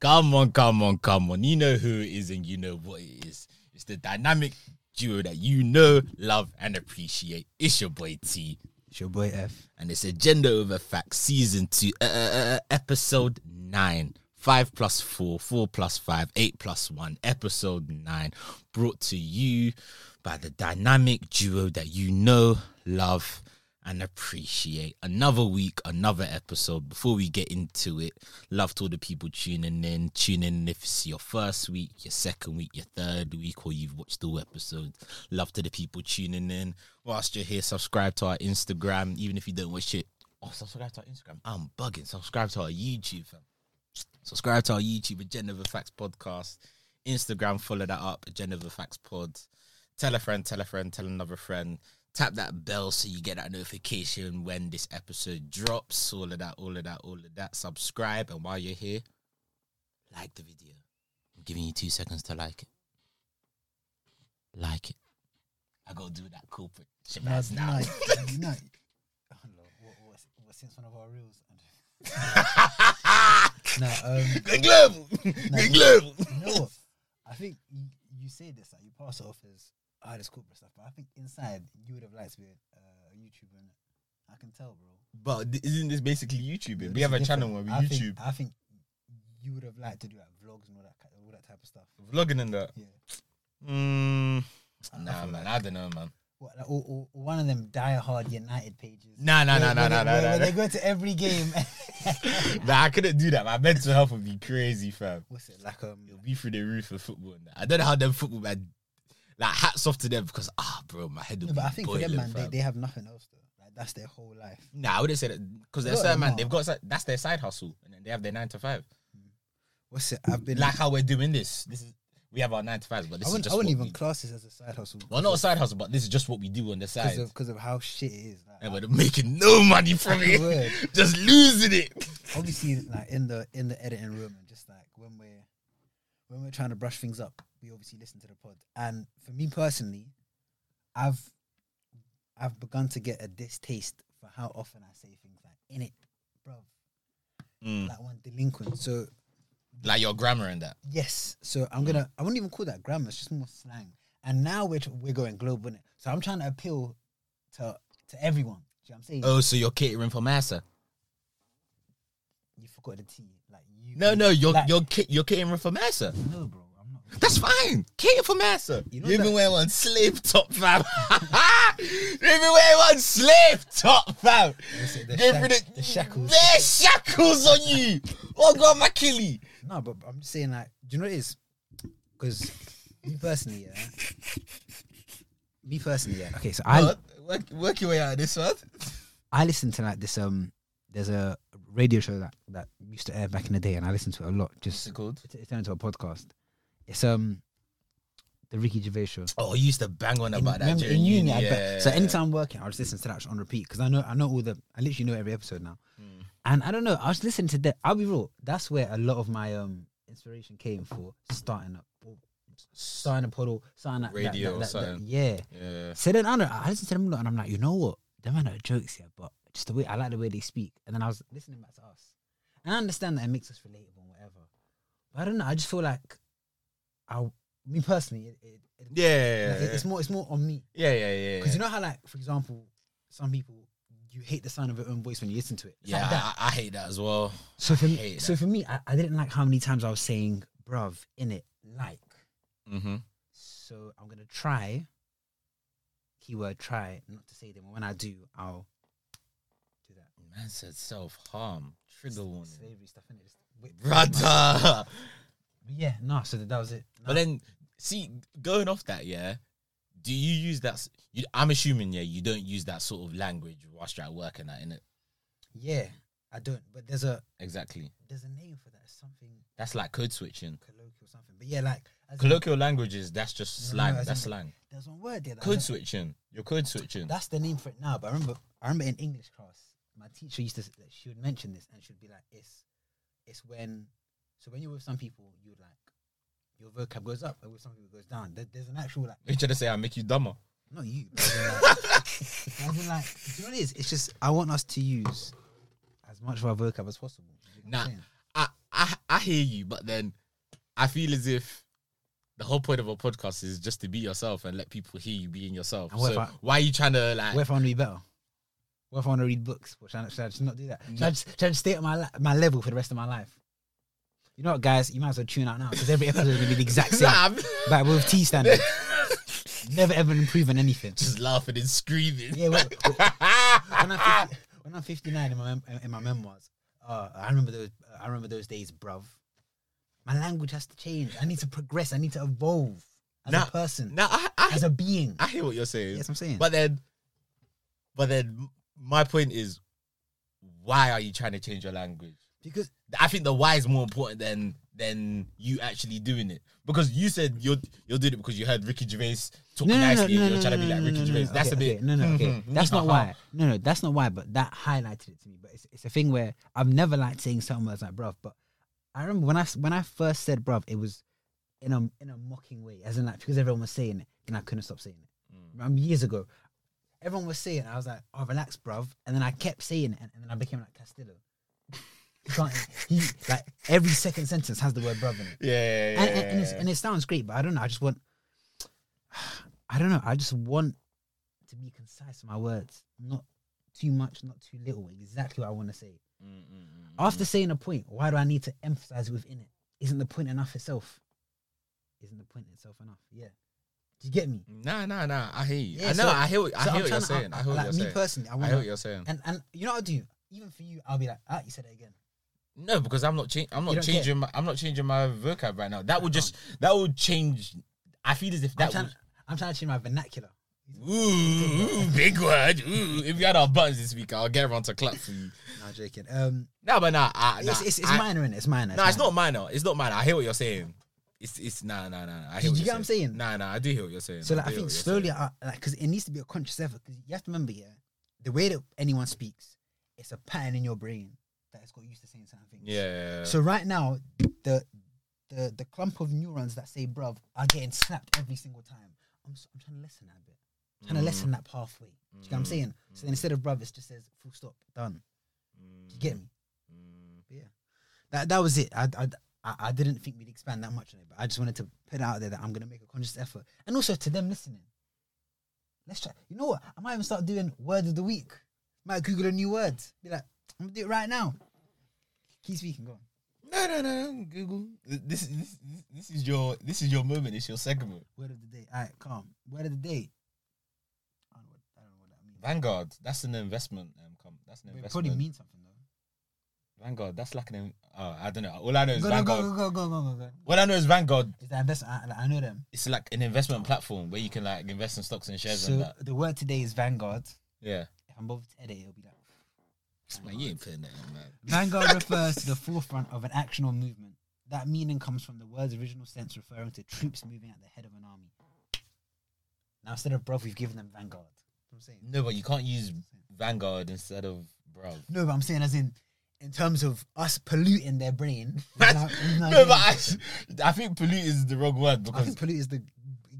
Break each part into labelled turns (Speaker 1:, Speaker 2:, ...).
Speaker 1: Come on, come on, come on. You know who it is and you know what it is. It's the dynamic duo that you know, love, and appreciate. It's your boy T.
Speaker 2: It's your boy F.
Speaker 1: And it's Agenda Over Facts Season 2, uh, uh, uh, Episode 9. 5 plus 4, 4 plus 5, 8 plus 1, Episode 9. Brought to you by the dynamic duo that you know, love, and appreciate. Another week, another episode. Before we get into it, love to all the people tuning in. Tune in if it's your first week, your second week, your third week, or you've watched all episodes. Love to the people tuning in. Whilst you're here, subscribe to our Instagram, even if you don't watch it. Oh, subscribe to our Instagram. I'm bugging. Subscribe to our YouTube. fam. Subscribe to our YouTube, Agenda of Facts Podcast. Instagram, follow that up, Agenda of Facts Pod tell a friend, tell a friend, tell another friend. Tap that bell so you get that notification when this episode drops. All of that, all of that, all of that. Subscribe, and while you're here, like the video. I'm giving you two seconds to like it. Like it. I gotta do that corporate shabazz now.
Speaker 2: no. what, what, what, since one of our reels? no, um,
Speaker 1: Go global,
Speaker 2: No,
Speaker 1: Go
Speaker 2: you-
Speaker 1: global.
Speaker 2: you know what? I think you, you say this, like you pass it off as ah, this corporate stuff, but I think inside you would have liked to be a uh, YouTuber. innit? I can tell, bro.
Speaker 1: But th- isn't this basically YouTubing?
Speaker 2: This
Speaker 1: We
Speaker 2: is
Speaker 1: have a
Speaker 2: different.
Speaker 1: channel where we
Speaker 2: I think-
Speaker 1: YouTube
Speaker 2: I think you would have liked to do like vlogs and all that, ki- all that type of stuff.
Speaker 1: vlogging and that.
Speaker 2: Yeah.
Speaker 1: Mm,
Speaker 2: I- I
Speaker 1: nah,
Speaker 2: feel
Speaker 1: man,
Speaker 2: Hmm. like-
Speaker 1: I don't know, man.
Speaker 2: What, like, or, or, or one of them diehard United pages.
Speaker 1: Nah, nah,
Speaker 2: Where-
Speaker 1: nah, nah,
Speaker 2: where
Speaker 1: nah, nah,
Speaker 2: they- where-
Speaker 1: nah,
Speaker 2: where
Speaker 1: nah.
Speaker 2: They go to every game.
Speaker 1: nah, I couldn't do that. My mental health would be crazy, fam.
Speaker 2: What's it like? Um,
Speaker 1: It'll be through the roof for football. And that. I don't know how them football man. Like hats off to them because ah, bro, my head. Will
Speaker 2: no,
Speaker 1: be
Speaker 2: but I think for them,
Speaker 1: boiling,
Speaker 2: man, they,
Speaker 1: fam.
Speaker 2: they have nothing else though. Like that's their whole life.
Speaker 1: Nah, I wouldn't say that because they're
Speaker 2: No,
Speaker 1: certain
Speaker 2: they're
Speaker 1: man.
Speaker 2: not.
Speaker 1: They've got si- that's their side hustle, and then they have their nine to five.
Speaker 2: What's it? I've been
Speaker 1: Like how we're doing this. This is we have our nine to fives, but this
Speaker 2: I
Speaker 1: is
Speaker 2: wouldn't,
Speaker 1: just.
Speaker 2: I wouldn't
Speaker 1: what
Speaker 2: even
Speaker 1: We,
Speaker 2: class this as a side hustle.
Speaker 1: well, not a side hustle, but this is just what we do on the side,
Speaker 2: because of because of how shit it is. Like,
Speaker 1: and we're making no money from it.
Speaker 2: Word.
Speaker 1: just losing it.
Speaker 2: obviously, like in the in the editing room, and just like when we're when we're trying to brush things up, we obviously listen to the pod. And for me personally, I've I've begun to get a distaste for how often I say things like "in it, bro,"
Speaker 1: Mm,
Speaker 2: like one delinquent. So
Speaker 1: Like your grammar and that.
Speaker 2: Yes. So I'm gonna. I wouldn't even call that grammar. It's just more slang. And now we're tr- we're going global. Innit? So I'm trying to appeal to to everyone. Do you know what I'm saying?
Speaker 1: Oh, so you're catering for massa?
Speaker 2: you forgot the T. Like you.
Speaker 1: No, no, you're
Speaker 2: like-
Speaker 1: you're ca- you're catering for massa.
Speaker 2: No, bro. I'm not.
Speaker 1: That's fine. Cater for massa. You,
Speaker 2: You know
Speaker 1: even
Speaker 2: that-
Speaker 1: wear one slave top, fam. you even wear one slave top, fam.
Speaker 2: Listen, the
Speaker 1: Give
Speaker 2: shack-
Speaker 1: me
Speaker 2: the shackles.
Speaker 1: There's shackles on you. Oh God, my killie.
Speaker 2: No, but I'm just saying. Like, do you know what it is? Because me personally, yeah. me personally, yeah. Okay, so I
Speaker 1: What? Work, work your way out of this one.
Speaker 2: I listen to like this um. There's a radio show that that used to air back in the day, and I listened to it a lot. Just
Speaker 1: called?
Speaker 2: it, it turned into a podcast. It's um, the Ricky Gervais show.
Speaker 1: Oh, you used to bang on
Speaker 2: in,
Speaker 1: about that
Speaker 2: remember,
Speaker 1: during
Speaker 2: in uni.
Speaker 1: uni.
Speaker 2: I'd be-
Speaker 1: Yeah.
Speaker 2: So anytime I'm working, I'll just listen to that shit on repeat because I know I know all the I literally know every episode now.
Speaker 1: Hmm.
Speaker 2: And I don't know, I was listening to that. I'll be real. That's where a lot of my um inspiration came for starting up, or starting a portal, starting that, that-
Speaker 1: Radio or
Speaker 2: that, that, that-
Speaker 1: something.
Speaker 2: yeah.
Speaker 1: Yeah.
Speaker 2: So then I don't. I listen to them a lot, and I'm like, you know what? Them man are jokes here, but just the way I like the way they speak. And then I was listening back to us, and I understand that it makes us relatable and whatever. But I don't know. I just feel like, I me personally, it, it, it,
Speaker 1: Yeah.
Speaker 2: like, it- it's more it's more on me.
Speaker 1: yeah, yeah, yeah.
Speaker 2: Because you know how, like, for example, some people you hate the sound of your own voice when you listen to it. It's like
Speaker 1: yeah,
Speaker 2: that.
Speaker 1: I, I hate that as well.
Speaker 2: So for
Speaker 1: hate
Speaker 2: me,
Speaker 1: that.
Speaker 2: so for me, I, I didn't like how many times I was saying "bruv" in it, like.
Speaker 1: Mm-hmm.
Speaker 2: So I'm gonna try. Keyword try not to say them. When I do, I'll do that.
Speaker 1: Man said self harm. Trigger warning.
Speaker 2: Slavery stuff in it.
Speaker 1: Brother.
Speaker 2: Yeah, no. So that, that was it. No.
Speaker 1: But then, see, going off that, yeah, do you use that? s- You, I'm assuming, yeah, you don't use that sort of language whilst you're at work and that, innit?
Speaker 2: yeah, I don't. But there's a
Speaker 1: Exactly.
Speaker 2: there's a name for that. It's something
Speaker 1: That's like code switching.
Speaker 2: colloquial, something. But yeah, like as in-
Speaker 1: Colloquial languages, that's just
Speaker 2: No,
Speaker 1: slang.
Speaker 2: no, as
Speaker 1: that's
Speaker 2: in-
Speaker 1: slang.
Speaker 2: there's one word there. That I
Speaker 1: Code
Speaker 2: don't-
Speaker 1: switching. You're code switching.
Speaker 2: That's the name for it now. But I remember, I remember in English class, my teacher used to s- like, she would mention this and she'd be like, "It's, it's when, so when you're with some people, you would like your vocab goes up, and with some people it goes down. There, there's an actual like,
Speaker 1: You're trying to say I make you dumber.
Speaker 2: not you. but as in, like, as in, like, do you know what it is? It's just I want us to use as much of our vocab as possible. Do you know
Speaker 1: Nah,
Speaker 2: what I'm saying?
Speaker 1: I, I, I hear you, but then I feel as if the whole point of a podcast is just to be yourself and let people hear you being yourself.
Speaker 2: And what
Speaker 1: so
Speaker 2: if I-
Speaker 1: why are you trying to like?
Speaker 2: What if I want to be better? What if I want to read books? Well, should, I, should I just not do that? Should, I, just, should I just stay at my li- my level for the rest of my life? You know what, guys? You might as well tune out now because every episode is going to be the exact same.
Speaker 1: Nah, I'm
Speaker 2: But with T standards, never ever improving anything.
Speaker 1: just laughing and screaming.
Speaker 2: Yeah, well, when I'm 50, when I'm 59 in my mem- in my memoirs, uh, I remember those. I remember those days, bruv. My language has to change. I need to progress. I need to evolve as
Speaker 1: Nah,
Speaker 2: a person,
Speaker 1: now I, I,
Speaker 2: as a being.
Speaker 1: I hear what you're saying.
Speaker 2: yes, I'm saying.
Speaker 1: But then, but then, my point is, why are you trying to change your language?
Speaker 2: because
Speaker 1: I think the why is more important than than you actually doing it because you said you're you're doing it because you heard Ricky Gervais talk nicely and you're trying to be like Ricky
Speaker 2: no,
Speaker 1: Gervais.
Speaker 2: no.
Speaker 1: That's
Speaker 2: Okay,
Speaker 1: a bit
Speaker 2: okay. No, no, okay.
Speaker 1: mhm,
Speaker 2: That's not
Speaker 1: uh-huh.
Speaker 2: why. No, no, that's not why. But that highlighted it to me. But it's, it's a thing where I've never liked saying certain words like bruv. But I remember when I s- when I first said bruv, it was in a in a mocking way, as in like because everyone was saying it, and I couldn't stop saying
Speaker 1: Mm.
Speaker 2: it. Um, years ago, everyone was saying, it, I was like, "Oh, relax, bruv," and then I kept saying it, and, and then I became like Castillo. You can't, he, like every second sentence has the word bruv in it
Speaker 1: Yeah, yeah,
Speaker 2: and, and, and, it's,
Speaker 1: yeah.
Speaker 2: and it sounds great, but I don't know. I just want, I don't know. I just want to be concise in my words, not too much, not too little. Exactly what I want to say.
Speaker 1: Mm, mm, mm,
Speaker 2: After saying a point, why do I need to emphasize within it? Isn't the point enough itself? Isn't the point itself enough? Yeah. Do you get me?
Speaker 1: mm. Nah, nah, nah. I hear you.
Speaker 2: Yeah,
Speaker 1: I know.
Speaker 2: so-
Speaker 1: I hear. What, I
Speaker 2: So
Speaker 1: hear
Speaker 2: I'm
Speaker 1: what you're
Speaker 2: trying to-
Speaker 1: saying. I hear
Speaker 2: like,
Speaker 1: what you're
Speaker 2: me
Speaker 1: saying.
Speaker 2: personally, I
Speaker 1: I
Speaker 2: want.
Speaker 1: hear what you're saying.
Speaker 2: and and you know what I do? Even for you, I'll be like, ah, you said it again.
Speaker 1: No, because I'm not changing. I'm not
Speaker 2: You don't care. Um,
Speaker 1: changing. My, I'm not changing my vocab right now. That would just. That would change. I feel as if
Speaker 2: I'm
Speaker 1: that
Speaker 2: trying,
Speaker 1: would.
Speaker 2: I'm trying to change my vernacular.
Speaker 1: Ooh, ooh, big word. Ooh, if you had our buttons this week, I'll get around to clap for you.
Speaker 2: No, I'm joking. Um,
Speaker 1: No, but nah, I, nah
Speaker 2: it's it's, it's
Speaker 1: I-
Speaker 2: minor in It's minor.
Speaker 1: No, it's
Speaker 2: minor.
Speaker 1: not minor. It's not minor. I hear what you're saying. It's it's nah nah nah. nah. I hear
Speaker 2: Did
Speaker 1: what
Speaker 2: you
Speaker 1: you're
Speaker 2: get what I'm
Speaker 1: saying.
Speaker 2: saying?
Speaker 1: Nah nah. I do hear what you're saying.
Speaker 2: So like, I
Speaker 1: do hear
Speaker 2: think
Speaker 1: what you're
Speaker 2: slowly,
Speaker 1: saying.
Speaker 2: I, like, because it needs to be a conscious effort. Because you have to remember, yeah, the way that anyone speaks, it's a pattern in your brain that has got used to saying certain things.
Speaker 1: Yeah.
Speaker 2: So right now, the the the clump of neurons that say "bruv" are getting snapped every single time. I'm s am trying to lessen that bit. I'm trying to lessen that pathway. Do you get what I'm
Speaker 1: Mm.
Speaker 2: saying? So then instead of "bruv," it just says "full stop, done." Do you get me?
Speaker 1: Mm.
Speaker 2: But yeah, that that was it. I, I I I didn't think we'd expand that much on it, but I just wanted to put it out there that I'm gonna make a conscious effort, and also to them listening. Let's try. You know what? I might even start doing word of the week. Might Google a new word. Be like, I'm gonna do it right now. Keep speaking. Go on.
Speaker 1: No no no. no, Google. This this this- this is your this is your moment. It's your segment.
Speaker 2: Word of the day. All right, calm. Word of the day. I don't know what, I don't know what that means.
Speaker 1: Vanguard. That's an investment. Um, com- that's an
Speaker 2: But
Speaker 1: investment.
Speaker 2: it probably means something though.
Speaker 1: Vanguard. That's like an. in- Oh, I don't know. All I know is
Speaker 2: Go, go,
Speaker 1: Vanguard.
Speaker 2: go, go, go, go, go, go, go.
Speaker 1: What I know is Vanguard.
Speaker 2: Is that investment? I, like, I know them.
Speaker 1: It's like an investment platform where you can like invest in stocks and shares and
Speaker 2: So
Speaker 1: that.
Speaker 2: the word today is Vanguard.
Speaker 1: Yeah.
Speaker 2: If I'm bothered to edit, it, it'll be like.
Speaker 1: Man, you ain't putting that in, man.
Speaker 2: Vanguard refers to the forefront of an action or movement. That meaning comes from the word's original sense, referring to troops moving at the head of an army. Now, instead of bruv, we've given them Vanguard. I'm saying.
Speaker 1: No, but you can't use Vanguard instead of bruv.
Speaker 2: No, but I'm saying as in, in terms of us polluting their brain.
Speaker 1: That's-
Speaker 2: we've now- we've now
Speaker 1: No,
Speaker 2: given
Speaker 1: but I,
Speaker 2: them-
Speaker 1: I think pollute is the wrong word
Speaker 2: I
Speaker 1: because
Speaker 2: think pollute is the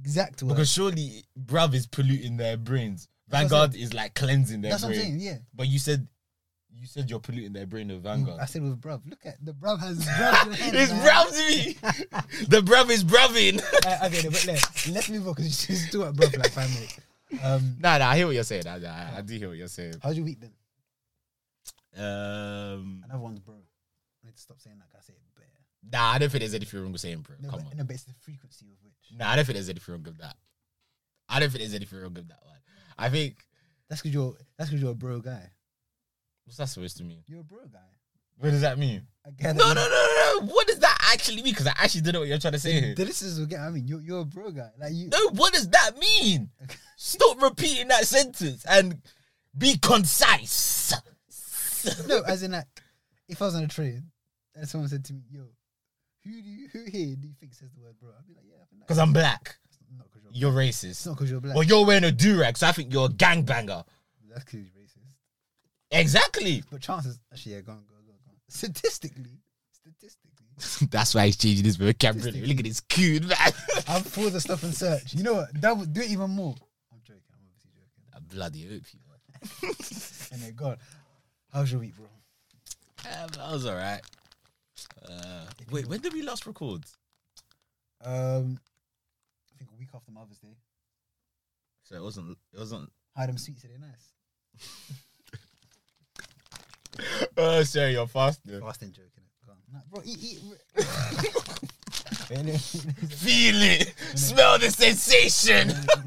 Speaker 2: exact word.
Speaker 1: because surely bruv is polluting their brains. Vanguard is like cleansing their
Speaker 2: That's what I'm
Speaker 1: brain.
Speaker 2: saying. Yeah.
Speaker 1: But you said you said you're polluting their brain with Vanguard.
Speaker 2: I said with bruv. Look at the bruv has bruv. in the head,
Speaker 1: it's
Speaker 2: man.
Speaker 1: bruv to me. the bruv is bruving.
Speaker 2: Uh, okay, no, but let, let's move on because she's still at bruv for like five minutes. Um,
Speaker 1: nah, nah. I hear what you're saying. I, I, I do hear what you're saying.
Speaker 2: how's your week been?
Speaker 1: Um,
Speaker 2: Another one's bro. I need to stop saying that. 'cause I say it better.
Speaker 1: nah, I don't think there's anything wrong with saying bro.
Speaker 2: No,
Speaker 1: Come
Speaker 2: but,
Speaker 1: on.
Speaker 2: no, but it's the frequency with which.
Speaker 1: Nah, I don't think there's anything wrong with that. I don't think there's anything wrong with that one. I think
Speaker 2: That's because you're. That's because you're a bro guy.
Speaker 1: what's that supposed to mean?
Speaker 2: You're a bro guy.
Speaker 1: What does that mean?
Speaker 2: I get
Speaker 1: No, no, no, no, no. What does that actually mean? Because I actually don't know what you're trying to say here.
Speaker 2: The listeners will get. I mean, you're you're a bro guy. Like you.
Speaker 1: No, what does that mean? Stop repeating that sentence and be concise.
Speaker 2: No, as in like, if I was on a train and someone said to me, "Yo, who do you, who here do you think says the word bro?" I'd be like, "Yeah, I think
Speaker 1: Because I'm black.
Speaker 2: that's not because you're.
Speaker 1: You're
Speaker 2: It's
Speaker 1: racist.
Speaker 2: not because you're black.
Speaker 1: Well, you're wearing a durag, so I think you're a gangbanger.
Speaker 2: That's because he's racist.
Speaker 1: Exactly.
Speaker 2: But chances, actually, yeah, go on, go on, go on, go on. Statistically, statistically,
Speaker 1: That's why he's changing his vocabulary. Look at this cool man.
Speaker 2: I'm for the stuff and search. You know what? That would do it even more. I'm joking. I'm obviously joking.
Speaker 1: I bloody hope you.
Speaker 2: And then, God, how's your week, bro?
Speaker 1: Um, I was all right. Uh, wait, when did we last record?
Speaker 2: Um, I think a week after Mother's Day.
Speaker 1: So it wasn't. It wasn't.
Speaker 2: How them sweets are they nice?
Speaker 1: Oh, sorry, you're faster.
Speaker 2: Fasting joke, innit? Go on. Nah, bro, eat, eat. Anyway,
Speaker 1: Feel it. Smell the sensation.
Speaker 2: oh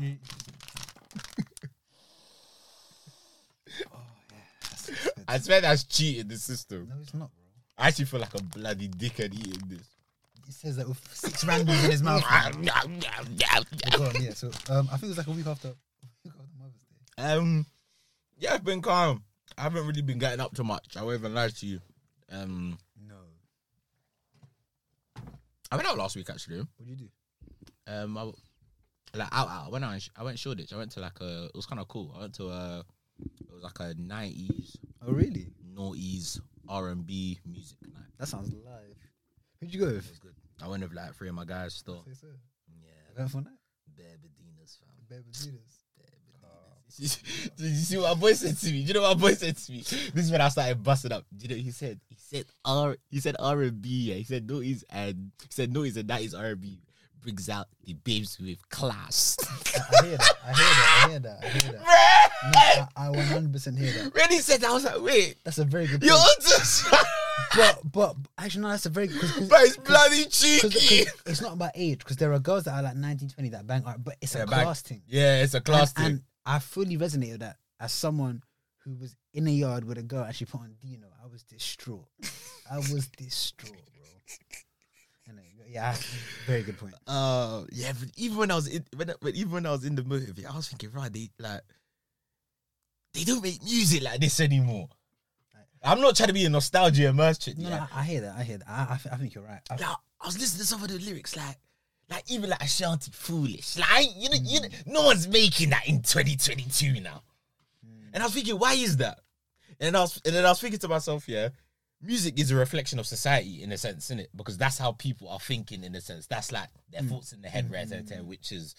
Speaker 2: yeah, that's, that's good.
Speaker 1: I swear that's cheating the system.
Speaker 2: no, it's not, bro.
Speaker 1: I actually feel like a bloody dickhead eating this.
Speaker 2: He says that with six randoms in his mouth. Go on, yeah. So um, I think it was like a week after, a week after Mother's Day.
Speaker 1: Um, yeah, I've been calm. I haven't really been getting up to much. I won't even lie to you. Um,
Speaker 2: No,
Speaker 1: I went out last week actually.
Speaker 2: what do you do?
Speaker 1: Um, I, w- like out, out. I went out. And sh- I went Shoreditch. I went to like a. It was kind of cool. I went to a. It was like a nineties,
Speaker 2: Oh really?
Speaker 1: noughties R and B music night.
Speaker 2: That sounds live. Who'd you go
Speaker 1: It was good. I went with like three of my guys still.
Speaker 2: Say so.
Speaker 1: Yeah,
Speaker 2: Going for that?
Speaker 1: bare bedinas, fam.
Speaker 2: Bare Bermudas.
Speaker 1: Did you see what my boy said to me? Do you know what my boy said to me? This is when I started busting up. Do you know what he said? He said R he said R and B. He said no he's and he said no he's and that is R and B. Brings out the babes with class.
Speaker 2: I hear that. I hear that. I hear that. I hear that. No,
Speaker 1: Bruh!
Speaker 2: I, I 100% hear that.
Speaker 1: when he said that, I was like, wait,
Speaker 2: That's a very good.
Speaker 1: you're
Speaker 2: point.
Speaker 1: onto
Speaker 2: But but actually, no, that's a very good. Cause, cause,
Speaker 1: but it's bloody
Speaker 2: Cause,
Speaker 1: cheeky.
Speaker 2: 'cause it's not about age, because there are girls that are like 19, 20 that bang art, but it's
Speaker 1: Yeah,
Speaker 2: a
Speaker 1: bang.
Speaker 2: class thing.
Speaker 1: Yeah, it's a class
Speaker 2: and,
Speaker 1: thing.
Speaker 2: and I fully resonated with that as someone who was in a yard with a girl and she put on Dino. I was distraught. I was distraught, bro. And, uh, yeah, very good point.
Speaker 1: uh yeah but even when i was in when, I- when even when i was in the movie i was thinking right they like they don't make music like this anymore i'm not trying to be a nostalgia merchant
Speaker 2: No,
Speaker 1: yeah
Speaker 2: no, I, I hear that. I hear that. I, I, th- I think you're right. I,
Speaker 1: Like, i was listening to some of the lyrics like like even like ashanti foolish like you know, you know no one's making that in 2022 now and i was thinking why is that and i was and then i was thinking to myself yeah music is a reflection of society in a sense isn't it because that's how people are thinking in a sense that's like their thoughts in their head right there, there, which is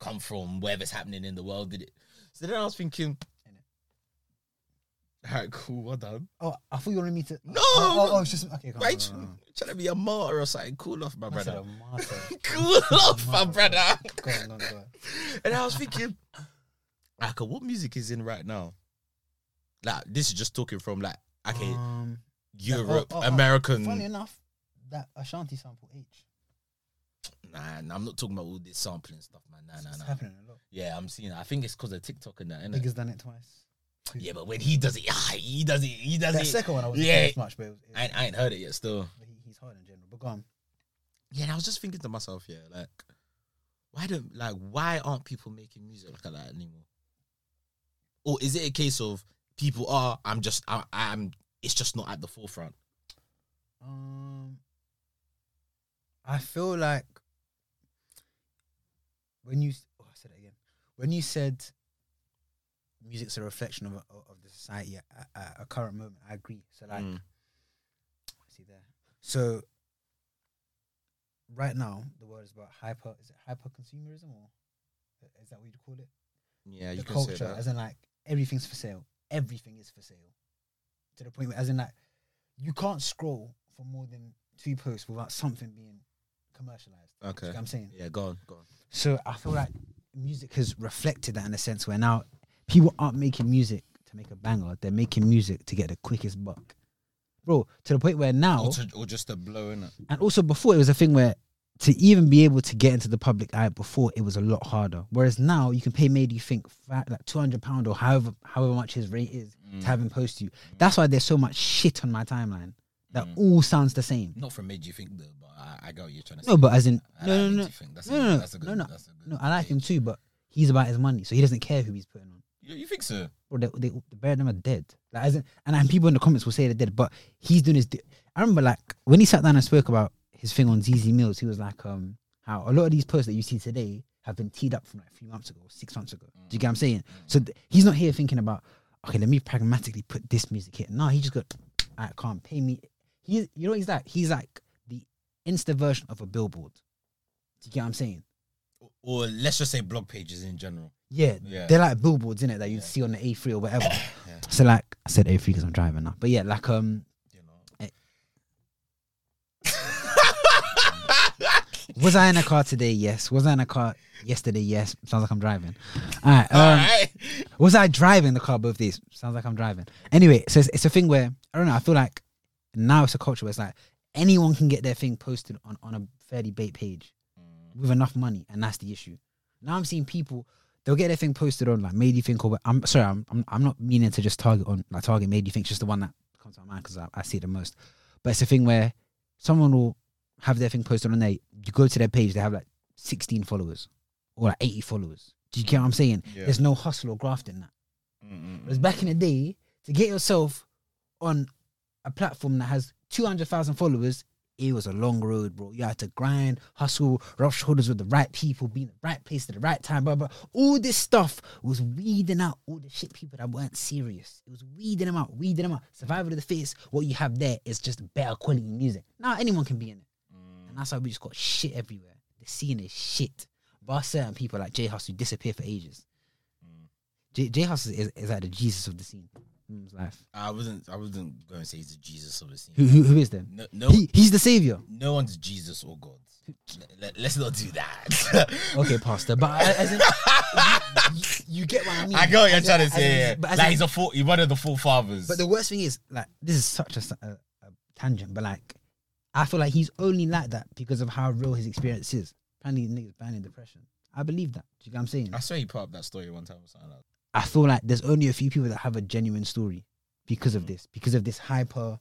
Speaker 1: come from wherever's happening in the world did it so then i was thinking all right cool well done
Speaker 2: oh, I thought you wanted me to.
Speaker 1: No!
Speaker 2: Oh, oh, oh, it's just okay. Come
Speaker 1: why
Speaker 2: on,
Speaker 1: you trying to be a martyr or something cool off my
Speaker 2: I said
Speaker 1: brother
Speaker 2: a martyr.
Speaker 1: cool off my brother
Speaker 2: Go on, go on, go on.
Speaker 1: And I was thinking, like, what music is in right now? Like, this is just talking from like, okay,
Speaker 2: Um,
Speaker 1: Europe,
Speaker 2: oh, oh, oh.
Speaker 1: American.
Speaker 2: funny enough, that Ashanti sample H.
Speaker 1: Nah, nah, I'm not talking about all this sampling stuff, man. Nah,
Speaker 2: It's
Speaker 1: nah, nah.
Speaker 2: happening a lot.
Speaker 1: Yeah, I'm seeing. It. I think it's because of TikTok and that. Innit?
Speaker 2: Niggas done it twice.
Speaker 1: Yeah, but when he does it, ah, he does it. He does
Speaker 2: That
Speaker 1: it.
Speaker 2: second one I was
Speaker 1: yeah.
Speaker 2: yeah. much, but it was, it
Speaker 1: I, ain't- I ain't heard it yet. Still.
Speaker 2: but he, he's hard in general. But go on.
Speaker 1: Yeah, and I was just thinking to myself, yeah, like, why don't like why aren't people making music like that anymore? Or is it a case of people are? I'm just I, I'm. It's just not at the forefront.
Speaker 2: Um, I feel like when you s- oh, I said it again. When you said music's a reflection of of the society at, at a current moment, I agree. So like,
Speaker 1: Mm.
Speaker 2: see there. So right now, the word is about hyper. Is it hyper consumerism or is that what you'd call it?
Speaker 1: Yeah,
Speaker 2: the culture, as in like everything's for sale. Everything is for sale. To the point where, as in like, you can't scroll for more than two posts without something being commercialized.
Speaker 1: Okay.
Speaker 2: You know what I'm saying.
Speaker 1: Yeah, go on, go on.
Speaker 2: So I feel like music has reflected that in a sense where now people aren't making music to make a banger; they're making music to get the quickest buck. Bro, to the point where now,
Speaker 1: Or, to, or just a blow in it.
Speaker 2: and also before it was a thing where to even be able to get into the public eye before it was a lot harder. Whereas now you can pay made you think fa- like two hundred pound or however however much his rate is
Speaker 1: Mm.
Speaker 2: to have him post you. That's why there's so much shit on my timeline that
Speaker 1: Mm.
Speaker 2: all sounds the same.
Speaker 1: Not from made you think though, but I, I get what you're trying to
Speaker 2: No,
Speaker 1: say.
Speaker 2: but as in
Speaker 1: I like
Speaker 2: no
Speaker 1: made
Speaker 2: no no
Speaker 1: you think. That's a
Speaker 2: no
Speaker 1: good-
Speaker 2: no no
Speaker 1: that's a good-
Speaker 2: no no
Speaker 1: that's a good
Speaker 2: no. I like him
Speaker 1: gauge.
Speaker 2: too, but he's about his money, so he doesn't care who he's putting on.
Speaker 1: You, you think so?
Speaker 2: Bro, they, they, the bear them are dead. Like, as in, and, and people in the comments will say they're dead, but he's doing his. Di- I remember like when he sat down and spoke about his thing on ZZ Mills, he was like, um, how a lot of these posts that you see today have been teed up from like three months ago, six months ago. Do you get what I'm saying? So th- he's not here thinking about, okay, let me pragmatically put this music here. No, he just got, I can't pay me. He, you know what he's like? He's like the insta version of a billboard. Do you get what I'm saying?
Speaker 1: Or let's just say blog pages in general.
Speaker 2: Yeah,
Speaker 1: Yeah.
Speaker 2: they're like billboards, innit, that you'd see on the A3 or whatever. So like I said A3 because I'm driving now. But yeah, like um
Speaker 1: You know,
Speaker 2: Was I in a car today? Yes. Was I in a car yesterday? Yes. Sounds like I'm driving. All right. Um,
Speaker 1: All right.
Speaker 2: Was I driving the car both days? Sounds like I'm driving. Anyway, so it's, it's a thing where I don't know. I feel like now it's a culture where it's like anyone can get their thing posted on on a fairly bait page with enough money, and that's the issue. Now I'm seeing people they'll get their thing posted on like Made You Think or what- I'm sorry, I'm, I'm I'm not meaning to just target on like target Made You Think, it's just the one that comes to my mind because I, I see it the most. But it's a thing where someone will have their thing posted on there. You go to their page, they have like 16 followers or like 80 followers. Do you get what I'm saying?
Speaker 1: Yeah.
Speaker 2: There's no hustle or graft in that.
Speaker 1: Mm,
Speaker 2: Whereas
Speaker 1: Mm-mm.
Speaker 2: back in the day, to get yourself on a platform that has 200,000 followers, it was a long road, bro. You had to grind, hustle, rub shoulders with the right people, be in the right place at the right time, blah, blah. All this stuff was weeding out all the shit people that weren't serious. It was weeding them out, weeding them out. Survival of the fittest, what you have there is just better quality music. Now anyone can be in it. And that's why we just got shit everywhere. The scene is shit. Bar certain people like J Hus who disappear for ages. J, J Hus is, is, is like the Jesus of the scene. in his life.
Speaker 1: I wasn't. I wasn't going to say he's the Jesus of the scene.
Speaker 2: Who, who, who is them?
Speaker 1: No, no,
Speaker 2: He, he's the savior.
Speaker 1: no one's Jesus or God. Let, us not do that.
Speaker 2: Okay, Pastor. But I- as in, you, you get what I mean.
Speaker 1: I get what you're
Speaker 2: As in-
Speaker 1: trying to
Speaker 2: as
Speaker 1: say.
Speaker 2: in-
Speaker 1: yeah.
Speaker 2: But, as
Speaker 1: like
Speaker 2: in-
Speaker 1: he's a four, he's one of the forefathers.
Speaker 2: but the worst thing is, like, this is such a, s- a- a tangent, but like, I feel like he's only like that because of how real his experience is. Apparently, niggas banning depression. I believe that. Do you get what I'm saying?
Speaker 1: I swear he put up that story one time or something like that.
Speaker 2: I feel like there's only a few people that have a genuine story because
Speaker 1: Hmm.
Speaker 2: of this, because of this hyper.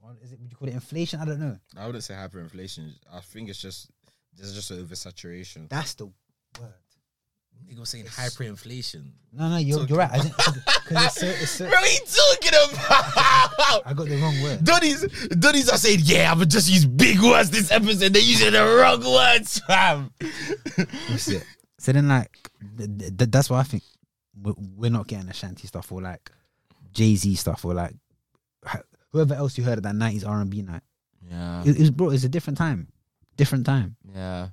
Speaker 2: What is it? Would you call it inflation? I don't know.
Speaker 1: I wouldn't say hyperinflation. I think it's just there's just an oversaturation.
Speaker 2: That's the word.
Speaker 1: Nigga was saying hyperinflation.
Speaker 2: No, no, you're, you're right. Because it's so, it's so,
Speaker 1: What are you talking about?
Speaker 2: I got the wrong word.
Speaker 1: Donnie's, Donnie's are saying, yeah, I'm just use big words this episode. They're using the wrong words, fam.
Speaker 2: That's it. So then, like, th- th- th- that's why I think we're, we're not getting Ashanti stuff or like Jay Z stuff or like h- whoever else you heard at that '90s R&B night.
Speaker 1: Yeah,
Speaker 2: It, it was bro. It's a different time. Different time.
Speaker 1: yeah.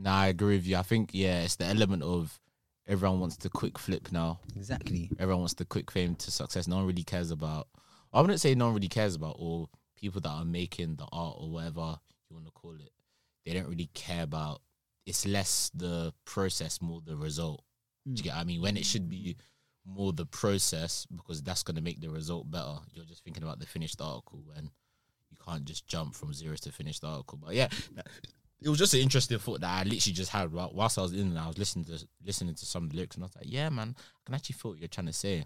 Speaker 1: Nah, I agree with you. I think, yeah, it's the element of everyone wants to quick flip now.
Speaker 2: Exactly.
Speaker 1: Everyone wants the quick fame to success. No one really cares about, I wouldn't say no one really cares about, or people that are making the art or whatever you want to call it. They don't really care about, it's less the process, more the result. Do you get what I mean? When it should be more the process because that's going to make the result better. You're just thinking about the finished article and you can't just jump from zero to finished article. But yeah, it was just an interesting thought that I literally just had while- whilst I was in and I was listening to listening to some of the lyrics and I was like, yeah, man, I can actually feel what you're trying to say.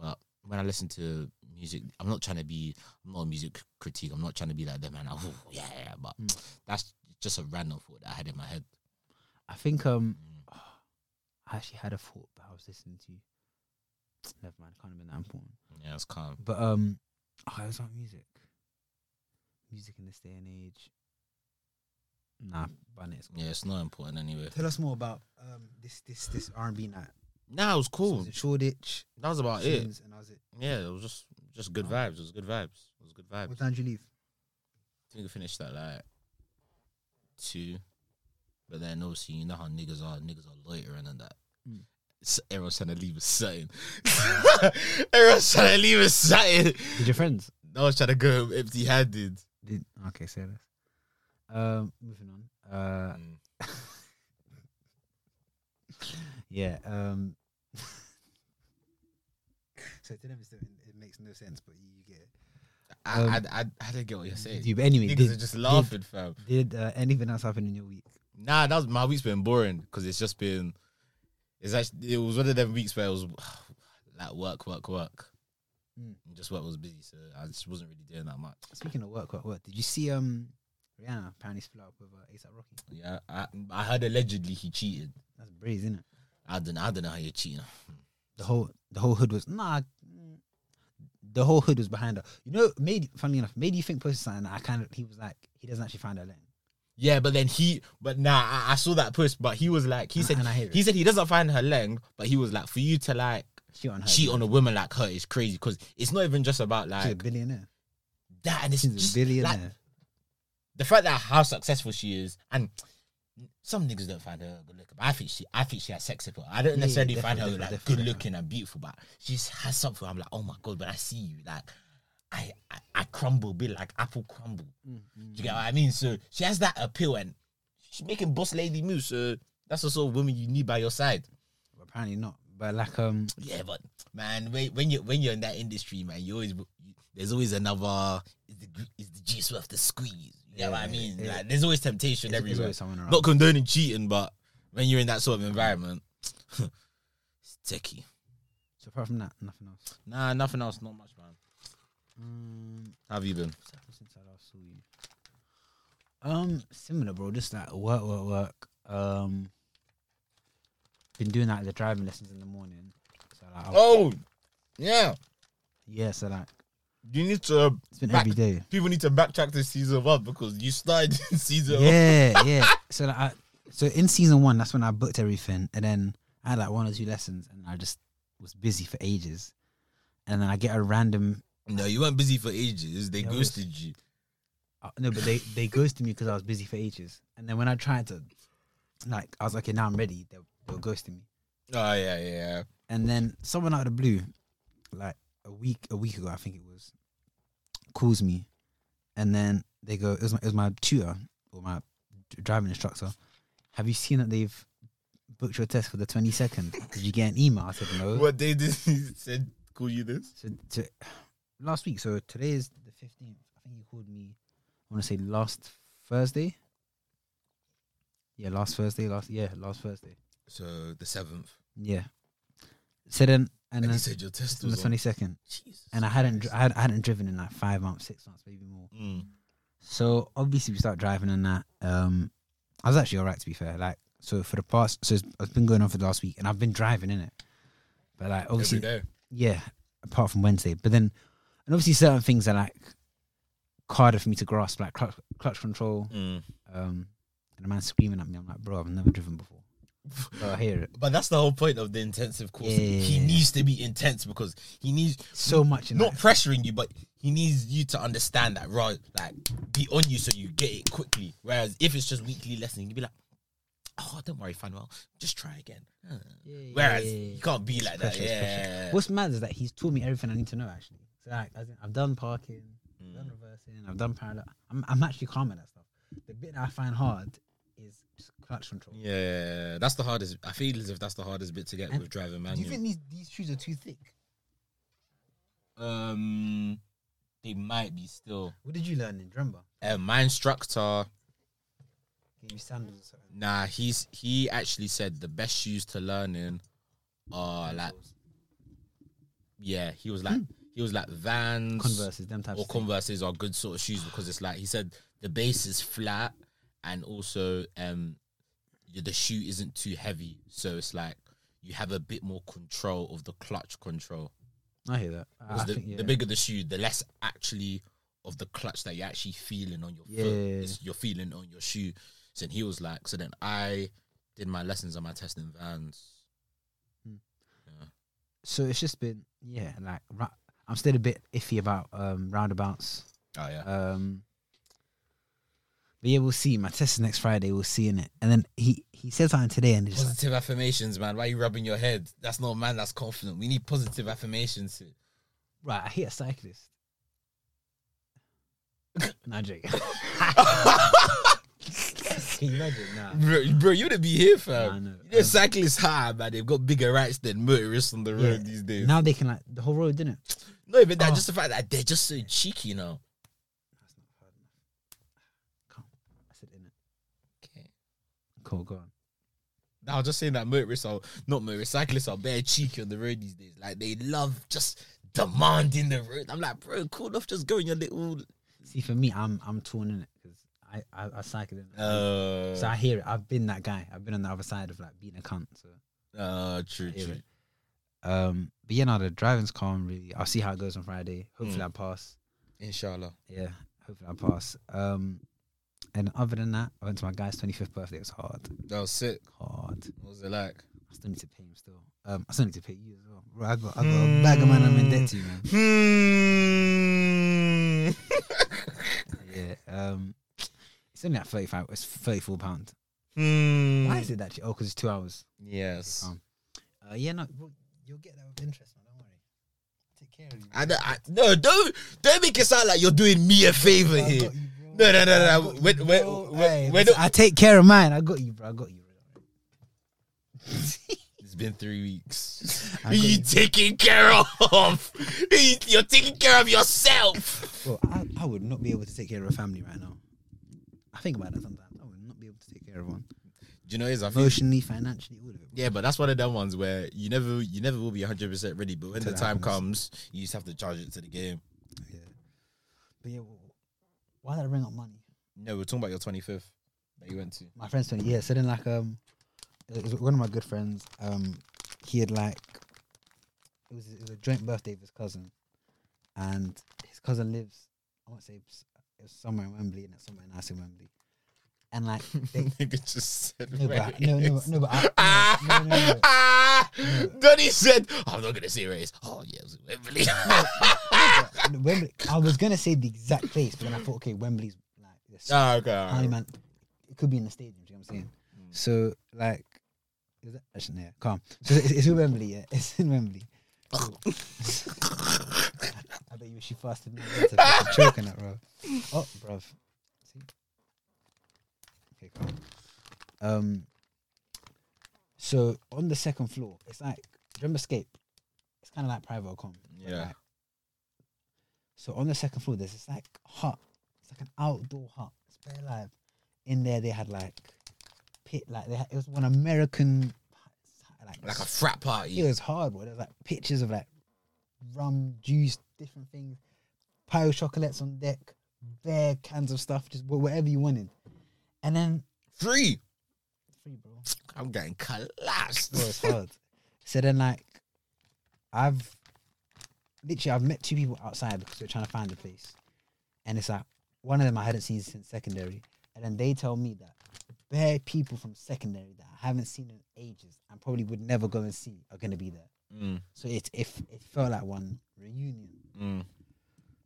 Speaker 1: But when I listen to music, I'm not trying to be, I'm not a music critique. I'm not trying to be like that, man. I, ooh, yeah, yeah, but that's just a random thought that I had in my head.
Speaker 2: I think um,
Speaker 1: Hmm.
Speaker 2: I actually had a thought that I was listening to. Never mind, can't remember that important.
Speaker 1: Yeah, it's calm.
Speaker 2: But um, oh, it was about music. Music in this day and age. Nah, bun it. it's cool.
Speaker 1: Yeah, it's not important anyway.
Speaker 2: Tell us more about um this this this R and B night.
Speaker 1: Nah, it was
Speaker 2: So I
Speaker 1: cool.
Speaker 2: was in Shoreditch.
Speaker 1: That was about it.
Speaker 2: Shins, And I was it.
Speaker 1: Yeah, it was just just good vibes. It was good vibes. It was good vibes.
Speaker 2: What time did you leave?
Speaker 1: I think we finished at like two, but then obviously you know how niggas are. Niggas are loitering and that.
Speaker 2: Mm.
Speaker 1: S Everyone's trying to leave a something. Everyone's trying to leave a something.
Speaker 2: With your friends.
Speaker 1: No one's trying to go home empty-handed.
Speaker 2: Did okay. Say this. Um, moving on. Uh,
Speaker 1: Mm.
Speaker 2: yeah. Um. so to them, it's, it makes no sense, but you get it.
Speaker 1: I,
Speaker 2: Um,
Speaker 1: I, I I don't get what you're saying.
Speaker 2: You- but anyway,
Speaker 1: niggas
Speaker 2: did,
Speaker 1: are just laughing, fam.
Speaker 2: Did, did, uh, anything else happen in your week?
Speaker 1: Nah, that was my week's been boring because it's just been. It's actually it was one of them weeks where it was like work, work, work.
Speaker 2: Mm.
Speaker 1: Just work was busy, so I just wasn't really doing that much.
Speaker 2: Speaking of work, work, work. Did you see um Rihanna apparently split up with uh, ASAP Rocky?
Speaker 1: Yeah, I, I heard allegedly he cheated.
Speaker 2: That's brazy, isn't it?
Speaker 1: I don't I don't know how you're cheating.
Speaker 2: The whole the whole hood was nah. mm, The whole hood was behind her. You know, made funny enough, made you think posted something. that I kind of he was like he doesn't actually find her lane.
Speaker 1: Yeah, but then he, but nah, I, I saw that post, but he was like, he
Speaker 2: And-
Speaker 1: said,
Speaker 2: and I hear it.
Speaker 1: he said he doesn't find her length, but he was like, for you to like
Speaker 2: She on her.
Speaker 1: cheat on a woman like her is crazy because it's not even just about
Speaker 2: She's a
Speaker 1: like
Speaker 2: billionaire.
Speaker 1: that, and it's
Speaker 2: She's
Speaker 1: just
Speaker 2: a billionaire.
Speaker 1: like, the fact that how successful she is, and some niggas don't find her good looking. But I think she, I think she has sex appeal. I don't
Speaker 2: Yeah,
Speaker 1: necessarily find
Speaker 2: definitely,
Speaker 1: her
Speaker 2: definitely,
Speaker 1: like
Speaker 2: definitely,
Speaker 1: good looking and beautiful, but she just has something. I'm like, oh my god, when I see you, like, I, Mm-hmm. I, I crumble, be like apple crumble. Do you get what I mean? So she has that appeal, and She's making boss lady moves. So that's the sort of woman you need by your side.
Speaker 2: Apparently not. But like um
Speaker 1: Yeah, but man, when, when you when you're in that industry, man, you always there's always another is the gr- is the juice worth the squeeze. You know what I
Speaker 2: Yeah,
Speaker 1: mean?
Speaker 2: yeah.
Speaker 1: Like there's always temptation
Speaker 2: there's
Speaker 1: everywhere.
Speaker 2: always someone around.
Speaker 1: Not condoning cheating, but when you're in that sort of environment, it's techie.
Speaker 2: so apart from that, nothing else.
Speaker 1: Nah, nothing else, not much, man.
Speaker 2: Um
Speaker 1: How have you been?
Speaker 2: what's happened since I last saw you? Um similar bro, just like work, work, work. Um been doing like the driving lessons in the morning. So like I'll-
Speaker 1: Oh, yeah.
Speaker 2: yeah, so like
Speaker 1: You need to
Speaker 2: it's been
Speaker 1: Back.
Speaker 2: every day.
Speaker 1: people need to backtrack to season one because you started in season one.
Speaker 2: yeah, yeah. So like, I, so in season one, that's when I booked everything, and then I had like one or two lessons, and I just was busy for ages. And then I get a random
Speaker 1: No, you weren't busy for ages. They
Speaker 2: Yeah, I was.
Speaker 1: ghosted you.
Speaker 2: uh, no, but they they ghosted me because I was busy for ages. And then when I tried to, like, I was like, okay, now I'm ready. They they were ghosting me.
Speaker 1: Oh yeah, yeah.
Speaker 2: And then someone out of the blue, like a week a week ago, I think it was, calls me, and then they go, "It was my, it was my tutor or my d- driving instructor. Have you seen that they've booked your test for the twenty second? Did you get an email?" I said no.
Speaker 1: What day did he said call you this?
Speaker 2: So to, last week, so today is the fifteenth. I think you called me. I want to say last Thursday. Yeah, last Thursday. Last yeah, last Thursday.
Speaker 1: So the seventh,
Speaker 2: Yeah. So then,
Speaker 1: and,
Speaker 2: and, then
Speaker 1: he said your test
Speaker 2: on the
Speaker 1: was
Speaker 2: twenty second.
Speaker 1: Jesus.
Speaker 2: and I hadn't dri- I had- I hadn't driven in like five months, six months, maybe more.
Speaker 1: Mm.
Speaker 2: So obviously we start driving and that. Um, I was actually alright to be fair. Like so for the past so it's, it's been going on for the last week, and I've been driving in it, but like
Speaker 1: every
Speaker 2: obviously
Speaker 1: day.
Speaker 2: yeah, apart from Wednesday. But then and obviously certain things are like harder for me to grasp, like clutch, clutch control.
Speaker 1: Mm.
Speaker 2: Um, and a man screaming at me, I'm like, bro, I've never driven before. But I hear it
Speaker 1: But that's the whole point of the intensive course.
Speaker 2: Yeah.
Speaker 1: He needs to be intense because he needs
Speaker 2: so much. In
Speaker 1: not
Speaker 2: life.
Speaker 1: pressuring you, but he needs you to understand that right, like be on you so you get it quickly. Whereas if it's just weekly lesson, you'd be like, oh, don't worry, Fanwell, just try again. Uh,
Speaker 2: Yeah,
Speaker 1: Whereas
Speaker 2: yeah, yeah, yeah.
Speaker 1: you can't be like that.
Speaker 2: pressure, it's pressure.
Speaker 1: Yeah.
Speaker 2: What's mad is that he's taught me everything I need to know. Actually, so like as in, I've done parking, I've
Speaker 1: Mm.
Speaker 2: done reversing, I've done parallel. I'm, I'm actually calm at that stuff. The bit that I find hard is just clutch control.
Speaker 1: Yeah, that's the hardest. I feel as if that's the hardest bit to get
Speaker 2: And
Speaker 1: with driving
Speaker 2: Do
Speaker 1: manual.
Speaker 2: you think these, these shoes are too thick?
Speaker 1: um, they might be still.
Speaker 2: What did you learn in? Do you Remember,
Speaker 1: Uh, my instructor,
Speaker 2: gave you sandals or something.
Speaker 1: nah, he's he actually said the best shoes to learn in are Oh, like yeah. He was like
Speaker 2: Hmm.
Speaker 1: he was like Vans,
Speaker 2: Converses, them types.
Speaker 1: or
Speaker 2: of things.
Speaker 1: Converse's are good sort of shoes because it's like he said the base is flat and also um y- the shoe isn't too heavy, so it's like you have a bit more control of the clutch control.
Speaker 2: I hear that. I, I
Speaker 1: Because the,
Speaker 2: think, yeah.
Speaker 1: the bigger the shoe, the less actually of the clutch that you're actually feeling on your
Speaker 2: Yeah.
Speaker 1: foot. It's, you're feeling on your shoe. So then he was like, so then I did my lessons on my test in Vans.
Speaker 2: So it's just been yeah, like ra- I'm still a bit iffy about um roundabouts.
Speaker 1: Oh yeah.
Speaker 2: Um, but yeah, we'll see. My test is next Friday. We'll see in it. And then he he said something today, and it's just like,
Speaker 1: Positive affirmations, man. Why are you rubbing your head? That's not a man that's confident. We need positive affirmations. here.
Speaker 2: right, I hit a cyclist. no I'm joking. Can you imagine? Nah.
Speaker 1: Bro, bro you wouldn't be here,
Speaker 2: Nah, I
Speaker 1: fam.
Speaker 2: know.
Speaker 1: you know,
Speaker 2: Um,
Speaker 1: cyclists high, man. They've got bigger rights than motorists on the
Speaker 2: Yeah.
Speaker 1: road these days.
Speaker 2: Now they can like the whole road, didn't it?
Speaker 1: Not even that,
Speaker 2: Oh.
Speaker 1: just the fact that they're just so cheeky now.
Speaker 2: Come, on. I said in it.
Speaker 1: Okay.
Speaker 2: Cool, go on.
Speaker 1: I was just saying that motorists are not motorists, cyclists are bare cheeky on the road these days. Like they love just demanding the road. I'm like, bro, cool off, just go in your little.
Speaker 2: See, for me, I'm I'm torn in it because I, I I cycle in. it.
Speaker 1: Uh,
Speaker 2: so I hear it. I've been that guy. I've been on the other side of like being a cunt. So.
Speaker 1: uh true,
Speaker 2: hear
Speaker 1: true.
Speaker 2: it. Um, but yeah, no, the driving's calm. Really, I'll see how it goes on Friday. Hopefully, I pass.
Speaker 1: Inshallah.
Speaker 2: Yeah, hopefully, I pass. Um, and other than that, I went to my guy's twenty fifth birthday. It was hard,
Speaker 1: That was sick.
Speaker 2: hard.
Speaker 1: What was it like?
Speaker 2: I still need to pay him still. Um, I still need to pay you as well. Bro, I got, I got a bag of man I'm in debt to, man.
Speaker 1: Hmm.
Speaker 2: Yeah. Um, it's only at thirty five. It's thirty four pound.
Speaker 1: hmm.
Speaker 2: Why is it that? cheap? Oh, because it's two hours.
Speaker 1: Yes.
Speaker 2: Um, Uh, yeah, no, well, you'll get that with interest, man. Don't worry. Take care of you.
Speaker 1: I, don't- I, no, don't don't make it sound like you're doing me a favor
Speaker 2: I
Speaker 1: here.
Speaker 2: got you, bro.
Speaker 1: No, no, no, no.
Speaker 2: I got you,
Speaker 1: We're, we're,
Speaker 2: bro.
Speaker 1: we're,
Speaker 2: Hey,
Speaker 1: we're
Speaker 2: listen,
Speaker 1: not-
Speaker 2: I take care of mine. I got you, bro. I got you.
Speaker 1: It's been three weeks.
Speaker 2: I
Speaker 1: Who
Speaker 2: got
Speaker 1: you
Speaker 2: you.
Speaker 1: taking care of? Who you- You're taking care of yourself.
Speaker 2: Bro, I, I would not be able to take care of a family right now. I think about that sometimes. I would not be able to take care of one
Speaker 1: Do you know what it is? I think
Speaker 2: emotionally, financially, all of it.
Speaker 1: Yeah, but that's one of them ones where you never you never will be hundred percent ready. But when
Speaker 2: Till
Speaker 1: the
Speaker 2: it
Speaker 1: time
Speaker 2: happens.
Speaker 1: comes, you just have to charge it to the game.
Speaker 2: Yeah. But yeah, well, why did I bring up money?
Speaker 1: No, we're talking about your twenty fifth that you went to.
Speaker 2: My friend's 20 years. So then, like, um, it was one of my good friends, um, he had like, it was, it was a joint birthday of his cousin, and his cousin lives, I won't say, it's- it's somewhere in Wembley, and it's somewhere nice in Wembley. And like, they,
Speaker 1: Nigga just said
Speaker 2: no, but
Speaker 1: where
Speaker 2: I,
Speaker 1: it
Speaker 2: no, no,
Speaker 1: is.
Speaker 2: no, but I,
Speaker 1: Ah,
Speaker 2: no, no, no, no.
Speaker 1: ah,
Speaker 2: No.
Speaker 1: Donny said, "I'm not gonna say where it is." Oh yeah, it was Wembley.
Speaker 2: But Wembley, I was gonna say the exact place, but then I thought, okay, Wembley's like this.
Speaker 1: Ah, okay, all
Speaker 2: Only
Speaker 1: right.
Speaker 2: man, it could be in the stadium. Do you know what I'm saying?
Speaker 1: Mm.
Speaker 2: So like, is that actually yeah, calm. So it's, it's in Wembley. Yeah, it's in Wembley. So- I bet you she fasted. now, that's a fucking Choke on that, bro. Oh, bruv. See? Okay, calm. Um. So on the second floor, it's like do you remember Scape. It's kind of like private com.
Speaker 1: Yeah.
Speaker 2: Like, so on the second floor, there's this like hut. It's like an outdoor hut. It's bare live. In there, they had like pit, like they had, it was one American, like,
Speaker 1: Like a frat party.
Speaker 2: it was hard. Where there was like pictures of like rum, juice, different things, pile of chocolates on deck, bare cans of stuff, just wh- whatever you wanted. And then
Speaker 1: Free.
Speaker 2: free, bro.
Speaker 1: I'm getting collapsed.
Speaker 2: Bro, it's hard. so then, like, I've literally I've met two people outside because they're trying to find a place, and it's like one of them I hadn't seen since secondary, and then they tell me that bare people from secondary that I haven't seen in ages and probably would never go and see are gonna be there.
Speaker 1: Mm,
Speaker 2: So it if it felt like one reunion.
Speaker 1: mm.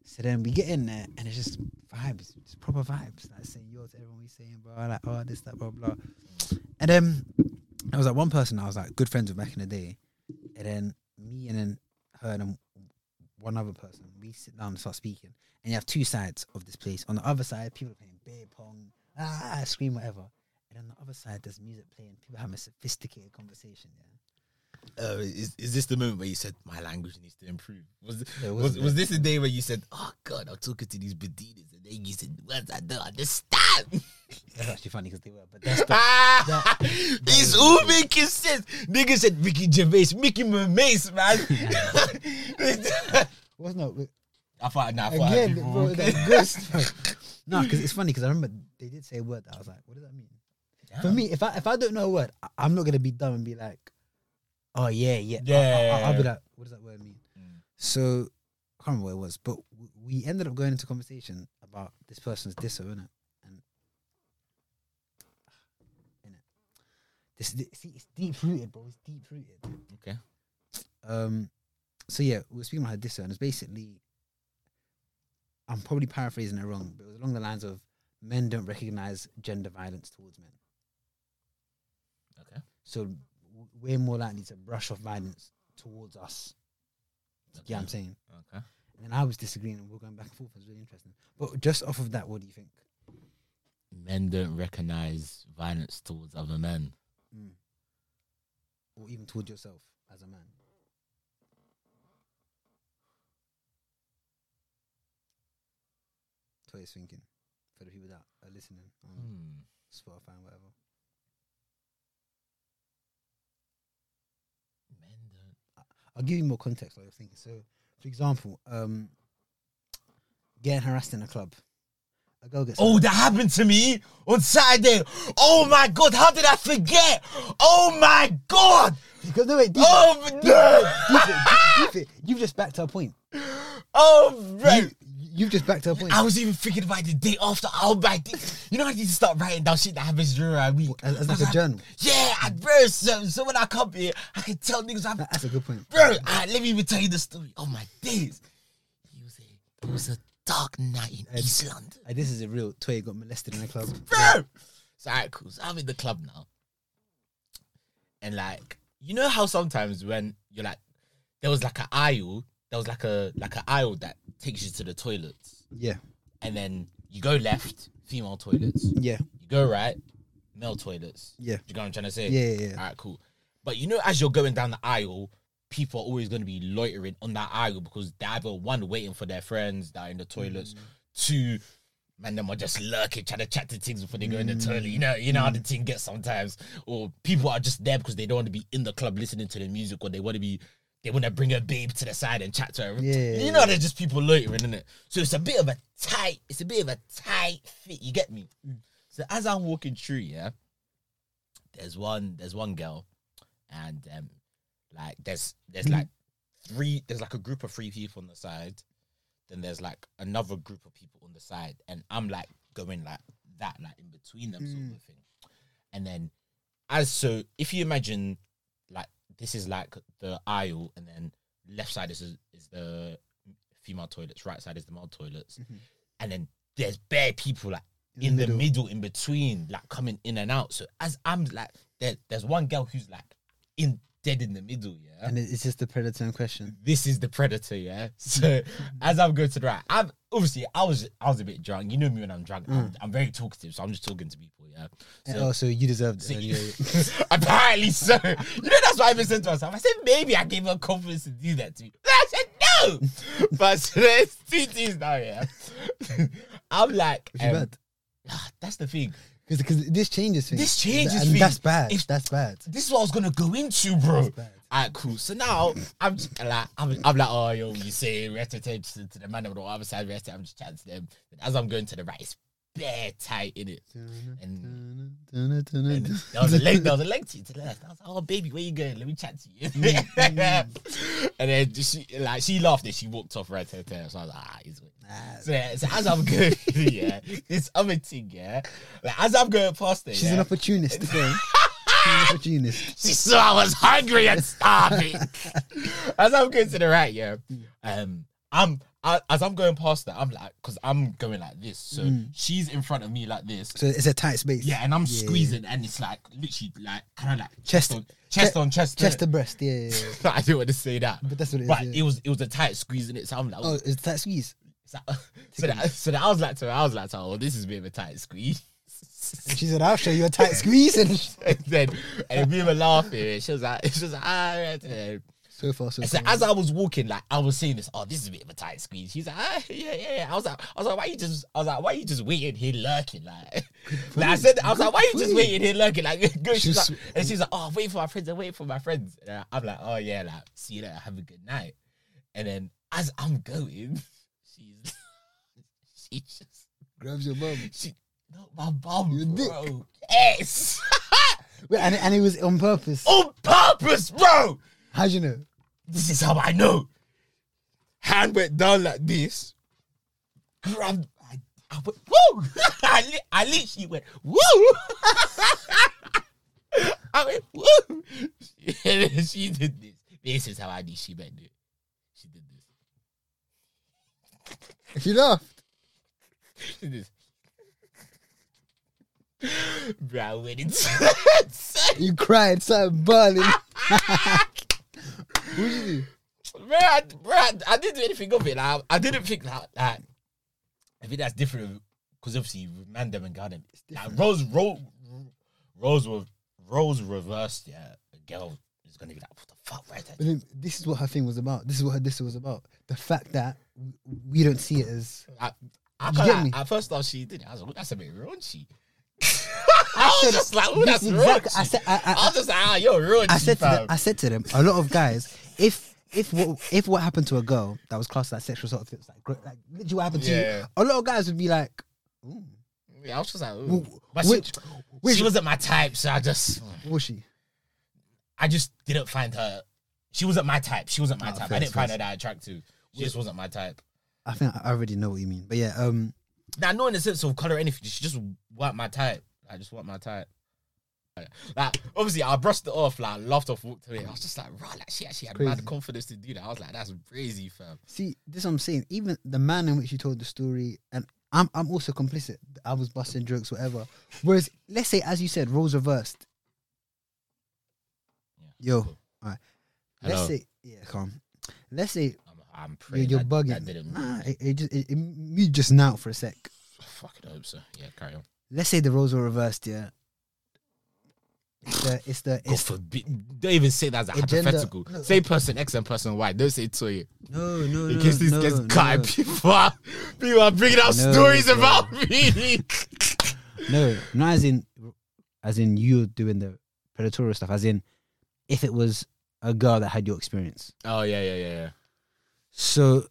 Speaker 2: So then we get in there and it's just vibes, just proper vibes. Like saying yo to everyone we saying, bro, like oh this, that, blah, blah. And then I was like one person I was like good friends with back in the day. And then me and then her and then one other person, we sit down and start speaking. And you have two sides of this place. On the other side, people are playing beer pong, ah, scream, whatever. And on the other side, there's music playing. People having a sophisticated conversation. Yeah,
Speaker 1: Uh, is, is this the moment where you said my language needs to improve? Was th-
Speaker 2: Yeah, it
Speaker 1: was,
Speaker 2: wasn't
Speaker 1: was
Speaker 2: there.
Speaker 1: this the day where you said, "Oh God, I'm talking to these bedinas and they using words I don't understand"?
Speaker 2: that's actually funny because they were, but that's
Speaker 1: Ah,
Speaker 2: that- that
Speaker 1: it's
Speaker 2: was
Speaker 1: all
Speaker 2: the-
Speaker 1: making sense. Nigga said Ricky Gervais, Mickey Mermace, man.
Speaker 2: was no.
Speaker 1: I thought, nah, I thought
Speaker 2: Again,
Speaker 1: people-
Speaker 2: bro, that ghost. no, because it's funny because I remember they did say a word that I was like, what does that mean? For
Speaker 1: Damn.
Speaker 2: me, if I if I don't know a word, I, I'm not gonna be dumb and be like, oh yeah, yeah, I- I, will be
Speaker 1: Yeah.
Speaker 2: like, what does that word mean?
Speaker 1: Mm.
Speaker 2: So I can't remember what it was, but w- we ended up going into conversation about this person's disso, innit? And innit? This see, it's deep rooted, bro. It's deep rooted.
Speaker 1: Okay.
Speaker 2: Um, so yeah, we were speaking about her disso, and it's basically, I'm probably paraphrasing it wrong, but it was along the lines of men don't recognize gender violence towards men,
Speaker 1: Okay.
Speaker 2: so w- we're more likely to brush off violence towards us. Yeah, I'm saying.
Speaker 1: Okay.
Speaker 2: And then I was disagreeing, and we are going back and forth. It was really interesting. But just off of that, what do you think?
Speaker 1: Men don't recognize violence towards other men.
Speaker 2: Mm. Or even towards yourself as a man. That's what he's thinking. For the people that are listening on
Speaker 1: Mm.
Speaker 2: Spotify and whatever.
Speaker 1: Men don't.
Speaker 2: I'll give you more context while you're thinking. So, for example, um, getting harassed in a club. A girl gets
Speaker 1: Oh, that happened to me on Saturday. Oh my God, how did I forget? Oh my God.
Speaker 2: because no wait, deep,
Speaker 1: Oh no.
Speaker 2: deep, deep, deep, you've just backed her point.
Speaker 1: Oh, right.
Speaker 2: You, you've just backed her point.
Speaker 1: I was even thinking about the day after. I'll back this. You know, I need to start writing down shit that happens during my week.
Speaker 2: As, as
Speaker 1: I was
Speaker 2: like a journal.
Speaker 1: Yeah, I bro. So, so when I come here, I can tell niggas I'm
Speaker 2: That- That's a good point.
Speaker 1: bro. All right, let me even tell you the story. Oh my days, it was a it was a dark night in East London,
Speaker 2: Like, this is a real Toy got molested in a club.
Speaker 1: bro. So alright, cool. So I'm in the club now, and like you know how sometimes when you're like, there was like an aisle, there was like a like an aisle that takes you to the toilets,
Speaker 2: Yeah.
Speaker 1: and then you You go left, female toilets.
Speaker 2: Yeah.
Speaker 1: You go right, male toilets.
Speaker 2: Yeah.
Speaker 1: Do you know what I'm trying to say?
Speaker 2: Yeah, yeah, yeah.
Speaker 1: All right, cool. But you know, as you're going down the aisle, people are always going to be loitering on that aisle because they're either one waiting for their friends that are in the toilets,
Speaker 2: Mm.
Speaker 1: two, man, them are just lurking, trying to chat to things before they go in the
Speaker 2: Mm.
Speaker 1: toilet. You know, you know how the thing gets sometimes. Or people are just there because they don't want to be in the club listening to the music, or they want to be, they want to bring a babe to the side and chat to her.
Speaker 2: Yeah.
Speaker 1: You know, they're just people loitering, innit? So it's a bit of a tight, it's a bit of a tight fit. You get me? So as I'm walking through, yeah there's one there's one girl and um like there's there's like three there's like a group of three people on the side then there's like another group of people on the side and i'm like going like that like in between them sort of thing and then as so if you imagine like this is like the aisle and then left side is is the female toilets right side is the male toilets and then there's bare people like Mm-hmm. in, the, middle in between like coming in and out so as i'm like there, there's one girl who's like in dead in the middle yeah
Speaker 2: And it- it's just the predator in question.
Speaker 1: this is the predator, yeah. So as I'm going to the right, I'm obviously I was I was a bit drunk. You know me when I'm drunk, I'm, I'm very talkative, so I'm just talking to people, yeah.
Speaker 2: And
Speaker 1: So,
Speaker 2: oh, so you deserved it.
Speaker 1: so you-
Speaker 2: anyway.
Speaker 1: apparently so. You know that's what I've been saying to myself. I said maybe I gave her confidence to do that to me. And I said no, but so there's two things now, yeah. I'm like,
Speaker 2: Which is
Speaker 1: um,
Speaker 2: bad.
Speaker 1: that's the thing.
Speaker 2: Because this changes things.
Speaker 1: This changes
Speaker 2: and That's
Speaker 1: things.
Speaker 2: bad.
Speaker 1: If-
Speaker 2: that's bad.
Speaker 1: this is what I was gonna go into, bro.
Speaker 2: That's bad.
Speaker 1: Alright, cool. So now I'm just like, I'm, I'm like, oh yo, you say rest to, to to the man on the other side, rest. I'm just chatting to them. And as I'm going to the right, it's bare tight in it. And and there was a leg, there was a leg to, to the left. I was like, oh baby, where you going? Let me chat to you. and then just she, like she laughed and she walked off right to the So I was like, ah, he's winning.
Speaker 2: Ah,
Speaker 1: So, yeah, so as I'm going, yeah, this other thing, yeah, like as I'm going past it,
Speaker 2: She's
Speaker 1: yeah,
Speaker 2: an opportunist. okay? She's an opportunist.
Speaker 1: She saw I was hungry and starving. as I'm going to the right, yeah. Um, I'm I, as I'm going past that, I'm like, cause I'm going like this, so she's in front of me like this.
Speaker 2: So it's a tight space.
Speaker 1: Yeah, and I'm squeezing, and it's like literally like kind of like
Speaker 2: Chest-
Speaker 1: on chest
Speaker 2: che-
Speaker 1: on chest.
Speaker 2: Chest to
Speaker 1: innit?
Speaker 2: breast. Yeah, yeah, yeah.
Speaker 1: I didn't want to say that,
Speaker 2: But that's what it is,
Speaker 1: But
Speaker 2: yeah.
Speaker 1: it was it was a tight squeeze in it, so I'm like,
Speaker 2: Oh, it's a tight squeeze.
Speaker 1: so, so that, so that I was like, to her, I was like, to her, oh, this is a bit of a tight squeeze.
Speaker 2: And she said, I'll show you a tight squeeze. And
Speaker 1: and then and we were laughing. And she was like, she was like, ah, right, eh."
Speaker 2: so far, so
Speaker 1: So
Speaker 2: far.
Speaker 1: as I was walking, like I was saying this, oh, this is a bit of a tight squeeze. He's like, ah, yeah, yeah, yeah. I was like, I was like, why you just? I was like, why you just waiting here lurking? Like, like I said, I was like, why you just
Speaker 2: point.
Speaker 1: waiting here lurking? Like, go. She's
Speaker 2: She's-
Speaker 1: like, and she's like, oh, wait for my friends, I'm waiting for my friends. And I'm like, oh yeah, like see you later, have a good night. And then as I'm going, she's she just
Speaker 2: grabs your bum.
Speaker 1: she not my bum,
Speaker 2: Your dick.
Speaker 1: bro. Yes,
Speaker 2: Wait, and, and it was on purpose.
Speaker 1: on purpose, bro.
Speaker 2: How'd you know?
Speaker 1: This is how I know. Hand went down like this. Grabbed. I, I went, woo! I, li- I literally went, woo! I went, woo! And then she did this. This is how I knew she meant it. She did this.
Speaker 2: She laughed.
Speaker 1: She did this. Bro, I went into
Speaker 2: You cried, started bawling. What'd you do?
Speaker 1: Bro, I, bro, I, I didn't do anything of it. Like, I didn't think that. Like, I think that's different because obviously with Mandem and Garden, like roles, role, roles were roles reversed. Yeah, a girl is gonna be like, what the fuck, right?
Speaker 2: But
Speaker 1: there?"
Speaker 2: then this is what her thing was about. This is what her this was about. The fact that w- we don't see it as
Speaker 1: Like, I
Speaker 2: You
Speaker 1: can't,
Speaker 2: get
Speaker 1: lie,
Speaker 2: me?
Speaker 1: at first thought she did it. I was like, "Oh, that's a bit raunchy. I was just like, oh,
Speaker 2: this
Speaker 1: that's
Speaker 2: exact-
Speaker 1: raunchy.
Speaker 2: I said- I- I-
Speaker 1: was just like, ah, you're raunchy.
Speaker 2: I said to them,
Speaker 1: fam."
Speaker 2: I said to them, a lot of guys, if if what if what happened to a girl that was classed as sexual assault, if it was like gr- like literally what happened to
Speaker 1: Yeah.
Speaker 2: you, a lot of guys would be like, Ooh,
Speaker 1: Yeah, I was just like, ooh.
Speaker 2: Wh-
Speaker 1: But
Speaker 2: which-
Speaker 1: she,
Speaker 2: which-
Speaker 1: she wasn't my type, so I just.
Speaker 2: "What was she?
Speaker 1: I just didn't find her. She wasn't my type. She wasn't my
Speaker 2: Ah,
Speaker 1: type.
Speaker 2: fair,
Speaker 1: I didn't
Speaker 2: fair.
Speaker 1: find her that attractive. She just wasn't my type.
Speaker 2: I think I already know what you mean, but yeah, um,
Speaker 1: Now, not in the sense of color or anything. She just weren't my type. I just weren't my type. Like, like, obviously, I brushed it off. Like, laughed off, walked away. I was just like, right, like, she actually had mad
Speaker 2: Crazy.
Speaker 1: confidence to do that. I was like, that's crazy, fam.
Speaker 2: see, this is what I'm saying. Even the man in which you told the story, and I'm I'm also complicit. I was busting jokes, whatever. Whereas, let's say, as you said, roles reversed. Yo, all right.
Speaker 1: Hello.
Speaker 2: Let's say, yeah, calm. Let's say
Speaker 1: I'm, I'm
Speaker 2: You're,
Speaker 1: praying.
Speaker 2: you're
Speaker 1: that-
Speaker 2: bugging.
Speaker 1: That didn't.
Speaker 2: nah, it, it just it, it mute just now for a sec.
Speaker 1: I fucking hope so. Yeah, carry on.
Speaker 2: Let's say the roles were reversed, yeah. It's the it's the
Speaker 1: God
Speaker 2: it's
Speaker 1: forbid. Don't even say that as a
Speaker 2: Agenda-
Speaker 1: hypothetical.
Speaker 2: No.
Speaker 1: Say person X and person Y. Don't say Toye.
Speaker 2: no no
Speaker 1: In
Speaker 2: no
Speaker 1: case this
Speaker 2: no,
Speaker 1: gets
Speaker 2: no,
Speaker 1: cut, people are people are bringing out
Speaker 2: No,
Speaker 1: stories
Speaker 2: no.
Speaker 1: about me.
Speaker 2: No, not as in, as in you doing the predatory stuff. As in, if it was a girl that had your experience.
Speaker 1: oh yeah, yeah, yeah, yeah.
Speaker 2: So,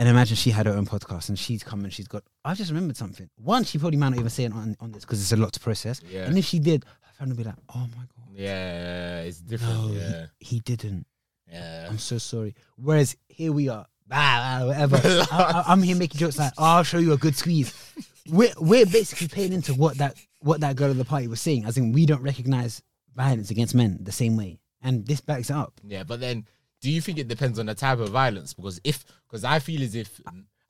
Speaker 2: and imagine she had her own podcast and she's come and she's got. I just remembered something. One, she probably might not even say it on on this because it's a lot to process.
Speaker 1: Yeah.
Speaker 2: And if she did, her friend would be like, "Oh my god,
Speaker 1: Yeah, it's different.
Speaker 2: no,
Speaker 1: yeah,
Speaker 2: he, he didn't.
Speaker 1: yeah.
Speaker 2: I'm so sorry." Whereas here we are, ah, ah, whatever. I, I, am here making jokes like, oh, "I'll show you a good squeeze." We're we're basically paying into what that what that girl at the party was saying. As in, we don't recognize violence against men the same way, and this backs it up.
Speaker 1: Yeah, but then do you think it depends on the type of violence? Because if because I feel as if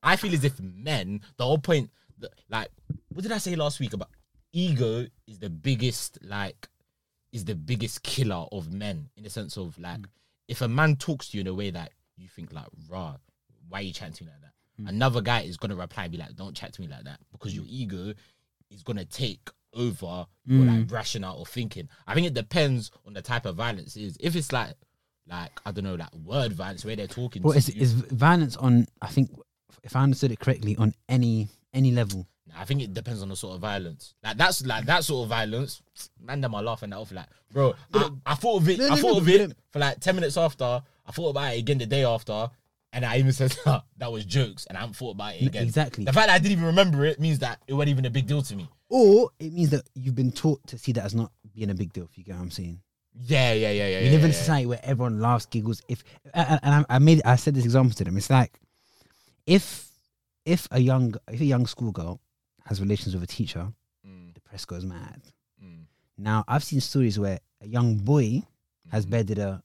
Speaker 1: I feel as if men the whole point the- like what did I say last week about ego is the biggest like is the biggest killer of men in the sense of like if a man talks to you in a way that you think like rah why are you chatting to me like that another guy is gonna reply and be like don't chat to me like that because your ego is gonna take over your like rationale or thinking I think it depends on the type of violence it is if it's like like I don't know like word violence where they're talking
Speaker 2: But
Speaker 1: to
Speaker 2: is
Speaker 1: you
Speaker 2: is violence on? I think if I understood it correctly, on any any level.
Speaker 1: Nah, I think it depends on the sort of violence. Like that's like that sort of violence. Man, them are laughing that off. Like, bro, I, I thought of it.
Speaker 2: No,
Speaker 1: I
Speaker 2: no,
Speaker 1: thought
Speaker 2: no,
Speaker 1: of
Speaker 2: but
Speaker 1: it
Speaker 2: then-
Speaker 1: for like ten minutes after. I thought about it again the day after, and I even said "Huh, that was jokes, and I haven't thought about it again.
Speaker 2: exactly.
Speaker 1: The fact that I didn't even remember it means that it wasn't even a big deal to me.
Speaker 2: Or it means that you've been taught to see that as not being a big deal, if you get what I'm saying.
Speaker 1: Yeah, yeah, yeah, yeah.
Speaker 2: We
Speaker 1: yeah,
Speaker 2: live in a
Speaker 1: yeah, yeah.
Speaker 2: society where everyone laughs, giggles. If and and I I made I said this example to them. It's like if if a young if a young schoolgirl has relations with a teacher,
Speaker 1: Mm,
Speaker 2: the press goes mad.
Speaker 1: mm,
Speaker 2: Now I've seen stories where a young boy has
Speaker 1: mm.
Speaker 2: bedded a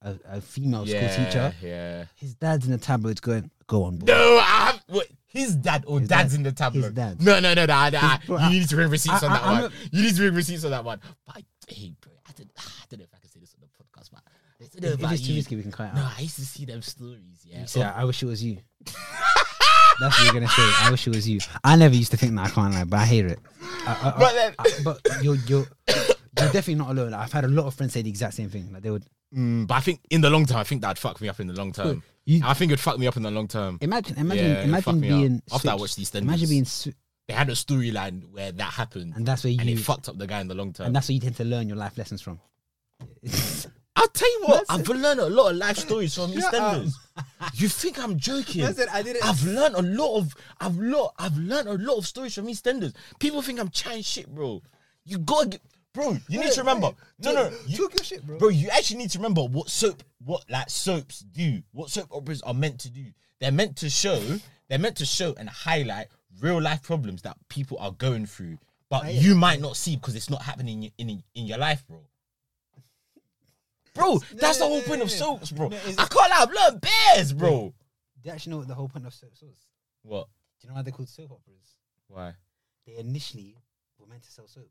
Speaker 2: a, a female
Speaker 1: yeah,
Speaker 2: school teacher.
Speaker 1: Yeah.
Speaker 2: His dad's in the tabloids going, "Go on, boy."
Speaker 1: No, I have. Wait, his dad or
Speaker 2: His
Speaker 1: dad's
Speaker 2: dad.
Speaker 1: in the tableau.
Speaker 2: His dad.
Speaker 1: No, no, no, no. I, I,
Speaker 2: His- bro,
Speaker 1: you
Speaker 2: I-
Speaker 1: need to bring receipts
Speaker 2: I-
Speaker 1: on
Speaker 2: I-
Speaker 1: that
Speaker 2: I'm
Speaker 1: one. you need to bring receipts on that one. But I, hey, bro, I don't, ah, I don't know if I can say this on the podcast, but I don't know
Speaker 2: If
Speaker 1: about
Speaker 2: it's too
Speaker 1: you.
Speaker 2: risky, we can cut it
Speaker 1: No,
Speaker 2: out.
Speaker 1: I used to see them stories. Yeah.
Speaker 2: You say, I wish it was you. That's what you're gonna say. I wish it was you. I never used to think that. I can't lie, but I hear it. I- I- I-
Speaker 1: But then,
Speaker 2: I, but you're you're you're definitely not alone. Like, I've had a lot of friends say the exact same thing. Like they would
Speaker 1: Mm, but I think in the long term, I think that'd fuck me up in the long term.
Speaker 2: you
Speaker 1: I think it'd fuck me up in the long term.
Speaker 2: imagine imagine
Speaker 1: Yeah, it'd fuck
Speaker 2: imagine
Speaker 1: me up.
Speaker 2: being
Speaker 1: After I
Speaker 2: switched-
Speaker 1: watched these
Speaker 2: imagine being swi-
Speaker 1: they had a storyline where that happened, and,
Speaker 2: and that's where you
Speaker 1: it
Speaker 2: and,
Speaker 1: fucked up the guy in the long term.
Speaker 2: that's where you tend to learn your life lessons from.
Speaker 1: I'll tell you what, I've
Speaker 2: That's
Speaker 1: learned a lot of life stories from
Speaker 2: Shut up.
Speaker 1: EastEnders. You think I'm joking?
Speaker 2: That's it, I didn't-
Speaker 1: I've learned a lot of I've lot I've learned a lot of stories from EastEnders. People think I'm chatting shit, bro. You gotta get, bro, you need to remember. No, no, you,
Speaker 2: your shit,
Speaker 1: bro, you actually need to remember what soap what like soaps do, what soap operas are meant to do. They're meant to show, they're meant to show and highlight real life problems that people are going through. But you might not see because it's not happening in in, in your life, bro. Bro, that's the
Speaker 2: no,
Speaker 1: whole
Speaker 2: no,
Speaker 1: point
Speaker 2: no,
Speaker 1: of
Speaker 2: no.
Speaker 1: soaps, bro.
Speaker 2: No,
Speaker 1: I
Speaker 2: it's-
Speaker 1: can't lie, I've learned bears, bro.
Speaker 2: Do you actually know what the whole point of soaps was?
Speaker 1: What?
Speaker 2: Do you know why they're called soap operas?
Speaker 1: Why?
Speaker 2: They initially were meant to sell soap.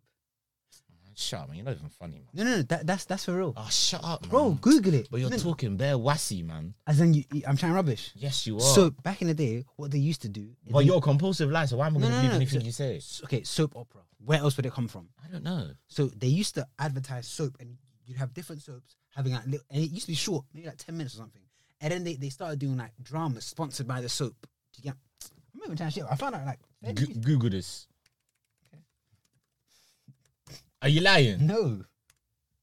Speaker 1: Shut up, man. You're not even funny, man.
Speaker 2: No, no, no that, that's that's for real,
Speaker 1: Oh, shut up, man.
Speaker 2: bro. Google it.
Speaker 1: But you're
Speaker 2: No, no,
Speaker 1: talking bare wassy, man.
Speaker 2: as in you, I'm trying rubbish.
Speaker 1: Yes, you are.
Speaker 2: So back in the day, what they used to do. is
Speaker 1: but
Speaker 2: they-
Speaker 1: you're a compulsive liar, so why am I
Speaker 2: No,
Speaker 1: going to
Speaker 2: no,
Speaker 1: believe
Speaker 2: no,
Speaker 1: anything
Speaker 2: so-
Speaker 1: you say?
Speaker 2: okay, soap opera. Where else would it come from?
Speaker 1: I don't know.
Speaker 2: So they used to advertise soap, and you'd have different soaps having like little, and it used to be short, maybe like ten minutes or something. And then they, they started doing like dramas sponsored by the soap. Do you get? I'm not even trying to shit. I found out like
Speaker 1: Go-
Speaker 2: fairly-
Speaker 1: Google this. Are you lying?
Speaker 2: no.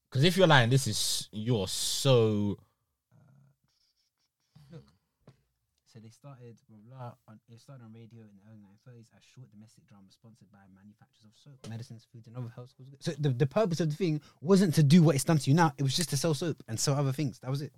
Speaker 1: Because if you're lying, this is you're so
Speaker 2: So they started blah, blah, blah, on it started on radio in the early 1930s as short domestic drama sponsored by manufacturers of soap, medicines, foods, and other health. goods. So the, the purpose of the thing wasn't to do what it's done to you now. It was just to sell soap and sell other things. That was it.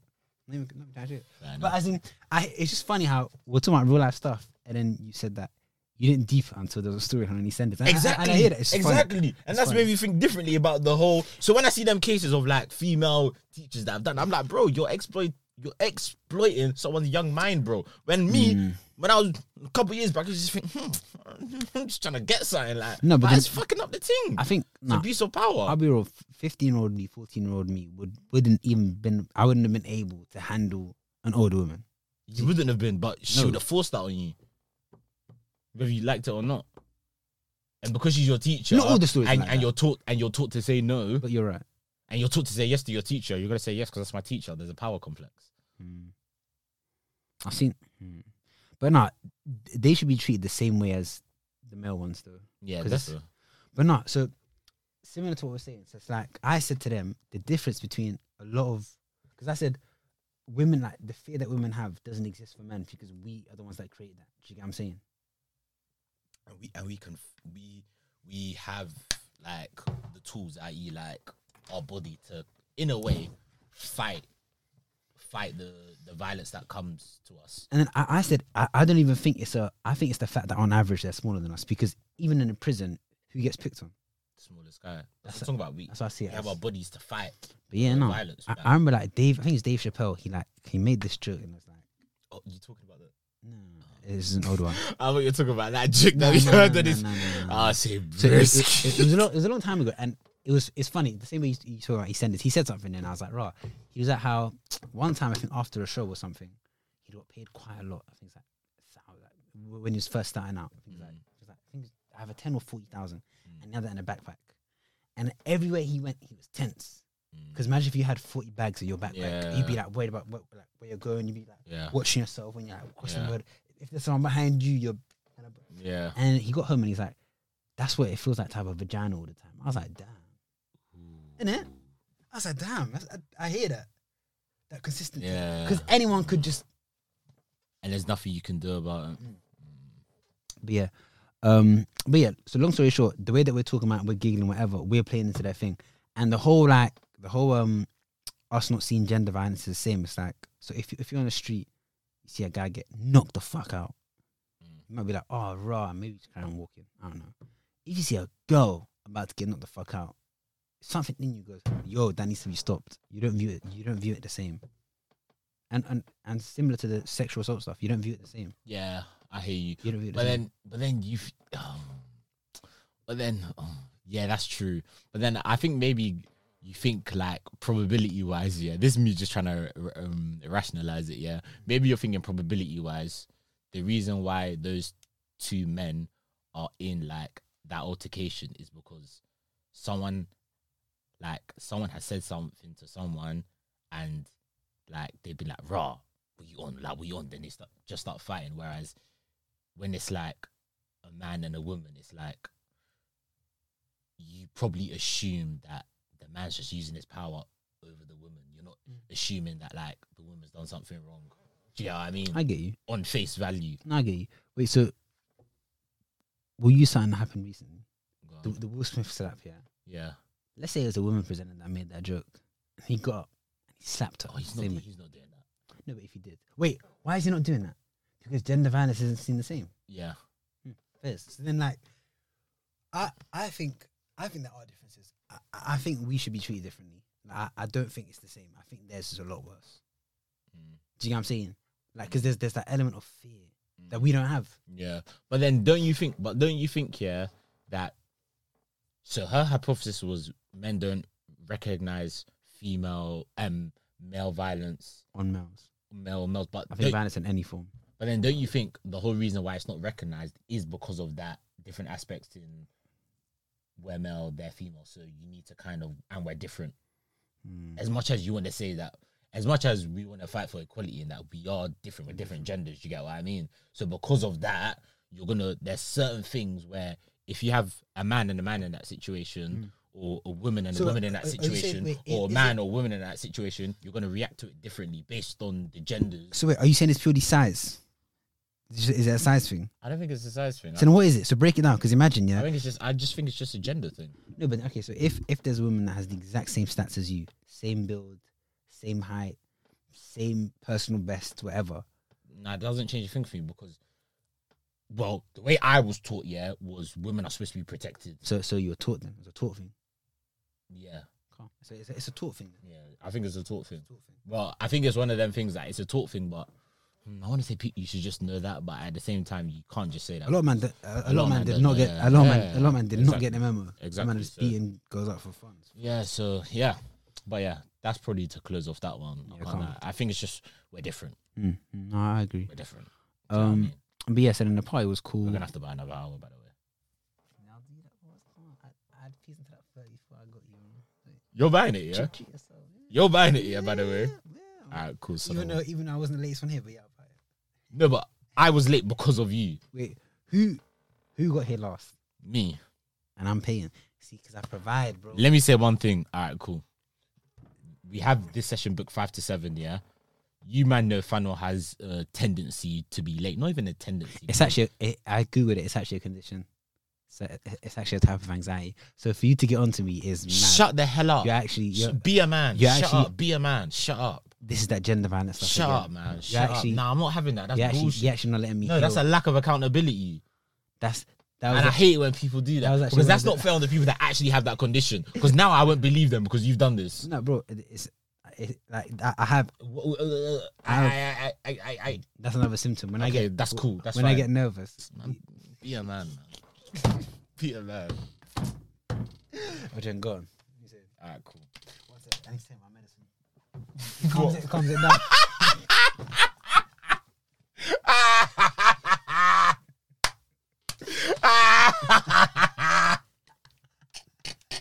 Speaker 2: Not even- not even trying to shit.
Speaker 1: Fair enough.
Speaker 2: But as in, I, it's just funny how we're talking about real life stuff, and then you said that you didn't deep until there was a story on any senders. And I-
Speaker 1: exactly.
Speaker 2: and I, hear that. It's funny.
Speaker 1: exactly, and
Speaker 2: It's
Speaker 1: that's
Speaker 2: funny.
Speaker 1: made me think differently about the whole. So when I see them cases of like female teachers that I've done, I'm like, bro, you're exploit, you're exploiting someone's young mind, bro. When me, when I was a couple years back, I was just think, hmm, I'm just trying to get something like. No,
Speaker 2: No, but
Speaker 1: but
Speaker 2: then-
Speaker 1: it's fucking up the thing.
Speaker 2: I think
Speaker 1: it's
Speaker 2: nah,
Speaker 1: abuse of power.
Speaker 2: I'll be real. Fifteen-year-old me, fourteen-year-old me would wouldn't even been. I wouldn't have been able to handle an older woman.
Speaker 1: you wouldn't have been, but she
Speaker 2: No.
Speaker 1: would have forced that on you. whether you liked it or not. And because she's your teacher,
Speaker 2: Not all the stories
Speaker 1: and,
Speaker 2: like
Speaker 1: and
Speaker 2: that.
Speaker 1: you're taught and you're taught to say no,
Speaker 2: But you're right.
Speaker 1: and you're taught to say yes to your teacher, you're gonna say yes because that's my teacher. There's a power complex.
Speaker 2: Mm. I've seen, mm. but not. They should be treated the same way as the male ones, though.
Speaker 1: Yeah,
Speaker 2: 'Cause
Speaker 1: that's
Speaker 2: that's- But not so similar to what we're saying. So it's like I said to them, the difference between a lot of because I said women like the fear that women have doesn't exist for men because we are the ones that create that. Do you get what I'm saying?
Speaker 1: and we and we can we we have like the tools, i.e., like our body to, in a way, fight fight the the violence that comes to us.
Speaker 2: And then I, I said I, I don't even think it's a. I think it's the fact that on average they're smaller than us because even in a prison, who gets picked on?
Speaker 1: Smallest guy. That's what I'm talking about. We,
Speaker 2: That's what I see
Speaker 1: we
Speaker 2: it.
Speaker 1: have
Speaker 2: as.
Speaker 1: our bodies to fight.
Speaker 2: But yeah,
Speaker 1: the
Speaker 2: no.
Speaker 1: violence
Speaker 2: I,
Speaker 1: with that.
Speaker 2: I remember like Dave. I think it's Dave Chappelle. He like he made this joke and I was like,
Speaker 1: Oh, you talking about that?
Speaker 2: no, this is an old one.
Speaker 1: I thought you were talking about that joke that
Speaker 2: No,
Speaker 1: we
Speaker 2: no,
Speaker 1: heard
Speaker 2: no,
Speaker 1: on
Speaker 2: no,
Speaker 1: this.
Speaker 2: no, no, no.
Speaker 1: Ah, say
Speaker 2: So it, it-
Speaker 1: brisk.
Speaker 2: it- it was a long, it was a long time ago, and it was it's funny. The same way you, you talk about he sent it. He said something, and I was like, right. He was at how one time I think after a show or something, he got paid quite a lot. I think it's like, thou- like w- when he was first starting out. I think,
Speaker 1: Mm.
Speaker 2: it was like, it was like, I, think it was either ten or forty thousand, and he had that in a backpack. And everywhere he went, he was tense.
Speaker 1: Mm.
Speaker 2: Because imagine if you had forty bags in your backpack, you'd be
Speaker 1: Yeah.
Speaker 2: like worried about what, like, where you're going. You'd be like
Speaker 1: yeah,
Speaker 2: watching yourself when you're like crossing
Speaker 1: Yeah.
Speaker 2: the road. If there's someone behind you, you're.
Speaker 1: yeah.
Speaker 2: And he got home and he's like, "That's what it feels like to have a vagina all the time." I was like, "Damn," innit? I was like, "Damn," that's, I, I hear that, that consistency.
Speaker 1: Yeah.
Speaker 2: Because anyone could just.
Speaker 1: And there's nothing you can do about it.
Speaker 2: But yeah, um, but yeah. So long story short, the way that we're talking about, we're giggling, whatever, we're playing into that thing, and the whole like the whole um, us not seeing gender violence is the same. It's like so if you- if you're on the street, you see a guy get knocked the fuck out,
Speaker 1: Mm.
Speaker 2: you might be like, "Oh, rah," maybe he's carrying walking. I don't know. If you see a girl about to get knocked the fuck out, something in you goes, "Yo, that needs to be stopped." You don't view it. You don't view it the same. And and and similar to the sexual assault stuff, you don't view it the same.
Speaker 1: Yeah, I hear you.
Speaker 2: You don't view it the
Speaker 1: But
Speaker 2: same.
Speaker 1: then, but then you, um, but then, oh, yeah, that's true. But then I think maybe you think like probability wise, yeah. This is me just trying to um, rationalize it, yeah. Maybe you're thinking probability wise, the reason why those two men are in like that altercation is because someone, like someone has said something to someone, and like they've been like, "Raw, what you on? Like, what you on?" Then they start just start fighting. Whereas when it's like a man and a woman, it's like you probably assume that the man's just using his power over the woman. You're not
Speaker 2: Mm.
Speaker 1: assuming that like the woman's done something wrong. Do you know what I mean?
Speaker 2: I get you.
Speaker 1: on face value.
Speaker 2: No, I get you. Wait, so will you sign that happened recently?
Speaker 1: Go
Speaker 2: The,
Speaker 1: on.
Speaker 2: the Will Smith slap, yeah.
Speaker 1: Yeah.
Speaker 2: Let's say it was a woman presenting that made that joke. He got up and he slapped her.
Speaker 1: Oh, he's not.
Speaker 2: Same
Speaker 1: do-
Speaker 2: way.
Speaker 1: He's not doing that.
Speaker 2: No, but if he did. Wait, why is he not doing that? Because gender violence isn't seen the same.
Speaker 1: Yeah.
Speaker 2: First. So then like I I think I think there are differences. I, I think we should be treated differently. I, I don't think it's the same. I think theirs is a lot worse.
Speaker 1: Mm.
Speaker 2: Do you know what I'm saying? Like, because there's there's that element of fear
Speaker 1: Mm.
Speaker 2: that we don't have.
Speaker 1: Yeah. But then don't you think? But don't you think? Yeah. That. So her hypothesis was men don't recognize female um male violence
Speaker 2: On males.
Speaker 1: male males but
Speaker 2: I
Speaker 1: don't-
Speaker 2: think violence in any form.
Speaker 1: But then, don't you think the whole reason why it's not recognized is because of that different aspects in we're male, they're female, so you need to kind of and we're different.
Speaker 2: Mm.
Speaker 1: As much as you want to say that, as much as we want to fight for equality and that we are different, we're different genders. You get what I mean? So because of that, you're gonna there's certain things where if you have a man and a man in that situation. Or a woman and
Speaker 2: Mm. So, uh,
Speaker 1: a woman in that
Speaker 2: are- are you saying,
Speaker 1: situation,
Speaker 2: wait, i-
Speaker 1: or a
Speaker 2: is
Speaker 1: man or woman in that situation, you're gonna react to it differently based on the genders.
Speaker 2: So wait, are you saying it's purely size? Is it- is it a size thing?
Speaker 1: I don't think it's a size thing. I
Speaker 2: So then what is it? So break it down, because
Speaker 1: I
Speaker 2: imagine, yeah.
Speaker 1: think it's just I just think it's just a gender thing.
Speaker 2: No, but okay. So if if there's a woman that has the exact same stats as you, same build, same height, same personal best, whatever.
Speaker 1: Nah, it doesn't change a thing for me because well, the way I was taught, yeah, was women are supposed to be protected.
Speaker 2: So so you're taught then. It's a taught thing.
Speaker 1: Yeah,
Speaker 2: So it's a, it's a taught thing.
Speaker 1: yeah. I think it's a taught thing.
Speaker 2: Taught thing.
Speaker 1: Well, I think it's one of them things that it's a taught thing, but hmm, I want to say people you should just know that, but at the same time you can't just say that.
Speaker 2: A lot of man, did- a, a lot of man did not get. A lot of man, a lot of man did not get the memo. Some man
Speaker 1: Exactly,
Speaker 2: just
Speaker 1: so-
Speaker 2: beating goes out for fun.
Speaker 1: Yeah, so yeah. But yeah, that's probably to close off that one. I,
Speaker 2: Yeah,
Speaker 1: can't
Speaker 2: come
Speaker 1: lie. I think it's just we're different.
Speaker 2: Mm, mm, no, I agree.
Speaker 1: We're different. Do you know what I
Speaker 2: Um,
Speaker 1: mean?
Speaker 2: But yeah, so then the party was cool.
Speaker 1: We're gonna have to buy another hour, by the way.
Speaker 2: Now do that. What's on? I, I'd piece into that 30 before I got you. Like,
Speaker 1: You're buying it, yeah.
Speaker 2: treat- treat yourself.
Speaker 1: You're buying it, yeah. By the way.
Speaker 2: Yeah, yeah.
Speaker 1: Alright, cool. So
Speaker 2: even
Speaker 1: then-
Speaker 2: though even though I wasn't the latest one here, but yeah, I'll buy it.
Speaker 1: no, but I was late because of you,
Speaker 2: Wait, who who got here last?
Speaker 1: me.
Speaker 2: And I'm paying. See, because I provide, bro.
Speaker 1: Let me say one thing. Alright, cool. We have this session booked five to seven, yeah. You man know Fano has a tendency to be late. Not even a tendency.
Speaker 2: It's actually it, I googled it. It's actually a condition. So it- it's actually a type of anxiety. So for you to get onto me is mad.
Speaker 1: shut the hell up.
Speaker 2: You're actually
Speaker 1: Sh-
Speaker 2: you're,
Speaker 1: be a man.
Speaker 2: you're
Speaker 1: Shut
Speaker 2: actually-
Speaker 1: up. Be a man. Shut up.
Speaker 2: this is that gender violence stuff.
Speaker 1: Shut
Speaker 2: again.
Speaker 1: up, man.
Speaker 2: You're
Speaker 1: Shut
Speaker 2: actually
Speaker 1: up. Nah, I'm not having that. That's
Speaker 2: you're actually
Speaker 1: bullshit.
Speaker 2: you're actually not letting me.
Speaker 1: no, that's a
Speaker 2: heal.
Speaker 1: lack of accountability.
Speaker 2: that's that was
Speaker 1: And I
Speaker 2: a-
Speaker 1: hate when people do
Speaker 2: That
Speaker 1: that.
Speaker 2: was
Speaker 1: because
Speaker 2: actually one
Speaker 1: that's
Speaker 2: of the-
Speaker 1: not fair on the people that actually have that condition. Because now I won't believe them because you've done this.
Speaker 2: no, bro. It, it's it, like I- I have.
Speaker 1: W- w- uh, I, I, I, I, I,
Speaker 2: That's another symptom. When
Speaker 1: I.
Speaker 2: I
Speaker 1: Okay,
Speaker 2: get
Speaker 1: that's cool. That's
Speaker 2: when
Speaker 1: fine.
Speaker 2: I get nervous,
Speaker 1: Man, Be a man, man. Be a man.
Speaker 2: oh, then go on.
Speaker 1: All right, cool.
Speaker 2: What's it? I need to take my medicine. calms it, calms it down. no,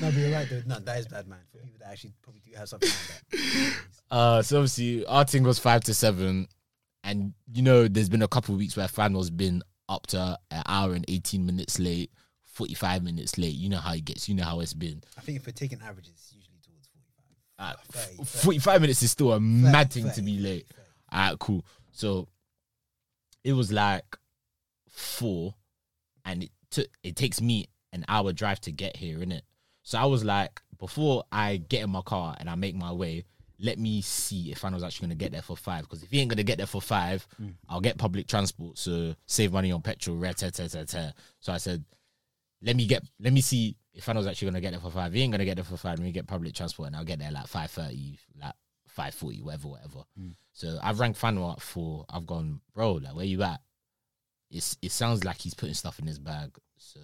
Speaker 2: but you're right though. No, that is bad, man. For people that actually probably do have something like
Speaker 1: Uh, so obviously our thing was five to seven, and you know there's been a couple of weeks where Fanwell's been up to an hour and eighteen minutes late, forty five minutes late. You know how it gets. You know how it's been.
Speaker 2: that. I think if we're taking averages, it's usually towards 45.
Speaker 1: Uh, f-
Speaker 2: Thirty, thirty.
Speaker 1: forty five minutes is still a mad thing to
Speaker 2: thirty,
Speaker 1: be late.
Speaker 2: thirty.
Speaker 1: Alright, cool. So it was like four, and it took it takes me an hour drive to get here, innit? So I was like, before I get in my car and I make my way, let me see if I was actually gonna get there for five. Because if he ain't gonna get there for five, I'll get public transport. So save money on petrol, rare, tear, tear, tear, tear. So I said, let me get let me see if Fano's actually gonna get there for five. He ain't gonna get there for five. Let me get public transport and I'll get there like five thirty, like five forty, whatever, whatever. So I've rang Fano up for I've gone, bro, like where you at? It's it sounds like he's putting stuff in his bag. So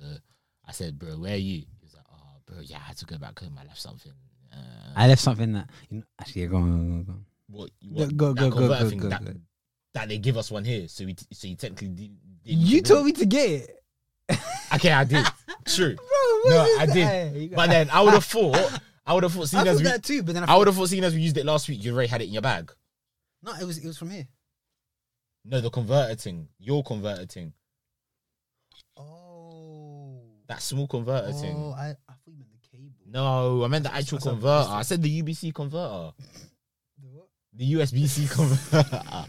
Speaker 1: I said, bro, where are you? He was like, oh, bro, yeah, I had to go back home. I left something. Uh,
Speaker 2: I left something that you know, actually yeah, go on, go on, go on.
Speaker 1: what, you
Speaker 2: Go-
Speaker 1: want-
Speaker 2: go-
Speaker 1: that
Speaker 2: go- go-
Speaker 1: converter
Speaker 2: go-
Speaker 1: thing
Speaker 2: go-
Speaker 1: that,
Speaker 2: go.
Speaker 1: that they give us one here. So we so you technically did.
Speaker 2: You told me to get it,
Speaker 1: Okay, I did. True.
Speaker 2: bro. what
Speaker 1: No,
Speaker 2: is
Speaker 1: I
Speaker 2: that?
Speaker 1: did.
Speaker 2: You-
Speaker 1: But then I would have thought, I would have thought,
Speaker 2: I
Speaker 1: seeing
Speaker 2: thought
Speaker 1: as we,
Speaker 2: that too, but then I,
Speaker 1: I
Speaker 2: thought,
Speaker 1: would have thought, seeing as we used it last week, you already had it in your bag.
Speaker 2: no, it was it was from here.
Speaker 1: No, the converter thing, your converter thing,
Speaker 2: Oh,
Speaker 1: that small converter
Speaker 2: oh,
Speaker 1: thing.
Speaker 2: I, I thought you meant the cable.
Speaker 1: No, I meant the actual
Speaker 2: I said-
Speaker 1: converter. I said the UBC converter,
Speaker 2: The what?
Speaker 1: the USB C converter.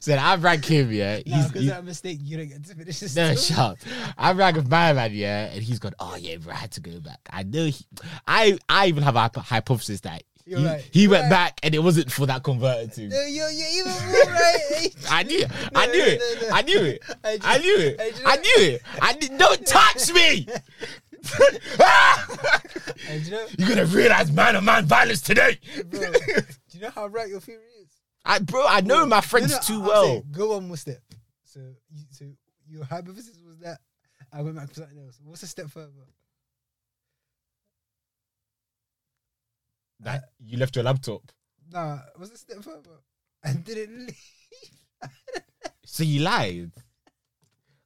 Speaker 1: so I rang him, yeah.
Speaker 2: No,
Speaker 1: He's,
Speaker 2: because
Speaker 1: he-
Speaker 2: that mistake, you don't get to finish this.
Speaker 1: no,
Speaker 2: story.
Speaker 1: shut up. I rang with my man, yeah, and he's gone, oh, yeah, bro, I had to go back. I know he, I, I even have a hypo- hypothesis that he,
Speaker 2: You're right.
Speaker 1: he
Speaker 2: You're
Speaker 1: went
Speaker 2: right.
Speaker 1: back and it wasn't for that converter thing.
Speaker 2: No, you're, you're even more right. eh?
Speaker 1: I knew it. I
Speaker 2: No,
Speaker 1: knew
Speaker 2: no,
Speaker 1: it.
Speaker 2: no, no.
Speaker 1: I knew it.
Speaker 2: I just-
Speaker 1: I knew it.
Speaker 2: I just-
Speaker 1: I knew it. I did. Don't touch me.
Speaker 2: And you know,
Speaker 1: You're gonna realize man on man violence today,
Speaker 2: bro, do you know how right your theory is?
Speaker 1: I, bro. I know my friends
Speaker 2: No, no,
Speaker 1: too
Speaker 2: I'm
Speaker 1: well.
Speaker 2: saying, go one more step. So, you, so your hypothesis was that I went back for something else. What's a step further?
Speaker 1: that you left your laptop,
Speaker 2: Nah, what's a step further? I didn't leave
Speaker 1: so you lied.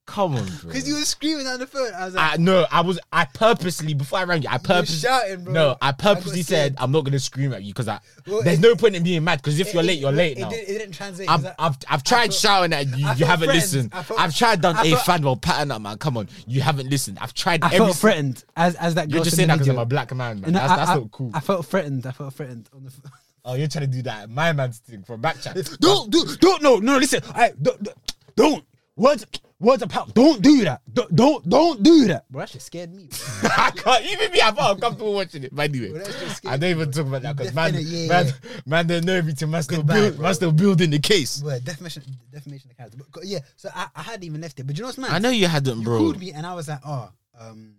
Speaker 1: Come on, bro.
Speaker 2: because you were screaming on the phone. I was like,
Speaker 1: I no. I was. I purposely before I rang you. I
Speaker 2: you're
Speaker 1: purposely.
Speaker 2: shouting, bro.
Speaker 1: No, I purposely
Speaker 2: got
Speaker 1: said
Speaker 2: scared.
Speaker 1: I'm not gonna scream at you because I.
Speaker 2: Well,
Speaker 1: there's
Speaker 2: it-
Speaker 1: no point in being mad because if
Speaker 2: It-
Speaker 1: you're
Speaker 2: it-
Speaker 1: late, you're late
Speaker 2: it
Speaker 1: now.
Speaker 2: did- it didn't translate.
Speaker 1: I've,
Speaker 2: 'cause I-
Speaker 1: I've, I've tried
Speaker 2: felt-
Speaker 1: shouting at you.
Speaker 2: I
Speaker 1: you
Speaker 2: felt
Speaker 1: haven't
Speaker 2: threatened.
Speaker 1: listened.
Speaker 2: I felt-
Speaker 1: I've tried done
Speaker 2: I
Speaker 1: a
Speaker 2: felt-
Speaker 1: Fanwell pattern up, man. Come on. You haven't listened. I've tried
Speaker 2: I
Speaker 1: every.
Speaker 2: felt threatened as as that.
Speaker 1: you're
Speaker 2: girl
Speaker 1: just
Speaker 2: said
Speaker 1: saying
Speaker 2: in the
Speaker 1: that because I'm
Speaker 2: video.
Speaker 1: a black man, man.
Speaker 2: And
Speaker 1: that's
Speaker 2: I,
Speaker 1: that's
Speaker 2: I-
Speaker 1: not cool.
Speaker 2: I felt threatened. I felt threatened on the. phone.
Speaker 1: oh, you're trying to do that. My man's thing from back chat.
Speaker 2: Don't do don't no no listen. I don't don't- don't words words about don't do that. Don't don't don't do that. Bro, that shit scared me. bro.
Speaker 1: I can't even me. I felt uncomfortable watching it. But anyway,
Speaker 2: Well, that's just
Speaker 1: I don't even talk about that because man,
Speaker 2: Definite, yeah,
Speaker 1: man,
Speaker 2: yeah.
Speaker 1: man, don't know everything. Man, still,
Speaker 2: Goodbye,
Speaker 1: build,
Speaker 2: bro.
Speaker 1: man still building the case.
Speaker 2: Well, defamation defamation of character. But, yeah, so I, I hadn't even left it. But you know what's mad?
Speaker 1: I know you hadn't,
Speaker 2: you
Speaker 1: bro.
Speaker 2: called me and I was like, oh, um,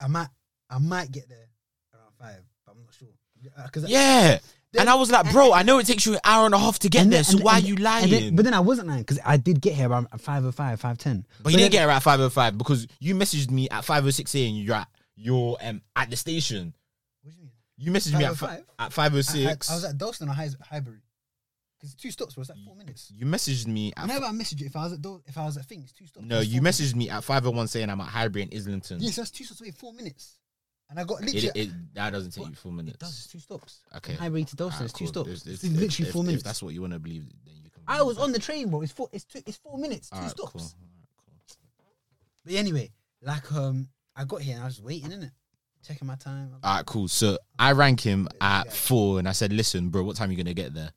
Speaker 2: I might I might get there around five, but I'm not sure. Uh, Cause I-
Speaker 1: yeah.
Speaker 2: Then-
Speaker 1: and I was like, bro, I know it takes you an hour and a half to get
Speaker 2: and
Speaker 1: there,
Speaker 2: then-
Speaker 1: so
Speaker 2: and-
Speaker 1: why
Speaker 2: and-
Speaker 1: are you
Speaker 2: and
Speaker 1: lying?
Speaker 2: then- but then I wasn't lying because I did get here around five or five, five ten.
Speaker 1: But you didn't get her at 505 because you messaged me at 506 saying you're at you're um at the station.
Speaker 2: What do you mean?
Speaker 1: You messaged me at, oh fi-
Speaker 2: 505?
Speaker 1: at
Speaker 2: I- I-
Speaker 1: 506.
Speaker 2: I, was at Dalston or High, Highbury. Because two stops, bro. It's like four minutes.
Speaker 1: You messaged me at
Speaker 2: Whenever I message you, if I was at do- if I was at things, two stops.
Speaker 1: no,
Speaker 2: It's
Speaker 1: you
Speaker 2: four minutes.
Speaker 1: messaged me at five oh one saying I'm at Highbury in Islington.
Speaker 2: Yes, that's two stops away, four minutes. And I got
Speaker 1: It,
Speaker 2: literally.
Speaker 1: it, that doesn't take you four minutes.
Speaker 2: It does. It's two stops.
Speaker 1: Okay.
Speaker 2: From Highbury to Dawson.
Speaker 1: Alright,
Speaker 2: it's two
Speaker 1: cool.
Speaker 2: stops.
Speaker 1: If- if-
Speaker 2: it's
Speaker 1: if-
Speaker 2: literally
Speaker 1: if-
Speaker 2: four
Speaker 1: if
Speaker 2: minutes.
Speaker 1: that's what you want to believe, then you can.
Speaker 2: I was on the train, bro. It's four. It's two. It's four minutes. Two
Speaker 1: Alright,
Speaker 2: stops.
Speaker 1: cool. Alright, cool.
Speaker 2: But anyway, like um, I got here and I was waiting in it, checking my time.
Speaker 1: All right, cool. So I rank him at four, and I said, "Listen, bro, what time you gonna get there?"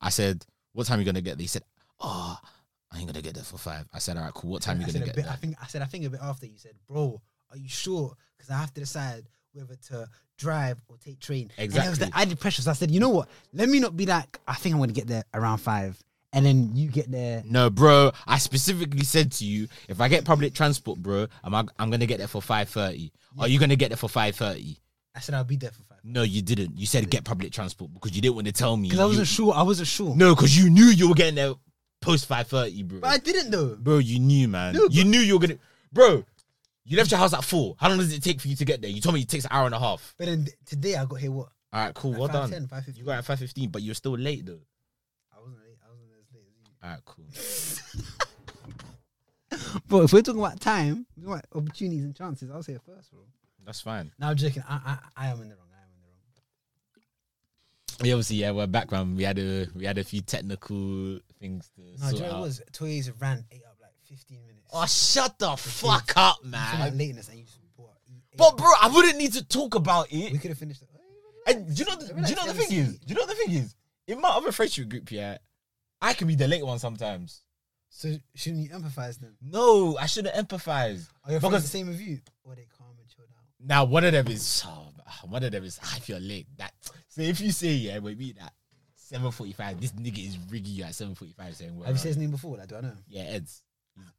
Speaker 1: I said, "What time you gonna get there?" He said, "Oh, I ain't gonna get there for five. I said, "All right, cool. What time
Speaker 2: I
Speaker 1: you
Speaker 2: said
Speaker 1: gonna
Speaker 2: a
Speaker 1: get
Speaker 2: bit, I
Speaker 1: there?"
Speaker 2: think I said I think a bit after you said, bro, are you sure? Because I have to decide whether to drive or take train. And it was
Speaker 1: Exactly.
Speaker 2: the added pressure. So I said, you know what? Let me not be like I think I'm gonna get there around five, and then you get there.
Speaker 1: No, bro. I specifically said to you, if I get public transport, bro, I'm I'm gonna get there for five thirty. Are you gonna get there for five thirty?
Speaker 2: I said I'll be there for five.
Speaker 1: No, you didn't. You said get public transport because you didn't want to tell me.
Speaker 2: Because I
Speaker 1: You-
Speaker 2: wasn't sure. I wasn't sure.
Speaker 1: No, because you knew you were getting there post five thirty, bro.
Speaker 2: But I didn't though.
Speaker 1: Bro, you knew, man.
Speaker 2: No,
Speaker 1: you knew you were gonna. Bro, you left your house at four. How long does it take for you to get there? You told me it takes an hour and a half.
Speaker 2: But then today I got here what?
Speaker 1: All right, cool.
Speaker 2: At
Speaker 1: well
Speaker 2: 5:10,
Speaker 1: done.
Speaker 2: 5:15.
Speaker 1: you got at five fifteen, but you're still late though.
Speaker 2: I wasn't late. I wasn't as late as you.
Speaker 1: All right, cool.
Speaker 2: Bro, if we're talking about time, we're talking about opportunities and chances, I was here first, bro.
Speaker 1: That's fine.
Speaker 2: Now I'm joking. I, I, I am in the wrong. I am in the wrong.
Speaker 1: Yeah, obviously, yeah, we're back, man. We had a we had a few technical things to
Speaker 2: No, do
Speaker 1: sort
Speaker 2: you know what
Speaker 1: out.
Speaker 2: it was? Toy's ran ate up like 15 minutes.
Speaker 1: Oh, shut the fuck up,
Speaker 2: From like
Speaker 1: man.
Speaker 2: lateness, and you just bought. you ate
Speaker 1: But
Speaker 2: up.
Speaker 1: bro, I wouldn't need to talk about
Speaker 2: we
Speaker 1: it.
Speaker 2: could have finished it.
Speaker 1: And do you know, the, do you know the thing is? Do you know the thing is? In my other friendship group, yeah, I can be the late one sometimes.
Speaker 2: So shouldn't you empathize then?
Speaker 1: No, I shouldn't empathize.
Speaker 2: Are your friends
Speaker 1: Because
Speaker 2: the same with you? Or they calm and chilled out?
Speaker 1: Now one of them is oh, one of them is ah, if you're late that so if you say yeah wait me that seven forty five this nigga is rigging you at seven forty five saying well
Speaker 2: Have you said his name before? Like, do I know? him?
Speaker 1: yeah Eds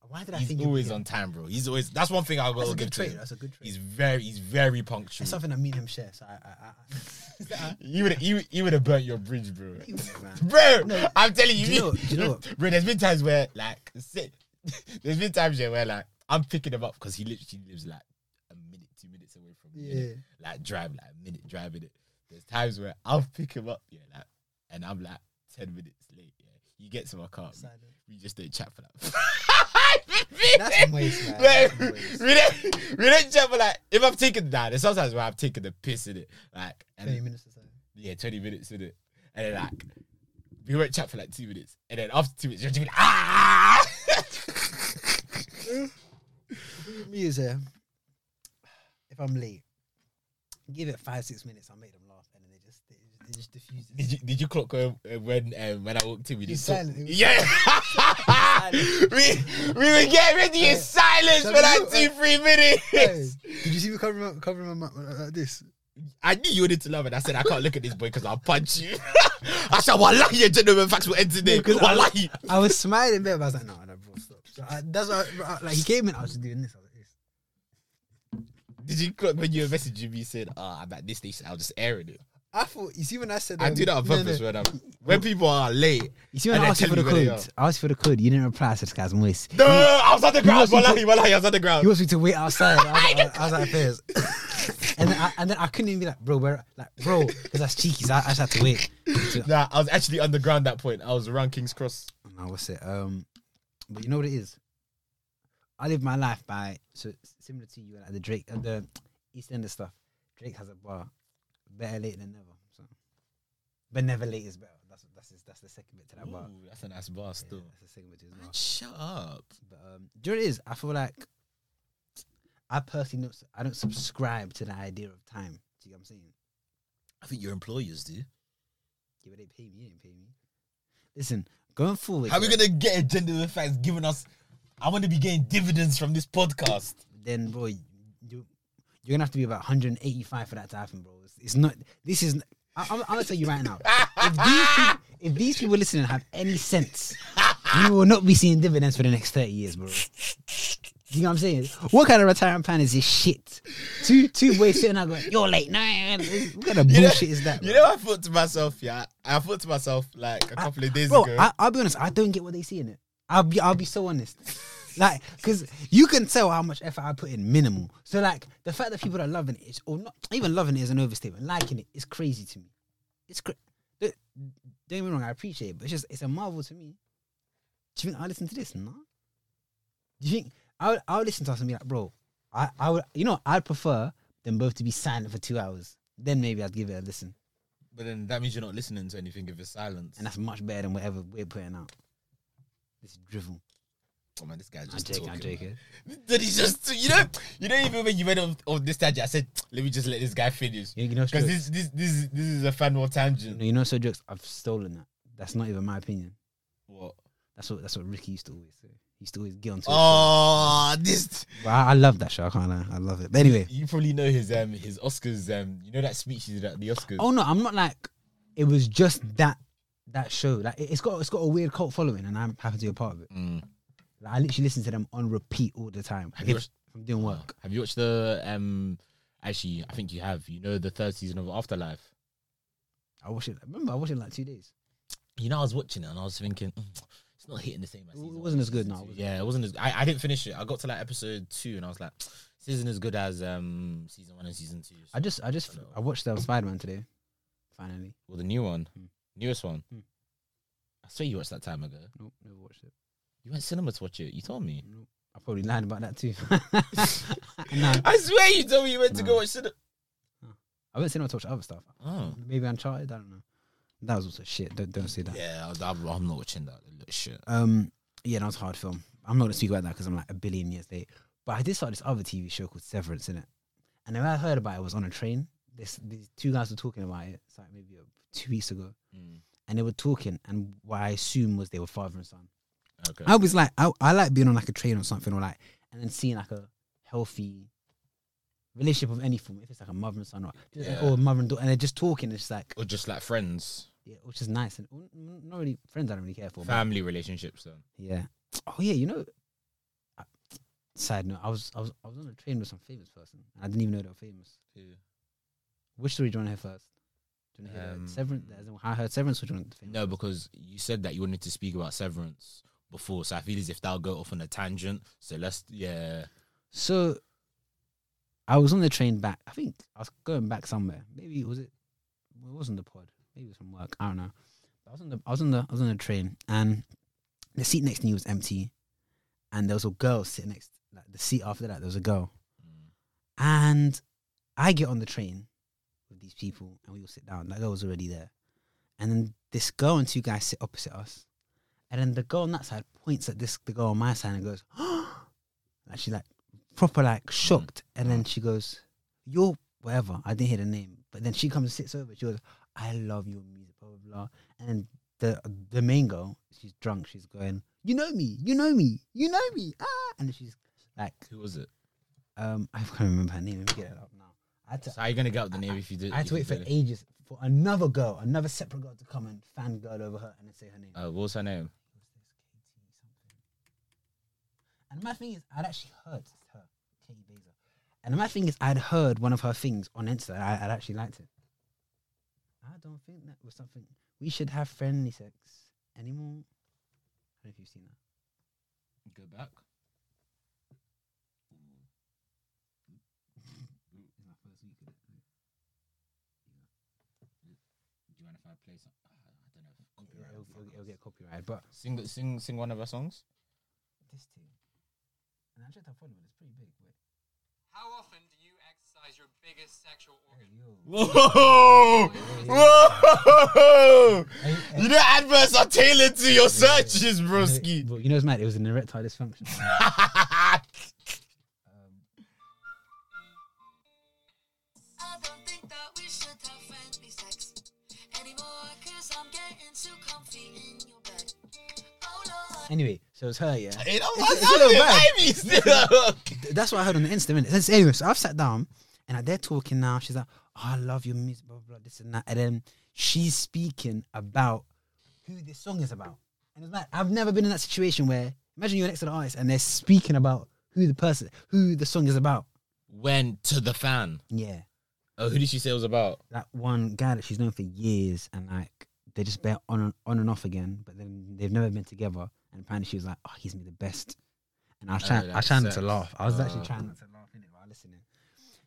Speaker 2: Why did I
Speaker 1: he's
Speaker 2: think
Speaker 1: always
Speaker 2: you,
Speaker 1: on time bro he's always that's one thing I'll
Speaker 2: That's
Speaker 1: go
Speaker 2: a good
Speaker 1: give to
Speaker 2: trait.
Speaker 1: him
Speaker 2: That's a good trait.
Speaker 1: he's very he's very punctual
Speaker 2: That's something that me and him share. So I, I, I, I
Speaker 1: you would you you would have burnt your bridge bro
Speaker 2: You wouldn't, man.
Speaker 1: bro I'm telling you
Speaker 2: do you know- do you know what?
Speaker 1: bro there's been times where like si- there's been times yeah, where like I'm picking him up because he literally lives like a minute two minutes away from me innit?
Speaker 2: yeah.
Speaker 1: like drive like a minute driving it. There's times where I'll pick him up, yeah, like, and I'm like ten minutes late. Yeah, he gets in my car. we-
Speaker 2: Silent.
Speaker 1: We just don't chat for that.
Speaker 2: That's waste, man.
Speaker 1: Like,
Speaker 2: That's waste.
Speaker 1: we don't, we don't chat for like if I'm taking that. There's sometimes where I'm taking the piss in it, like, and
Speaker 2: 20 minutes or so.
Speaker 1: yeah, twenty minutes in it, and then like we won't chat for like two minutes, and then after two minutes you're doing ah.
Speaker 2: me is uh, if I'm late, give it five six minutes. I'll make them laugh, and then they just they, just- they just diffuse it.
Speaker 1: Did you, did you clock when uh, when, um, when I walked in? We
Speaker 2: He's
Speaker 1: just talk-
Speaker 2: silent. He was
Speaker 1: Yeah, we we were getting ready in
Speaker 2: Uh,
Speaker 1: silence for
Speaker 2: shall
Speaker 1: like
Speaker 2: we
Speaker 1: two
Speaker 2: do,
Speaker 1: three
Speaker 2: Hey,
Speaker 1: minutes.
Speaker 2: did you see me covering my, covering my mouth like this?
Speaker 1: I knew you wanted to love it. I said I can't look at this boy because I'll punch you. I said, "Wallahi, your gentleman facts will end today."
Speaker 2: No, 'cause I-
Speaker 1: Wallahi.
Speaker 2: I was smiling, but I was like, no, no, bro, stop. So I, that's why, I- like, he came in, I was just doing this. I was like, this.
Speaker 1: Did you clock when you were messaging me saying, "Ah, I'm at this station. I'll just air it."
Speaker 2: I thought, you see, when I said
Speaker 1: I
Speaker 2: um,
Speaker 1: do that on
Speaker 2: no, no.
Speaker 1: purpose when I'm when people are late.
Speaker 2: You see, when
Speaker 1: and
Speaker 2: I
Speaker 1: they
Speaker 2: asked you for
Speaker 1: tell
Speaker 2: the
Speaker 1: me where they
Speaker 2: code, I asked you for the code. You didn't reply. I said, "This guy's moist."
Speaker 1: are. No, I was on the ground.
Speaker 2: must be-
Speaker 1: Wallahi, wallahi, I was on the
Speaker 2: He
Speaker 1: ground.
Speaker 2: wants me to wait outside. I was like, I was like "Fizz." and then I, and then I couldn't even be like, bro, where, like, bro, because that's cheeky. So I, I just had to wait. So-
Speaker 1: Nah, I was actually on the ground that point. I was around King's Cross.
Speaker 2: no, what's it? Um, but you know what it is. I live my life by so s- similar to you, like the Drake, uh, the East Ender stuff. Drake has a bar, better late than never. So, but never late is better. That's that's his, that's the second bit to that bar.
Speaker 1: Ooh, that's a nice bar
Speaker 2: Yeah,
Speaker 1: still.
Speaker 2: that's the second bit to his bar.
Speaker 1: Shut up.
Speaker 2: But um, do you know what it is? I feel like I personally don't. s- I don't subscribe to the idea of time. Do you get what I'm saying?
Speaker 1: I think your employers do.
Speaker 2: Yeah, but they pay me. They didn't pay me. Listen, going forward.
Speaker 1: How are we
Speaker 2: yeah,
Speaker 1: gonna get a gender facts giving us? I want to be getting dividends from this podcast.
Speaker 2: then bro, you you're gonna have to be about 185 for that to happen, bro. It's, it's not. This is. I, I'm, I'm gonna tell you right now. If these, people, if these people listening have any sense, you will not be seeing dividends for the next 30 years, bro. You know what I'm saying? What kind of retirement plan is this shit? Two two boys sitting out going, "You're late." No, what kind of
Speaker 1: You know-
Speaker 2: bullshit is that? Bro?
Speaker 1: You know, I thought to myself, yeah, I thought to myself like a couple of days
Speaker 2: Ah, bro,
Speaker 1: ago.
Speaker 2: I, I'll be honest. I don't get what they see in it. I'll be, I'll be so honest. Like, cause you can tell how much effort I put in minimal. So like, the fact that people are loving it is, or not even loving it is an overstatement. Liking it is crazy to me. It's cra- Don't get me wrong, I appreciate it, but it's just it's a marvel to me. Do you think I listen to this? No. Do you think I would, I would listen to us and be like, bro, I, I would you know I'd prefer them both to be silent for two hours. Then maybe I'd give it a listen,
Speaker 1: But then that means you're not listening to anything if it's silence.
Speaker 2: and that's much better than whatever we're putting out. This drivel.
Speaker 1: oh man, this guy's
Speaker 2: I'm
Speaker 1: just
Speaker 2: joking. I'm
Speaker 1: talking.
Speaker 2: joking.
Speaker 1: That is just you know you know even when you went on, on this tangent, I said let me just let this guy finish
Speaker 2: You know, you know,
Speaker 1: because
Speaker 2: jokes-
Speaker 1: this this this is- this is a fan war
Speaker 2: you
Speaker 1: tangent.
Speaker 2: know, you know, so jokes. I've stolen that. That's not even my opinion.
Speaker 1: What?
Speaker 2: That's what that's what Ricky used to always say. He used to always get on.
Speaker 1: Oh, this
Speaker 2: Well, I, I love that show. I can't lie. I love it. But anyway.
Speaker 1: you probably know his um his Oscars um you know that speech he did at the Oscars.
Speaker 2: Oh no, I'm not like it was just that that show. Like it- it's got it's got a weird cult following, and I'm happy to be a part of it.
Speaker 1: Mm.
Speaker 2: Like, I literally listen to them on repeat all the time.
Speaker 1: Have you
Speaker 2: if I'm doing work.
Speaker 1: Have you watched the um? Actually, I think you have. You know the third season of Afterlife.
Speaker 2: I watch it. Remember, I watched it in, like two days.
Speaker 1: You know, I was watching it and I was thinking, "Mm, it's not hitting the same. As
Speaker 2: It
Speaker 1: season
Speaker 2: wasn't
Speaker 1: one,
Speaker 2: as good,
Speaker 1: season
Speaker 2: no,
Speaker 1: two."
Speaker 2: was it?
Speaker 1: Yeah, it wasn't as. I, I didn't finish it. I got to like episode two and I was like, this isn't as good as um season one and season two.
Speaker 2: I just I just
Speaker 1: Hello.
Speaker 2: I watched um, Spider Man today. Finally,
Speaker 1: Well, the new one,
Speaker 2: Hmm.
Speaker 1: newest one.
Speaker 2: Hmm.
Speaker 1: I swear you watched that time ago.
Speaker 2: nope, never watched it.
Speaker 1: You went cinema to watch it. You told me.
Speaker 2: Nope. I probably lied about that too. nah,
Speaker 1: I swear you told me you went to go
Speaker 2: No.
Speaker 1: watch cinema.
Speaker 2: I went cinema to watch other stuff.
Speaker 1: Oh.
Speaker 2: Maybe Uncharted. I don't know. That was also shit. Don't don't say that.
Speaker 1: Yeah, I- I'm I'm not watching that. It looks shit.
Speaker 2: Um, yeah, that was a hard film. I'm not gonna speak about that because I'm like a billion years late. But I did start this other TV show called Severance in it, and when I heard about it, was on a train. This these two guys were talking about it. It's like maybe uh, two weeks ago,
Speaker 1: Mm.
Speaker 2: and they were talking, and what I assume was they were father and son.
Speaker 1: Okay.
Speaker 2: I was like, I, I like being on like a train or something, or like, and then seeing like a healthy relationship of any form. If it's like a mother and son, or just like,
Speaker 1: Yeah.
Speaker 2: oh, mother and daughter, and they're just talking. It's like,
Speaker 1: or just like friends,
Speaker 2: yeah, which is nice, and mm, not really friends. I don't really care for. but-
Speaker 1: family relationships. Then
Speaker 2: yeah. Oh yeah, you know. I- Side note: I was I was I was on a train with some famous person. And I didn't even know they were famous. Which story do you want to hear first? Do you want to hear
Speaker 1: Um,
Speaker 2: the Severance? as in how I heard Severance. Or do you want the famous?
Speaker 1: no, because you said that you wanted to speak about severance before, so I feel as if that'll go off on a tangent. So let's yeah.
Speaker 2: So, I was on the train back. I think I was going back somewhere. Maybe it was it. Well, it wasn't the pod. Maybe it was from work. I don't know. But I was on the I was on the I was on the train, and the seat next to me was empty, and there was a girl sitting next. Like the seat after that, there was a girl. Mm. And I get on the train with these people and we all sit down. That girl was already there. And then this girl and two guys sit opposite us. And then the girl on that side points at this the girl on my side and goes, like she's like proper like shocked. And then she goes, You're whatever. I didn't hear the name. But then she comes and sits over. She goes, I love your music, blah blah blah. And then the the main girl, she's drunk, she's going, You know me, you know me, you know me. Ah and then she's like
Speaker 1: Who was it?
Speaker 2: um, I can't remember her name. Let me get it up now. I had to,
Speaker 1: So how you gonna get out the name if you did?
Speaker 2: I had to wait
Speaker 1: if you
Speaker 2: for
Speaker 1: did it?
Speaker 2: ages for another girl, another separate girl to come and fangirl over her and then say her name.
Speaker 1: Uh, what was her name?
Speaker 2: And my thing is, I'd actually heard it's her, Katie Baser. And my thing is, I'd heard one of her things on Insta. I, I'd actually liked it. I don't think that was something we should have friendly sex anymore. I don't know if you've seen that.
Speaker 1: Go back.
Speaker 2: It's my first week with it.
Speaker 1: Do you mind if I play some? Ah, I don't know.
Speaker 2: Yeah, it'll, it'll- it'll get copyrighted, but
Speaker 1: Sing, the- sing, sing one of our songs.
Speaker 2: this too. And I checked her following, it's pretty big. Wait,
Speaker 3: How often do you exercise your biggest sexual organ?
Speaker 2: yo.
Speaker 1: Whoa! Whoa! You know, adverts are tailored to your searches, broski.
Speaker 2: But you know, it's mad. It was an erectile dysfunction.
Speaker 4: I don't think that we should have friendly sex anymore, cause I'm getting too comfy in your bed. Oh no.
Speaker 2: anyway, so it's her, yeah.
Speaker 1: Hey, that
Speaker 2: It's- it's a little bad.
Speaker 1: was baby.
Speaker 2: Th- That's what I heard on the Insta. innit? That's- Anyway, so I've sat down and like, they're talking now. She's like, oh, I love your music, blah, blah, blah, this and that. And then she's speaking about who this song is about. And it's mad. I've never been in that situation where, imagine you're next to the artist and they're speaking about who the person, who the song is about.
Speaker 1: Went to the fan.
Speaker 2: Yeah.
Speaker 1: Oh, who did she say it was about?
Speaker 2: that one guy that she's known for years and like they just been on and on and off again, but then they've never been together. And apparently she was like, Oh, he's me the best. And I was
Speaker 1: Oh,
Speaker 2: trying I was
Speaker 1: that's
Speaker 2: trying not to
Speaker 1: sex.
Speaker 2: laugh. I was actually
Speaker 1: Oh.
Speaker 2: trying not to laugh in it while listening.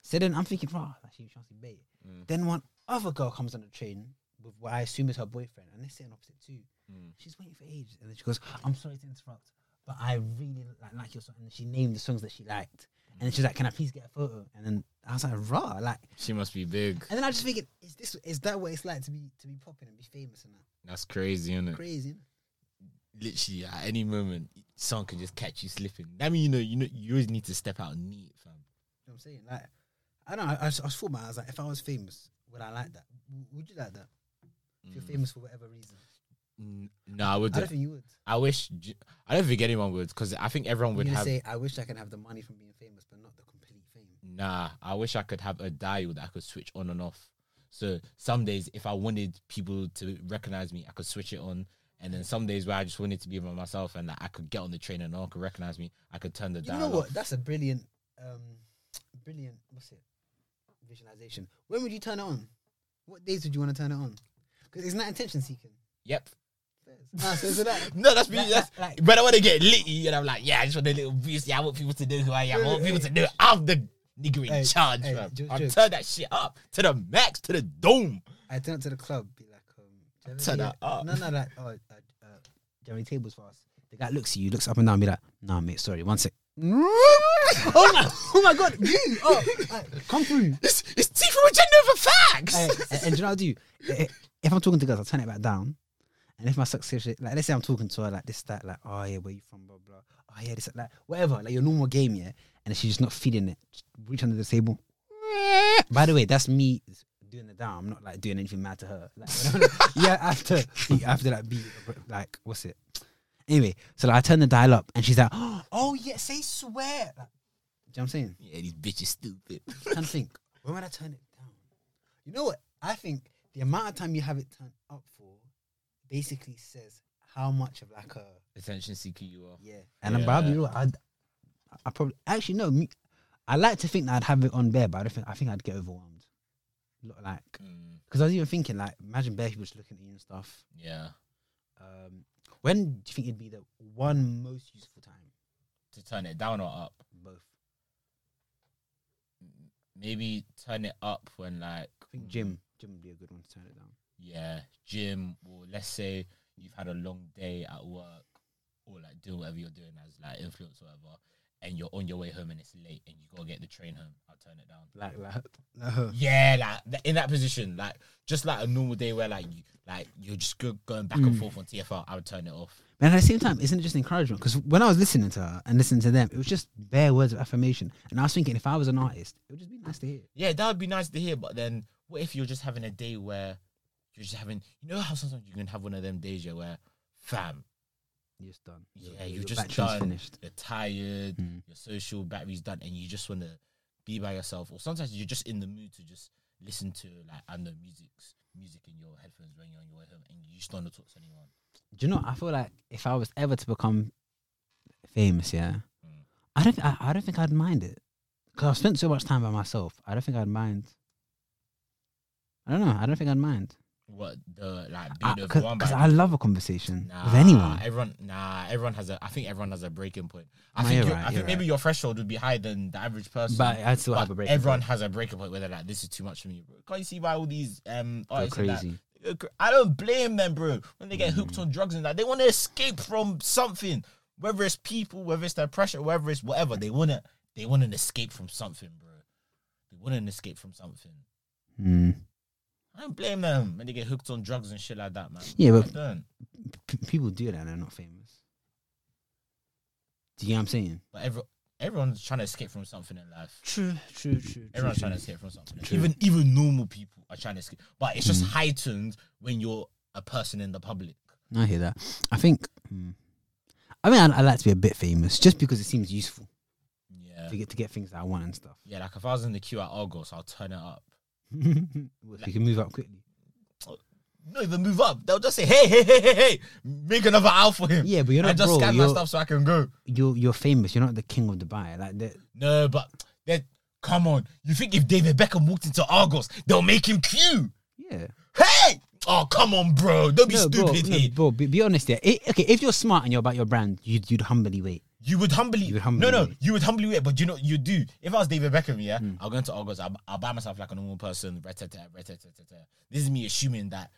Speaker 2: So then I'm thinking, rah, like she was trying to be bait.
Speaker 1: Mm.
Speaker 2: Then one other girl comes on the train with what I assume is her boyfriend, and they're sitting opposite too.
Speaker 1: Mm.
Speaker 2: She's waiting for ages, and then she goes, "I'm sorry to interrupt, but I really like, like your song." And then she named the songs that she liked, and then she's like, "Can I please get a photo?" And then I was like, "Raw!" Like,
Speaker 1: She must be big.
Speaker 2: and then I just thinking, is this is that what it's like to be to be popping and be famous and that
Speaker 1: That's crazy, isn't it?
Speaker 2: crazy? innit?
Speaker 1: Literally, at any moment, someone can just catch you slipping. I mean, you know, you know, you always need to step out neat, fam.
Speaker 2: You know what I'm saying? Like, I don't know. I, I, was, I was thought, man, I was like, if I was famous, would I like that? W- would you like that? If
Speaker 1: Mm.
Speaker 2: you're famous for whatever reason,
Speaker 1: N- No, I
Speaker 2: I don't
Speaker 1: wouldn't.
Speaker 2: think you would.
Speaker 1: I wish. I don't think anyone would, because I think everyone would
Speaker 2: You'd
Speaker 1: have.
Speaker 2: say, "I wish I could have the money from being famous, but not the complete fame."
Speaker 1: Nah, I wish I could have a dial that I could switch on and off. So some days, if I wanted people to recognize me, I could switch it on. And then some days where I just wanted to be by myself and like, I could get on the train and no one could recognize me, I could turn the
Speaker 2: You
Speaker 1: dial.
Speaker 2: know
Speaker 1: off.
Speaker 2: what? That's a brilliant, um, brilliant. What's it? Visualization. When would you turn it on? What days would you want to turn it on? Because it's not attention seeking.
Speaker 1: Yep.
Speaker 2: Ah, so is it that?
Speaker 1: No, that's me.
Speaker 2: Like-
Speaker 1: That's,
Speaker 2: like-
Speaker 1: but I want to get litty, and I'm like, yeah, I just want a little boost. Yeah, I want people to know who I am. I want people to know I'm the nigga in
Speaker 2: Hey,
Speaker 1: charge.
Speaker 2: hey,
Speaker 1: fam.
Speaker 2: ju-
Speaker 1: I'll
Speaker 2: ju-
Speaker 1: turn that shit up to the max, to the dome.
Speaker 2: I turn up to the club, be like, um, do you ever
Speaker 1: Turn
Speaker 2: hear-
Speaker 1: that up.
Speaker 2: No, no, like, oh, uh, uh, Jerry tables for us. The guy looks at you, looks up and down, be like, nah, mate, sorry, one sec. oh my, oh my god, you, oh, uh, come through.
Speaker 1: It's, it's tea from a Genova facts.
Speaker 2: Uh, and, and do you know what I do? I- If I'm talking to girls, I turn it back down. And if my success rate, like let's say I'm talking to her like this, that, like, oh yeah, where you from, blah blah. Oh yeah, this, that, like whatever, like your normal game, yeah. And if she's just not feeding it, just reach under the table. By the way, that's me doing the down. I'm not like doing anything mad to her. Like, when I'm- yeah, after after like be like, what's it? Anyway, so like, I turn the dial up, and she's like, oh yeah, say swear. Like, do you know what I'm saying?
Speaker 1: Yeah, these bitches stupid.
Speaker 2: trying to think, when would I turn it down? You know what? I think the amount of time you have it turned up for basically says how much of like a
Speaker 1: Attention seeker, you are.
Speaker 2: yeah. And I'm
Speaker 1: Yeah.
Speaker 2: probably real. I I probably actually no. Me, I like to think that I'd have it on there, but I don't think I think I'd get overwhelmed. Look like
Speaker 1: Mm,
Speaker 2: because I was even thinking like imagine bare people just looking at you and stuff.
Speaker 1: yeah.
Speaker 2: Um, when do you think it'd be the one most useful time?
Speaker 1: To turn it down or up?
Speaker 2: Both.
Speaker 1: Maybe turn it up when like
Speaker 2: I think Jim. Jim would be a good one to turn it down.
Speaker 1: yeah, gym, or let's say you've had a long day at work, or like doing whatever you're doing as like influence or whatever, and you're on your way home and it's late and you gotta get the train home, I'll turn it down.
Speaker 2: Like like like her.
Speaker 1: Yeah, like th- in that position, like just like a normal day where like you, like you're just go- going back and forth on TFR, I would turn it off.
Speaker 2: But at the same time, isn't it just encouragement? Because when I was listening to her and listening to them, it was just bare words of affirmation. And I was thinking, if I was an artist, it would just be nice to hear.
Speaker 1: Yeah, that would be nice to hear, but then what if you're just having a day where you're just having, you know how sometimes you can have one of them days yeah, where, fam,
Speaker 2: You're just done. Your-
Speaker 1: yeah,
Speaker 2: your
Speaker 1: you're just
Speaker 2: battery's
Speaker 1: done.
Speaker 2: finished.
Speaker 1: You're tired.
Speaker 2: Mm.
Speaker 1: Your social battery's done, and you just want to be by yourself. Or sometimes you're just in the mood to just listen to like under music's music in your headphones when you're on your way home, and you just don't want to talk to anyone.
Speaker 2: Do you know? I feel like if I was ever to become famous, yeah,
Speaker 1: Mm.
Speaker 2: I don't, I, I don't think I'd mind it because I've spent so much time by myself. I don't think I'd mind. I don't know. I don't think I'd mind
Speaker 1: What the like being
Speaker 2: because
Speaker 1: overwhelmed by
Speaker 2: Uh, I, love a conversation
Speaker 1: Nah,
Speaker 2: with anyone.
Speaker 1: Everyone, nah, everyone has a. I think everyone has a breaking point. I
Speaker 2: Nah,
Speaker 1: think,
Speaker 2: you're
Speaker 1: you-
Speaker 2: right,
Speaker 1: I think
Speaker 2: you're
Speaker 1: maybe
Speaker 2: right.
Speaker 1: your threshold would be higher than the average person.
Speaker 2: But I'd still
Speaker 1: but
Speaker 2: have a break.
Speaker 1: everyone has a breaking point where they're like, "This is too much for me." Bro. Can't you see why all these um
Speaker 2: go
Speaker 1: artists and that-
Speaker 2: crazy.
Speaker 1: I don't blame them, bro. When they get hooked on drugs and that, they want to escape from something. Whether it's people, whether it's their pressure, whether it's whatever, they wanna they want an escape from something, bro. They want an escape from something.
Speaker 2: Mm.
Speaker 1: I don't blame them when they get hooked on drugs and shit like that, man.
Speaker 2: Yeah, but-
Speaker 1: I don't.
Speaker 2: P- people do that and they're not famous. Do you know what I'm saying?
Speaker 1: But every, everyone's trying to escape from something in life.
Speaker 2: True, true, true.
Speaker 1: Everyone's trying to escape from something.
Speaker 2: True. Mm.
Speaker 1: Even even normal people are trying to escape, but it's just heightened when you're a person in the public.
Speaker 2: I hear that. I think. mm, I mean, I, I like to be a bit famous just because it seems useful
Speaker 1: Yeah,
Speaker 2: to get to get things that I want and stuff.
Speaker 1: yeah. Like if I was in the queue at Argos, I'll turn it up.
Speaker 2: Well, if you can move up quickly.
Speaker 1: not even move up. They'll just say, hey, hey, hey, hey, hey, make another out for him.
Speaker 2: Yeah, but you're
Speaker 1: I
Speaker 2: not
Speaker 1: just
Speaker 2: bro.
Speaker 1: scan my
Speaker 2: You're,
Speaker 1: stuff so I can go.
Speaker 2: you're you're famous. You're not the king of Dubai. Like the,
Speaker 1: No, but then come on. You think if David Beckham walked into Argos, they'll make him queue?
Speaker 2: yeah.
Speaker 1: Hey! Oh, come on, bro. Don't be
Speaker 2: No, bro,
Speaker 1: stupid
Speaker 2: no,
Speaker 1: here.
Speaker 2: bro, be, be honest. Yeah. I okay, if you're smart and you're about your brand, you'd you'd humbly wait.
Speaker 1: You would humbly,
Speaker 5: You would humbly
Speaker 1: no, no,
Speaker 5: wait.
Speaker 1: you would humbly wait, but you know, you do. If I was David Beckham, yeah,
Speaker 2: Hmm.
Speaker 1: I'll go into Argos, I'll, I'll buy myself like a normal person. ra-ta-ta, ra-ta-ta-ta-ta. This is me assuming that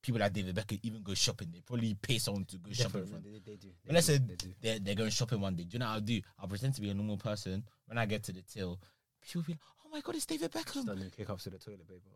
Speaker 1: people like David Beckham even go shopping. They probably pay someone to go shopping. For them.
Speaker 5: They, do.
Speaker 1: But let's say they're, they're going shopping one day. Do you know what I'll do? I'll pretend to be a normal person. When I get to the till, people will be like, oh my God, it's David Beckham.
Speaker 5: Done kick ups to the toilet paper.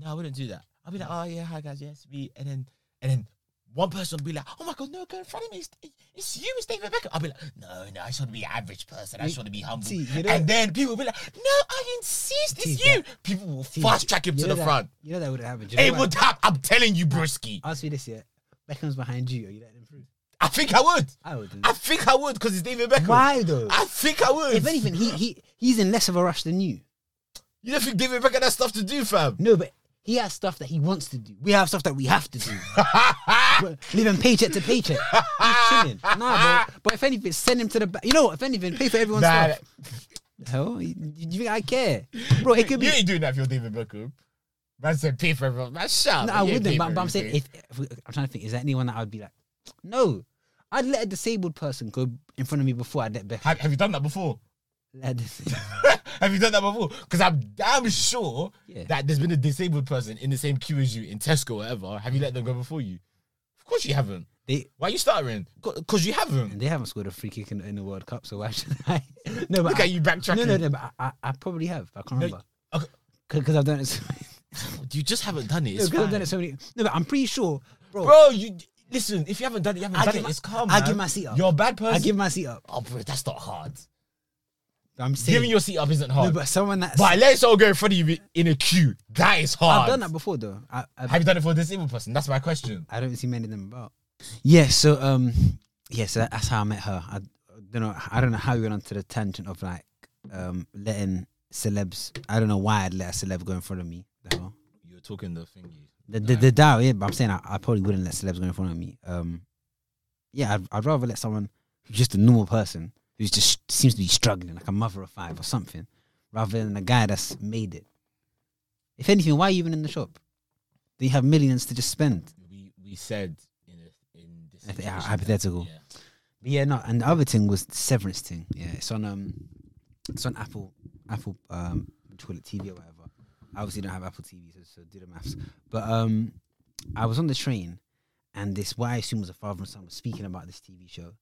Speaker 1: No, I wouldn't do that. I'd be like, oh yeah, hi guys, yes, me. And then and then one person would be like, oh my god, no, girl in front of me, it's, it's you, it's David Beckham. I'd be like, no, no, I just want to be an average person. I just want to be humble.
Speaker 2: see, you know-
Speaker 1: and then people would be like, no, I insist, it's
Speaker 2: See,
Speaker 1: you. People will fast track him
Speaker 2: You
Speaker 1: to
Speaker 2: know
Speaker 1: the
Speaker 2: that-
Speaker 1: front.
Speaker 2: You know that would happen. Do you know
Speaker 1: It
Speaker 2: what?
Speaker 1: would happen. I'm telling you, Broski.
Speaker 2: Ask me this, yeah. Beckham's behind you. Are you letting him through?
Speaker 1: I think I would.
Speaker 2: I wouldn't.
Speaker 1: I think I would because it's David Beckham.
Speaker 2: Why though?
Speaker 1: I think I would.
Speaker 2: if anything, he, he he's in less of a rush than you.
Speaker 1: you don't think David Beckham has stuff to do, fam?
Speaker 2: No, but he has stuff that he wants to do. We have stuff that we have to do. We're living paycheck to paycheck. He's chilling. Nah, bro. But if anything, send him to the back. You know what? If anything, pay for everyone's
Speaker 1: Nah,
Speaker 2: stuff. Hell, you, you think I care, bro? It could be.
Speaker 1: you ain't doing that if you're David Beckham. Man said pay for everyone. Man, shut up.
Speaker 2: No, I
Speaker 1: You ain't
Speaker 2: wouldn't.
Speaker 1: paying
Speaker 2: But,
Speaker 1: for
Speaker 2: but I'm saying,
Speaker 1: everything.
Speaker 2: if, if we- I'm trying to think, is there anyone that I'd be like, no, I'd let a disabled person go in front of me before I'd let Beckham.
Speaker 1: Have, have you done that before?
Speaker 2: let a dis-
Speaker 1: have you done that before? Because I'm damn sure
Speaker 2: Yeah.
Speaker 1: that there's been a disabled person in the same queue as you in Tesco or whatever. Have you let them go before you? Of course you haven't.
Speaker 2: they
Speaker 1: Why are you stuttering? Because you haven't.
Speaker 2: and they haven't scored a free kick in, in the World Cup, so why should I? No, but
Speaker 1: Look
Speaker 2: I,
Speaker 1: at you backtracking.
Speaker 2: No, no, no. But I- I, I probably have. But I can't
Speaker 1: No,
Speaker 2: remember
Speaker 1: okay.
Speaker 2: because I've done it. So,
Speaker 1: You just haven't done it. It's
Speaker 2: because I've
Speaker 1: fine.
Speaker 2: done it so many. No, but I'm pretty sure, bro.
Speaker 1: Bro, you listen. If you haven't done it, you haven't
Speaker 2: I
Speaker 1: done
Speaker 2: give
Speaker 1: it.
Speaker 2: my-
Speaker 1: It's calm.
Speaker 2: I
Speaker 1: man.
Speaker 2: give my seat up.
Speaker 1: You're a bad person.
Speaker 2: I give my seat up.
Speaker 1: oh, bro, that's not hard.
Speaker 2: I'm saying.
Speaker 1: Giving your seat up isn't
Speaker 2: no,
Speaker 1: hard. but
Speaker 2: but someone that's.
Speaker 1: let's all go in front of you in a queue. That is hard.
Speaker 2: I've done that before though. I, I,
Speaker 1: Have you done it for a disabled person? That's my question.
Speaker 2: I don't see many of them about. Yeah, so um, yeah, so that, that's how I met her. I, don't know. I don't know how we went onto the tangent of like um letting celebs. I don't know why I'd let a celeb go in front of me. The hell.
Speaker 1: You're talking the thingy.
Speaker 2: The the, the dial, yeah, but I'm saying I, I probably wouldn't let celebs go in front of me. Um, yeah, I'd, I'd rather let someone who's just a normal person who's just seems to be struggling, like a mother of five or something, rather than a guy that's made it. If anything, why are you even in the shop? They have millions to just spend.
Speaker 1: we we said in a, in this
Speaker 2: I think, uh,
Speaker 1: situation that-
Speaker 2: hypothetical.
Speaker 1: yeah.
Speaker 2: But yeah, no. And the other thing was the severance thing. Yeah, it's on um, it's on Apple, Apple um, what do you call it TV or whatever. I obviously don't have Apple TV, so, so do the maths. But um, I was on the train, and this what I assume was a father and son was speaking about this TV show,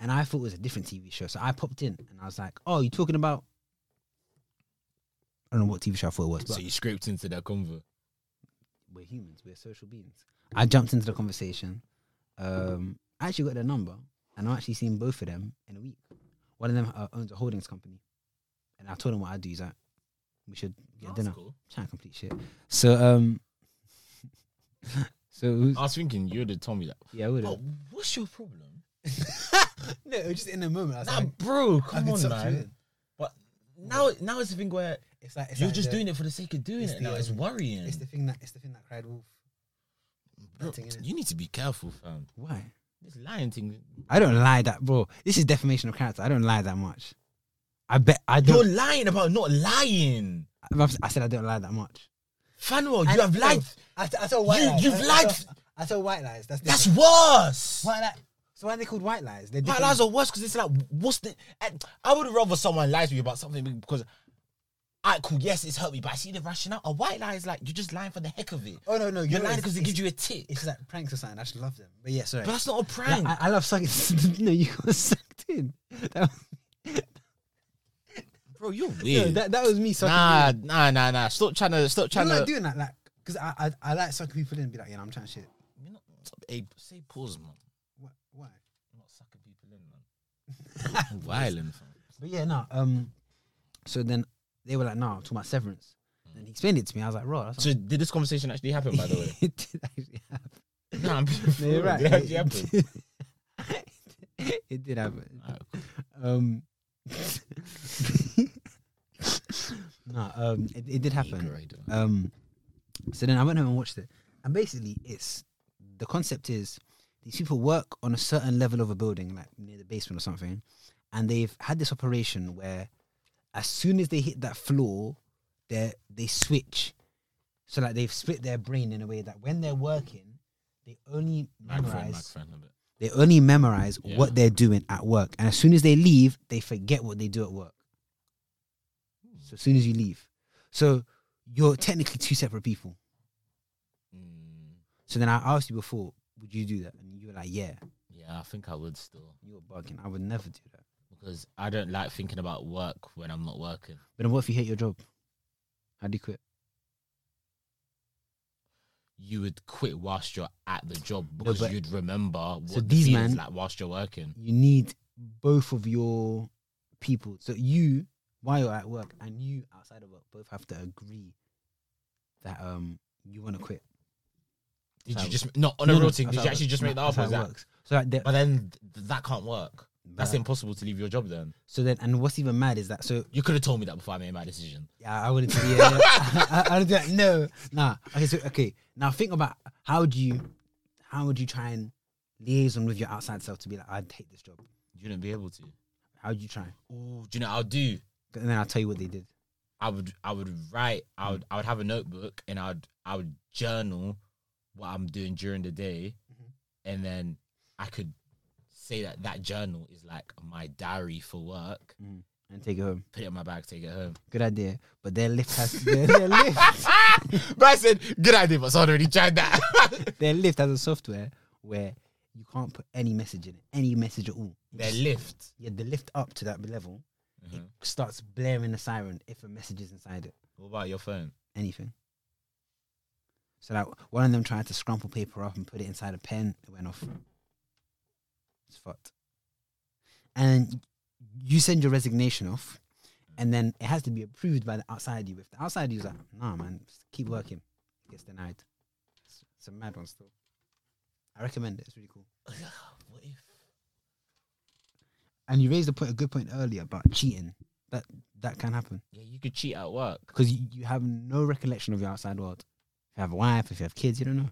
Speaker 2: and I thought it was a different TV show. So I popped in and I was like, "Oh, you talking about?" I don't know what TV show I thought it was, but
Speaker 1: So you scraped into their convo.
Speaker 2: we're humans, we're social beings. I jumped into the conversation. Um, I actually got their number, and I've actually seen both of them in a week. One of them uh, owns a holdings company, and I told him what I do. He's like, "We should get
Speaker 1: That's
Speaker 2: dinner."
Speaker 1: cool.
Speaker 2: Trying to complete shit. So, um, so it was-
Speaker 1: I was thinking you'd have told me that.
Speaker 2: yeah, I would have.
Speaker 1: Oh, what's your problem?
Speaker 2: no, it was just in the moment. I was
Speaker 1: Nah, bro, come
Speaker 2: can
Speaker 1: on,
Speaker 2: talk to
Speaker 1: man.
Speaker 2: you.
Speaker 1: But now, now it's the thing where
Speaker 2: "It's like it's
Speaker 1: you're
Speaker 2: like
Speaker 1: just
Speaker 2: the-
Speaker 1: doing it for the sake of doing
Speaker 2: it's
Speaker 1: it.
Speaker 2: the,
Speaker 1: Now it's
Speaker 2: um,
Speaker 1: worrying.
Speaker 2: It's the thing that it's the thing that cried wolf.
Speaker 1: Bro,
Speaker 2: thing, innit?
Speaker 1: you need to be careful, fam.
Speaker 2: Why?
Speaker 1: This lying thing.
Speaker 2: I don't lie that, bro. This is defamation of character. I don't lie that much. I bet I don't.
Speaker 1: You're lying about not lying.
Speaker 2: I've- I said I don't lie that much.
Speaker 1: Fanwell, you have lied.
Speaker 2: I, t- I told
Speaker 1: You- you've
Speaker 2: I- I
Speaker 1: lied.
Speaker 2: told- I told white lies. That's
Speaker 1: That's
Speaker 2: different.
Speaker 1: worse.
Speaker 2: white lies. So why are they called white lies? They're
Speaker 1: My
Speaker 2: different.
Speaker 1: lies are worse because it's like, what's the? and I would rather someone lies to me about something because, I cool, yes, it's hurt me, but I see the rationale. A white lie is like you're just lying for the heck of it.
Speaker 2: Oh no no,
Speaker 1: you're
Speaker 2: know,
Speaker 1: lying
Speaker 2: it's-
Speaker 1: because it
Speaker 2: it's-
Speaker 1: gives you a tick.
Speaker 2: It's like pranks or something. I should love them. But yeah, sorry.
Speaker 1: But that's not a prank.
Speaker 2: Like, I, I love sucking. no, you got sucked in. That was,
Speaker 1: bro, you're
Speaker 2: no,
Speaker 1: weird.
Speaker 2: that, that was me sucking.
Speaker 1: nah, nah, nah, nah. Stop trying to. Stop
Speaker 2: in.
Speaker 1: trying
Speaker 2: I'm
Speaker 1: to.
Speaker 2: not doing that. Like, cause I, I I like sucking people in. and Be like, yeah, I'm trying shit.
Speaker 1: You're not- hey, say pause, man.
Speaker 2: What, why?
Speaker 1: I'm not sucking people in, man. Violent.
Speaker 2: But yeah, no. Um, so then they were like, no, I'm talking about severance. And he explained it to me. I was like, raw. That's
Speaker 1: So did this conversation actually happen? Mm. By the way,
Speaker 2: it did actually happen.
Speaker 1: nah, I'm being for
Speaker 2: No, you're
Speaker 1: real.
Speaker 2: right.
Speaker 1: Did it actually happen?
Speaker 2: It, it, did happen.
Speaker 1: Alright,
Speaker 2: Um, no, um, it, it did happen.
Speaker 1: Great, man.
Speaker 2: Um, so then I went home and watched it, and basically, it's the concept is these people work on a certain level of a building, like near the basement or something, and they've had this operation where, as soon as they hit that floor, they they switch. So like they've split their brain in a way that when they're working, they only
Speaker 1: Mic friend, mic
Speaker 2: memorize
Speaker 1: friend, a bit.
Speaker 2: They only memorize
Speaker 1: Yeah.
Speaker 2: what they're doing at work, and as soon as they leave, they forget what they do at work. So as soon as you leave, so you're technically two separate people.
Speaker 1: Mm,
Speaker 2: So then I asked you before, would you do that? And you were like, yeah.
Speaker 1: yeah, I think I would still
Speaker 2: You were bugging. I would never do that.
Speaker 1: because I don't like thinking about work when I'm not working.
Speaker 2: But then what if you hate your job? How do you quit?
Speaker 1: You would quit whilst you're at the job because
Speaker 2: but-
Speaker 1: you'd remember what
Speaker 2: So
Speaker 1: the
Speaker 2: these
Speaker 1: feeling's
Speaker 2: man-
Speaker 1: like whilst you're working.
Speaker 2: You need both of your people. So you, while you're at work, and you outside of work, both have to agree that um you want to quit.
Speaker 1: Did
Speaker 2: That's
Speaker 1: you
Speaker 2: how-
Speaker 1: just no on a
Speaker 2: No, no,
Speaker 1: real thing?
Speaker 2: that's
Speaker 1: Did
Speaker 2: how
Speaker 1: you
Speaker 2: it
Speaker 1: actually
Speaker 2: works.
Speaker 1: just
Speaker 2: No,
Speaker 1: make that
Speaker 2: that's
Speaker 1: up?
Speaker 2: how
Speaker 1: or is
Speaker 2: it
Speaker 1: that-
Speaker 2: works. So that, that
Speaker 1: But then th- that can't work. That's
Speaker 2: Bruh.
Speaker 1: impossible to leave your job then.
Speaker 2: so then, and what's even mad is that so
Speaker 1: You could have told me that before I made my decision.
Speaker 2: Yeah, I wouldn't. Yeah, yeah. I, I, I would do that. No, nah. Okay, so okay. Now think about how would you, how would you try and liaison with your outside self to be like, I'd take this job.
Speaker 1: You wouldn't be able to.
Speaker 2: How would you try?
Speaker 1: Oh, do you know what I'll do?
Speaker 2: And then I'll tell you what they did.
Speaker 1: I would I would write I would I would have a notebook and I would I would journal what I'm doing during the day
Speaker 2: Mhm.
Speaker 1: and then I could say that that journal is like my diary for work
Speaker 2: And take it home.
Speaker 1: put it in my bag take it home
Speaker 2: Good idea. But their lift has their, their lift
Speaker 1: Ah! Bryson good idea but someone already tried that
Speaker 2: their lift has a software where you can't put any message in it, any message at all.
Speaker 1: their lift
Speaker 2: Yeah, the lift up to that level, it
Speaker 1: Mhm.
Speaker 2: starts blaring the siren if a message is inside it.
Speaker 1: what about your phone
Speaker 2: anything. So like one of them tried to scrumple paper up and put it inside a pen. It went off. It's fucked. And you send your resignation off, and then it has to be approved by the outside you. If the outside you's like, nah, man, just keep working, it gets denied. It's, it's a mad one still. I recommend it. It's really cool.
Speaker 1: what if
Speaker 2: And you raised a point, a good point earlier about cheating. That that can happen.
Speaker 1: yeah you could cheat at work
Speaker 2: because you, you have no recollection of your outside world. If you have a wife, if you have kids, you don't know.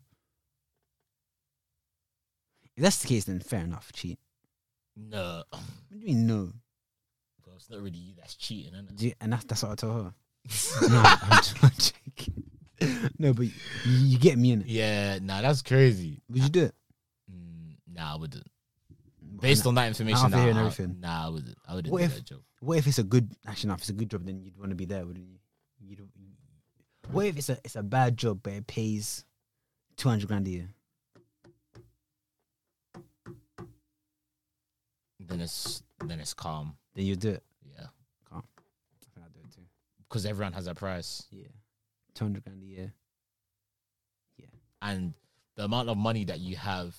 Speaker 2: If that's the case, then fair enough, cheat.
Speaker 1: no
Speaker 2: What do you mean no?
Speaker 1: well, it's not really you that's cheating isn't
Speaker 2: Do you, and that's, that's what I told her. no, I'm just I'm joking. No, but you, you get me in it.
Speaker 1: yeah nah that's crazy
Speaker 2: Would you do it?
Speaker 1: Mm, nah I wouldn't based on that information
Speaker 2: Alpha
Speaker 1: nah,
Speaker 2: and
Speaker 1: I-
Speaker 2: everything.
Speaker 1: nah I wouldn't I wouldn't
Speaker 2: What
Speaker 1: do
Speaker 2: if-
Speaker 1: that job
Speaker 2: What if it's a good? Actually, no, if it's a good job, then you'd want to be there, wouldn't you? You don't. What if it's a it's a bad job but it pays two hundred grand a year?
Speaker 1: then it's then it's calm.
Speaker 2: Then you do it.
Speaker 1: Yeah,
Speaker 2: I think I'd do it too.
Speaker 1: because everyone has a price,
Speaker 2: Yeah, two hundred grand a year.
Speaker 1: and the amount of money that you have,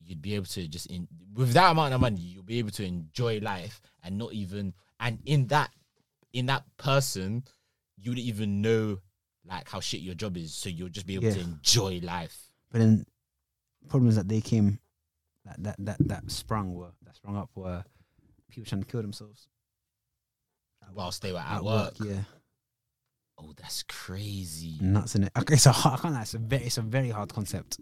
Speaker 1: you'd be able to just in with that amount of money, you'll be able to enjoy life and not even and in that in that person, you would even know like how shit your job is, so you'll just be able to
Speaker 2: Yeah.
Speaker 1: enjoy life.
Speaker 2: But then problem is that they came that that that, that sprung were that sprung up were people trying to kill themselves
Speaker 1: Whilst they were at, work.
Speaker 2: Yeah,
Speaker 1: Oh, that's crazy.
Speaker 2: nuts in it. Okay, it's a hard, I can't lie, it's a very it's a very hard concept.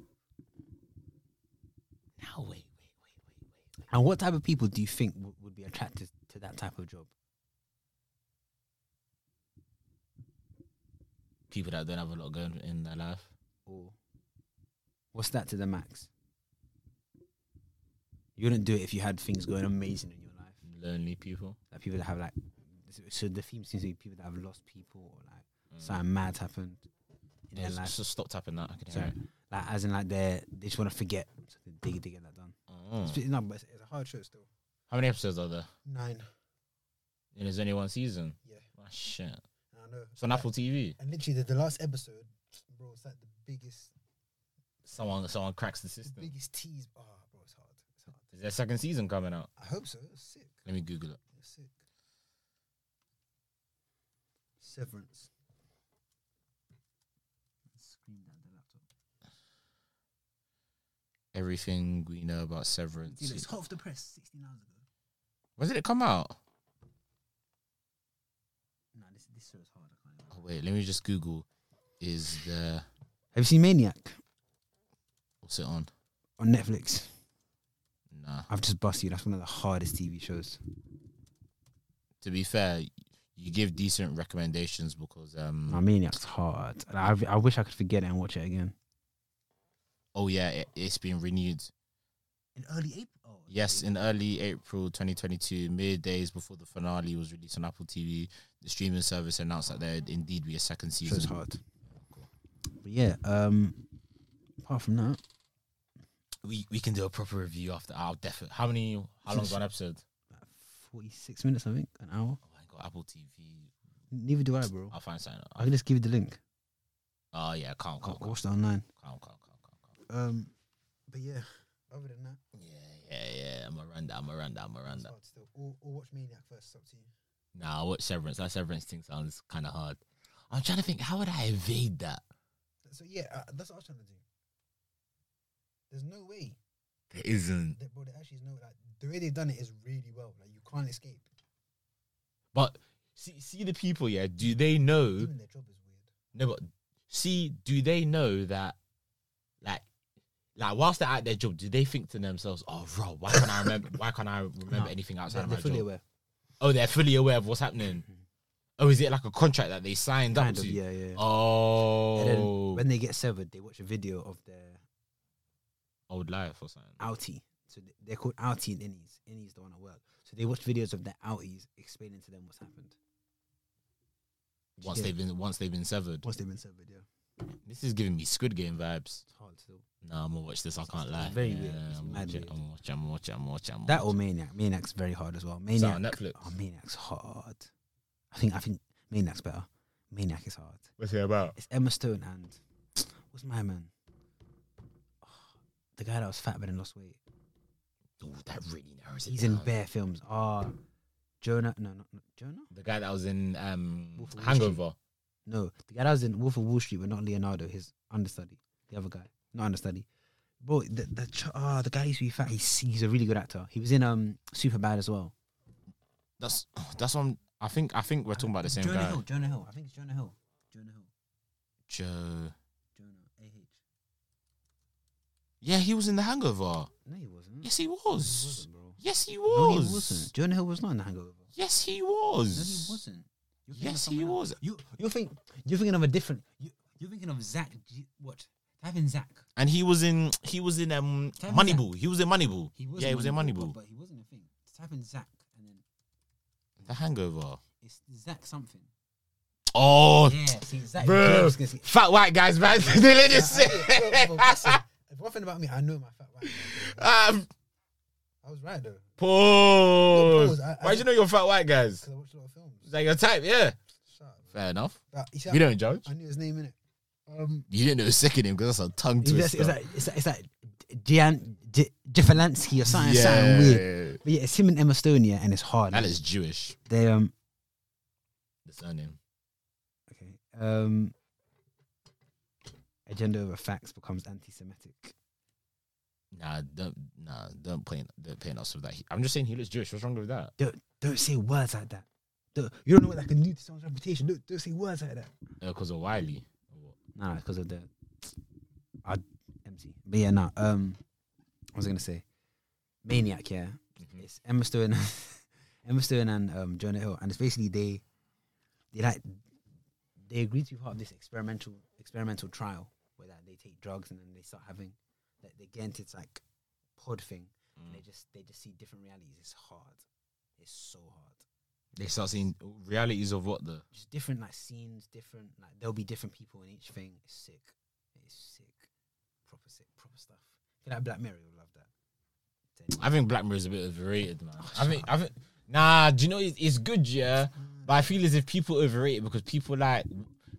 Speaker 1: Now wait, wait, wait, wait, wait.
Speaker 2: And what type of people do you think w- would be attracted to that type of job?
Speaker 1: People that don't have a lot going in their life.
Speaker 2: Or what's that to the max? You wouldn't do it if you had things going amazing in your life.
Speaker 1: Lonely people.
Speaker 2: Like people that have like so- so the theme seems to be people that have lost people or like
Speaker 1: Mm.
Speaker 2: something mad happened in
Speaker 1: Yeah,
Speaker 2: their life.
Speaker 1: so stop tapping that. I can hear
Speaker 2: Sorry.
Speaker 1: it.
Speaker 2: Like as in like they they just want to forget. So they, they, they get that done.
Speaker 1: Oh.
Speaker 2: It's, no, but it's, it's a hard show still.
Speaker 1: How many episodes are there?
Speaker 2: Nine.
Speaker 1: And there's only one season.
Speaker 2: Yeah.
Speaker 1: Oh, shit.
Speaker 2: I know.
Speaker 1: It's on Apple TV.
Speaker 2: And literally the, the last episode, bro, it's like the biggest
Speaker 1: Someone someone cracks the system.
Speaker 2: biggest tease. Oh bro, it's hard. It's hard.
Speaker 1: Is there a second season coming out?
Speaker 2: I hope so. It's sick.
Speaker 1: Let me Google it.
Speaker 2: It's sick. Severance. Screen down the laptop.
Speaker 1: Everything we know about Severance.
Speaker 2: It's hot off the press, sixteen hours ago.
Speaker 1: When did it come out?
Speaker 2: Nah, this this show is hard. I can't even-
Speaker 1: Oh, wait, let me just Google. Is the.
Speaker 2: Have you seen Maniac
Speaker 1: What's it on?
Speaker 2: on Netflix?
Speaker 1: Nah.
Speaker 2: I've just busted you. That's one of the hardest TV shows.
Speaker 1: To be fair, you give decent recommendations because. um.
Speaker 2: I mean, it's hard. And I, I wish I could forget it and watch it again.
Speaker 1: oh, yeah, it, it's been renewed.
Speaker 2: in early April. Oh,
Speaker 1: Yes, in early April 2022, mere days before the finale was released on Apple TV, the streaming service announced that there'd indeed be a second season.
Speaker 2: show's hard. But yeah, um, apart from that,
Speaker 1: We we can do a proper review after. I'll definitely. How many? How long's one episode?
Speaker 2: like forty-six minutes, I think, an hour.
Speaker 1: Oh, I got Apple TV.
Speaker 2: Neither do I, bro.
Speaker 1: I'll find something.
Speaker 2: I can just give you the link.
Speaker 1: Oh yeah, can't
Speaker 2: I
Speaker 1: can't can't
Speaker 2: watched that online.
Speaker 1: can't can't can't.
Speaker 2: Um, but yeah, other than that,
Speaker 1: Yeah yeah yeah. Miranda Miranda
Speaker 2: it's
Speaker 1: Miranda.
Speaker 2: hard still. Or, or watch Maniac first. It's up to you.
Speaker 1: Nah, I watch Severance. That Severance thing sounds kind of hard. I'm trying to think. How would I evade that?
Speaker 2: So yeah, uh, that's what I was trying to do. There's no way,
Speaker 1: There isn't.
Speaker 2: that, bro. There actually is no like the way they've done it is really well. Like you can't escape.
Speaker 1: But see see the people. Yeah, do they know?
Speaker 2: Even their job is weird.
Speaker 1: No, but see, do they know that, like, like whilst they're at their job, do they think to themselves, "Oh, bro, why can't I remember? Why can't I remember
Speaker 2: No.
Speaker 1: anything outside
Speaker 2: They're,
Speaker 1: of
Speaker 2: they're
Speaker 1: my
Speaker 2: fully
Speaker 1: job?"
Speaker 2: aware. Mm-hmm.
Speaker 1: Oh, they're fully aware of what's happening. Oh, is it like a contract that they signed
Speaker 2: Kind
Speaker 1: up
Speaker 2: of,
Speaker 1: to?
Speaker 2: yeah, yeah. And then
Speaker 1: Oh,
Speaker 2: when they get severed, they watch a video of their
Speaker 1: old life or something.
Speaker 2: outie. So th- they're called outie and innies. Innies don't want to work. So they watch videos of their outies explaining to them what's happened
Speaker 1: Once
Speaker 2: yeah.
Speaker 1: they've been, once they've been severed.
Speaker 2: once they've been severed. Yeah,
Speaker 1: This is giving me Squid Game vibes.
Speaker 2: it's hard still.
Speaker 1: No, I'm gonna watch this. I can't
Speaker 2: It's
Speaker 1: lie.
Speaker 2: very
Speaker 1: yeah,
Speaker 2: weird. It's
Speaker 1: I'm
Speaker 2: mad
Speaker 1: watching.
Speaker 2: weird.
Speaker 1: I'm gonna watch. I'm gonna watch. I'm gonna watch. I'm gonna
Speaker 2: That or
Speaker 1: watch.
Speaker 2: Maniac. Maniac's very hard as well.
Speaker 1: Is that
Speaker 2: Maniac.
Speaker 1: on Netflix.
Speaker 2: Oh, Maniac's hard. I think I think Maniac's better. Maniac is hard.
Speaker 1: What's it about?
Speaker 2: It's Emma Stone and what's my man? Oh, the guy that was fat but then lost weight.
Speaker 1: Ooh, that really narrows it.
Speaker 2: He's in
Speaker 1: down.
Speaker 2: bare films. Ah, Jonah. No, not, not Jonah.
Speaker 1: The guy that was in um,
Speaker 2: Wolf of Wall
Speaker 1: Hangover.
Speaker 2: No, the guy that was in Wolf of Wall Street, but not Leonardo. His understudy, the other guy, not understudy. Bro, the the ch- ah, the guy who used to be fat. He's he's a really good actor. He was in um Superbad as well.
Speaker 1: That's that's one. I think I think we're talking about the same
Speaker 2: Jonah
Speaker 1: guy.
Speaker 2: Hill. Jonah Hill. I think it's Jonah Hill. Jonah Hill.
Speaker 1: Joe.
Speaker 2: Jonah A H.
Speaker 1: Yeah, he was in the Hangover.
Speaker 2: No, he wasn't.
Speaker 1: Yes, he
Speaker 2: No,
Speaker 1: was.
Speaker 2: wasn't, bro.
Speaker 1: Yes, he
Speaker 2: No,
Speaker 1: was.
Speaker 2: he wasn't. Jonah Hill was not in The Hangover.
Speaker 1: Yes, he
Speaker 2: No, he
Speaker 1: was.
Speaker 2: wasn't. You're thinking of
Speaker 1: Yes, he
Speaker 2: someone else.
Speaker 1: was.
Speaker 2: You you think you're thinking of a different. You, you're thinking of Zach. G, what? Type in Zach.
Speaker 1: And he was in he was in um
Speaker 2: Tell me that.
Speaker 1: Moneyball. He was in Moneyball.
Speaker 2: He was.
Speaker 1: yeah, he was in
Speaker 2: but-
Speaker 1: Moneyball.
Speaker 2: but he wasn't a thing. Type in Zach, and then
Speaker 1: The Hangover.
Speaker 2: it's Zach something.
Speaker 1: Oh,
Speaker 2: Yeah, see, Zach.
Speaker 1: bro,
Speaker 2: James can see-
Speaker 1: fat white guys, man. they let us
Speaker 2: Yeah, I- I- bro, bro,
Speaker 1: say.
Speaker 2: listen, if one thing about me, I know my fat white. man, bro.
Speaker 1: Um,
Speaker 2: I was right though,
Speaker 1: pause.
Speaker 2: pause. I- I-
Speaker 1: Why'd you know you're fat white guys?
Speaker 2: because I watched a lot of films.
Speaker 1: Is that your type? Yeah.
Speaker 2: Shut up, man.
Speaker 1: Fair enough.
Speaker 2: But, you see,
Speaker 1: We
Speaker 2: I,
Speaker 1: don't judge.
Speaker 2: I knew his name in it. Um,
Speaker 1: You didn't know his second name because that's a tongue
Speaker 2: It's
Speaker 1: twister.
Speaker 2: like, it's like, it's like, it's like Gian, J- Jafalansky or something, something weird. But yeah, it's him and Emma Stone, yeah, and it's hard.
Speaker 1: That is Jewish.
Speaker 2: They, um,
Speaker 1: The surname.
Speaker 2: okay. Um, agenda over facts becomes anti Semitic.
Speaker 1: Nah, don't nah, don't paint don't paint us with that. He- I'm just saying he looks Jewish. What's wrong with that?
Speaker 2: Don't, don't say words like that. Don't, you don't know what that can do to someone's reputation. Don't, don't say words like that.
Speaker 1: Because Uh, of Wiley.
Speaker 2: Nah, it's because of the I empty. But yeah, nah. Um, what was I gonna say? Maniac, yeah. It's Emma Stone, Emma Stone and um, Jonah Hill, and it's basically they, they like, they agree to be part of this experimental experimental trial where like, they take drugs and then they start having, like, they get into this like pod thing, and they just they just see different realities. It's hard. It's so hard
Speaker 1: They start seeing realities of what the
Speaker 2: just different like scenes, different like there'll be different people in each thing. It's sick. It's sick. Proper sick. Proper stuff. I feel like Black Mirror will love that. Tell you.
Speaker 1: I think Black Mirror is a bit overrated, man. I think I think nah. Do you know it's, it's good, yeah, but I feel as if people overrate it because people like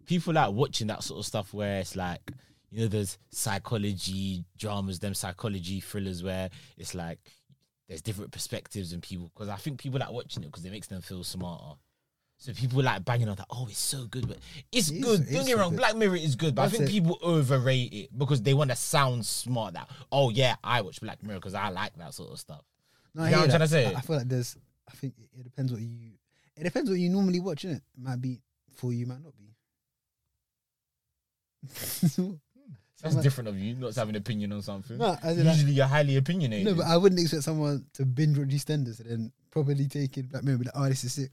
Speaker 1: people like watching that sort of stuff where it's like you know there's psychology dramas, them psychology thrillers where it's like there's different perspectives and people because I think people like watching it because it makes them feel smarter. So people like banging on that. Oh, it's so good, but it's
Speaker 2: It is-
Speaker 1: good. Don't
Speaker 2: it is
Speaker 1: get
Speaker 2: so
Speaker 1: me wrong,
Speaker 2: good.
Speaker 1: Black Mirror is good, but I
Speaker 2: That's
Speaker 1: think
Speaker 2: it.
Speaker 1: people overrate it because they want to sound smart. That oh yeah, I watch Black Mirror because I like that sort of stuff.
Speaker 2: No,
Speaker 1: You know
Speaker 2: hear
Speaker 1: what I'm
Speaker 2: that.
Speaker 1: trying to say?
Speaker 2: I, I feel like there's. I think it, it depends what you. It depends what you normally watch, innit? Might be for you, might not be.
Speaker 1: That's
Speaker 2: Someone-
Speaker 1: different of you not to have an opinion on something.
Speaker 2: No, as in, like-
Speaker 1: Usually you're highly opinionated.
Speaker 2: no, but I wouldn't expect someone to binge watch EastEnders and then probably take in Black Mirror. And be like, oh, this is sick.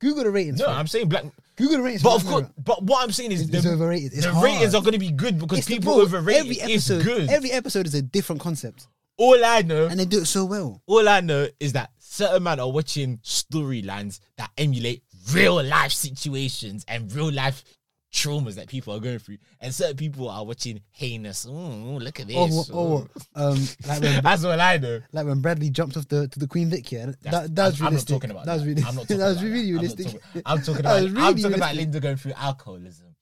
Speaker 2: Google the ratings.
Speaker 1: No,
Speaker 2: fam.
Speaker 1: I'm saying black.
Speaker 2: Google the ratings. for
Speaker 1: But of
Speaker 2: Black
Speaker 1: course,
Speaker 2: Mirror.
Speaker 1: but what I'm saying is
Speaker 2: It's-
Speaker 1: the,
Speaker 2: it's overrated. It's
Speaker 1: the
Speaker 2: hard.
Speaker 1: ratings are going to be good because
Speaker 2: It's the-
Speaker 1: people
Speaker 2: bro,
Speaker 1: overrate. it.
Speaker 2: episode,
Speaker 1: it's good.
Speaker 2: Every episode is a different concept.
Speaker 1: All I know,
Speaker 2: and they do it so well.
Speaker 1: all I know is that certain men are watching storylines that emulate real life situations and real life traumas that people are going through, and certain people are watching heinous. Oh, look at this.
Speaker 2: Or, or, or, um, like when
Speaker 1: That's all I know.
Speaker 2: like when Bradley jumped off the to the Queen Vic. Yeah,
Speaker 1: That's-
Speaker 2: that, that was
Speaker 1: I'm, I'm
Speaker 2: realistic.
Speaker 1: not talking about
Speaker 2: that.
Speaker 1: that.
Speaker 2: was realistic.
Speaker 1: I'm not talking
Speaker 2: that
Speaker 1: about that. I'm, not talking, I'm talking about.
Speaker 2: was really realistic. That was
Speaker 1: I'm
Speaker 2: really
Speaker 1: talking about
Speaker 2: realistic.
Speaker 1: Linda going through alcoholism,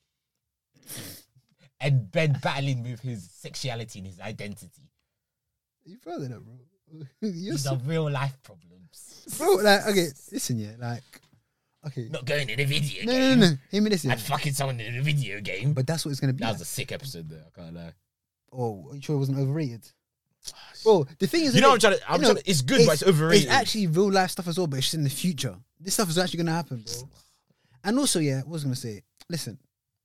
Speaker 1: and Ben battling with his sexuality and his identity.
Speaker 2: You further that, bro. You're
Speaker 1: These
Speaker 2: so,
Speaker 1: are real life problems.
Speaker 2: bro, like okay, listen, yeah, like okay.
Speaker 1: Not going in a video
Speaker 2: No,
Speaker 1: game.
Speaker 2: no, no, no. Hear me this, yeah.
Speaker 1: And fucking someone in a video game.
Speaker 2: But that's what it's gonna be.
Speaker 1: that was
Speaker 2: like.
Speaker 1: a sick episode, though. I can't lie.
Speaker 2: Oh, are you sure it wasn't overrated? Bro, the thing is,
Speaker 1: You know what I'm trying
Speaker 2: innit?
Speaker 1: to. I'm
Speaker 2: No,
Speaker 1: trying to it's good, but it's overrated.
Speaker 2: It's actually real life stuff as well, but it's just in the future. This stuff is actually gonna happen, bro. And also, yeah, what was I gonna say? Listen,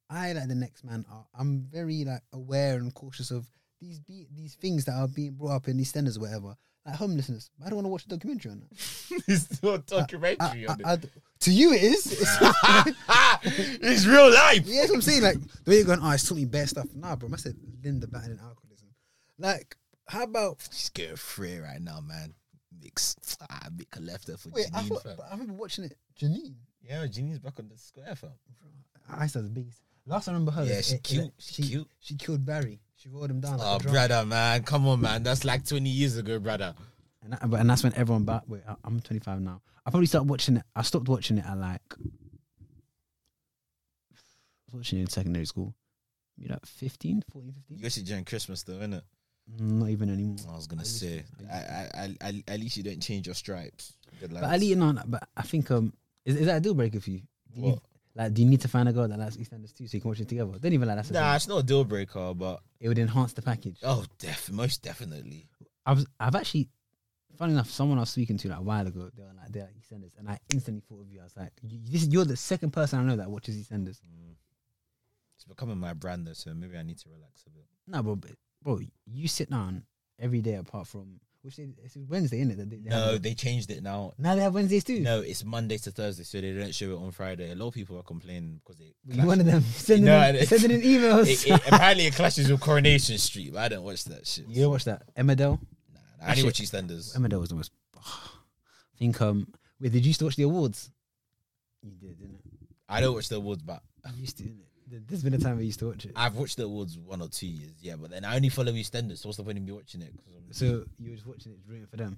Speaker 2: I like the next man. Are, I'm very like aware and cautious of these be- these things that are being brought up in these standards or whatever, like homelessness. I don't want to watch a documentary on that.
Speaker 1: it's not documentary
Speaker 2: I-
Speaker 1: on it.
Speaker 2: I- to you, it is. It's-
Speaker 1: Ah, it's real life.
Speaker 2: Yeah, that's what I'm saying. Like the way you're going, oh, it's taught me bare stuff. Nah, bro. I said Linda battling alcoholism. Like, how about
Speaker 1: She's getting free right now, man. Mix, ah, make a left there for
Speaker 2: wait? I,
Speaker 1: Janine,
Speaker 2: thought,
Speaker 1: fam.
Speaker 2: I remember watching it. Janine,
Speaker 1: Yeah, Janine's back on the square, fam.
Speaker 2: I said the biggest. Last I remember her,
Speaker 1: Yeah, she
Speaker 2: it- it-
Speaker 1: cute, eh, she
Speaker 2: She,
Speaker 1: cute.
Speaker 2: She killed Barry. She rolled him down. Like
Speaker 1: Oh,
Speaker 2: a drum.
Speaker 1: brother, man, come on, man. That's like 20 years ago, brother.
Speaker 2: And, that, but, and that's when everyone back. Wait, I, I'm 25 now. I probably started watching it. I stopped watching it at like. I was watching it in secondary school. You know, 15, 14, 15?
Speaker 1: You got it during Christmas, though, innit?
Speaker 2: Mm, Not even anymore.
Speaker 1: I was gonna
Speaker 2: I used
Speaker 1: say,
Speaker 2: to-
Speaker 1: I, I, I, I, at least you don't change your stripes. Good
Speaker 2: But
Speaker 1: lads.
Speaker 2: Ali, no, no, but I think um, is, is that a deal breaker for you? Do you need,
Speaker 1: What?
Speaker 2: like, do you need to find a girl that likes EastEnders too, so you can watch it together? Don't even like that's a
Speaker 1: Nah,
Speaker 2: thing.
Speaker 1: it's not a deal breaker, but
Speaker 2: It would enhance the package.
Speaker 1: oh, def, most definitely.
Speaker 2: I was, I've actually, funny enough, someone I was speaking to like a while ago, they were like, they're like EastEnders, and I instantly thought of you. I was like, you, this, you're the second person I know that watches EastEnders.
Speaker 1: It's becoming my brand though, so maybe I need to relax a bit.
Speaker 2: No, bro, but, bro, you sit down every day apart from which day, it's Wednesday, isn't it? that they- they have
Speaker 1: No,
Speaker 2: it?
Speaker 1: they changed it now.
Speaker 2: now they have Wednesdays too.
Speaker 1: No, it's Monday to Thursday, so they don't show it on Friday. A lot of people are complaining because they.
Speaker 2: you one of them sending
Speaker 1: No,
Speaker 2: in-
Speaker 1: I-
Speaker 2: sending in emails.
Speaker 1: It, it, apparently, it clashes with Coronation Street, but I don't watch that shit.
Speaker 2: you don't watch that, Emmerdale?
Speaker 1: Nah, nah, I only
Speaker 2: Actually-
Speaker 1: watch EastEnders.
Speaker 2: Emmerdale was the most. I think. Um, wait, did you used to watch the awards? You did, didn't it?
Speaker 1: I don't watch the awards, but
Speaker 2: You used to. Didn't it? There- There's been a time I used to watch it.
Speaker 1: I've watched the awards one or two years, yeah. But then I only follow EastEnders, so what's the point in me watching it? 'Cause I'm-
Speaker 2: So you were just watching it, rooting for them.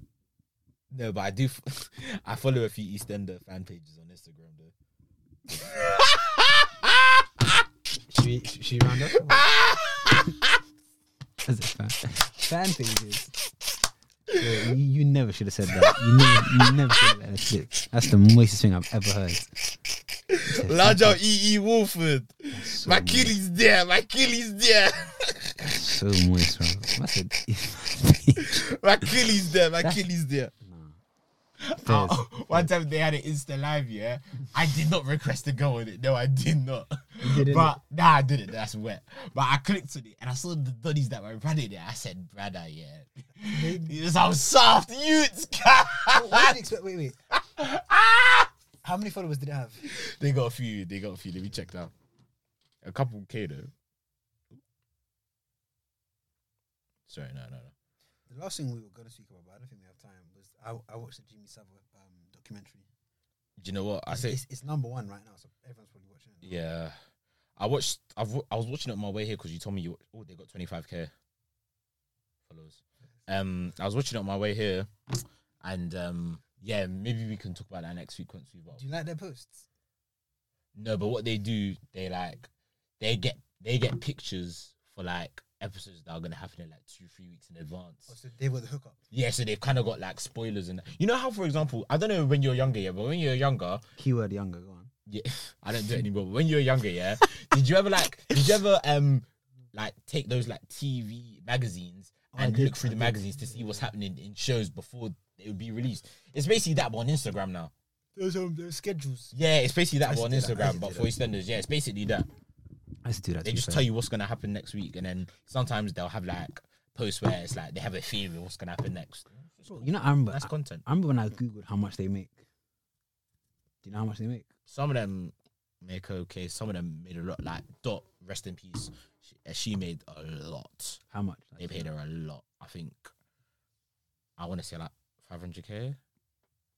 Speaker 1: No, but I do. F- I follow a few EastEnder fan pages on Instagram though.
Speaker 2: Should we, should should we round up? That's it, fan, fan pages. Yo, you, you never should have said that. You never, you never should have said that. That's the moistest thing I've ever heard.
Speaker 1: Large out E.E. Wolford.
Speaker 2: So
Speaker 1: My
Speaker 2: moist.
Speaker 1: killy's there. My killy's there.
Speaker 2: So moist, bro. I said.
Speaker 1: My killy's there. My killy's there. Oh.
Speaker 2: There's-
Speaker 1: one time they had an Insta live, yeah. I did not request to go on it. No, I did not.
Speaker 2: didn't?
Speaker 1: But nah, I didn't. That's wet. But I clicked on it and I saw the dunnies that were running there. I said, brother, yeah. These are soft youths.
Speaker 2: What did you expect? Wait, wait. How many followers did it have?
Speaker 1: They got a few. They got a few. Let me check that. A couple K though. Sorry, no, no, no.
Speaker 2: The last thing we were going to speak about, but I don't think we have time, was I, I watched the Jimmy Savile um, documentary.
Speaker 1: Do you know what I say?
Speaker 2: it's, it's number one right now, so everyone's probably watching it.
Speaker 1: Yeah, I watched. I've, wa- I was watching it on my way here because you told me you. Oh, they got twenty five k followers. Um, I was watching it on my way here, and um, yeah, maybe we can talk about that next week once we've.
Speaker 2: Do you like their posts?
Speaker 1: No, but what they do, they like they get they get pictures for like episodes that are gonna happen in like two three weeks in advance.
Speaker 2: Oh, so they were the hookup.
Speaker 1: Yeah, so they've kind of got like spoilers and you know how, for example, I don't know when you're younger, yeah, but when you're younger,
Speaker 2: Keyword younger, go on.
Speaker 1: yeah, I don't do it anymore. But when you're younger, yeah, did you ever like, did you ever um, like take those like TV magazines
Speaker 2: I
Speaker 1: and
Speaker 2: did,
Speaker 1: look through the
Speaker 2: I did.
Speaker 1: magazines to see what's happening in shows before it would be released? It's basically that, but on Instagram now.
Speaker 2: There's um, there's schedules.
Speaker 1: Yeah, it's basically
Speaker 2: I
Speaker 1: that, but
Speaker 2: used
Speaker 1: on
Speaker 2: to do that, I
Speaker 1: Instagram,
Speaker 2: used to
Speaker 1: but
Speaker 2: do
Speaker 1: for EastEnders, yeah, it's basically that.
Speaker 2: I used to do that.
Speaker 1: They just tell you what's gonna happen next week, and then sometimes they'll have like posts where it's like they have a theory of what's gonna happen next.
Speaker 2: you. You know, I remember.
Speaker 1: That's
Speaker 2: I,
Speaker 1: content.
Speaker 2: I remember when I googled how much they make. Do you know how much they make?
Speaker 1: some of them make okay. Some of them made a lot. Like Dot, rest in peace. She, uh, she made a lot.
Speaker 2: How much?
Speaker 1: They paid her a lot. I think I want to say like 500k.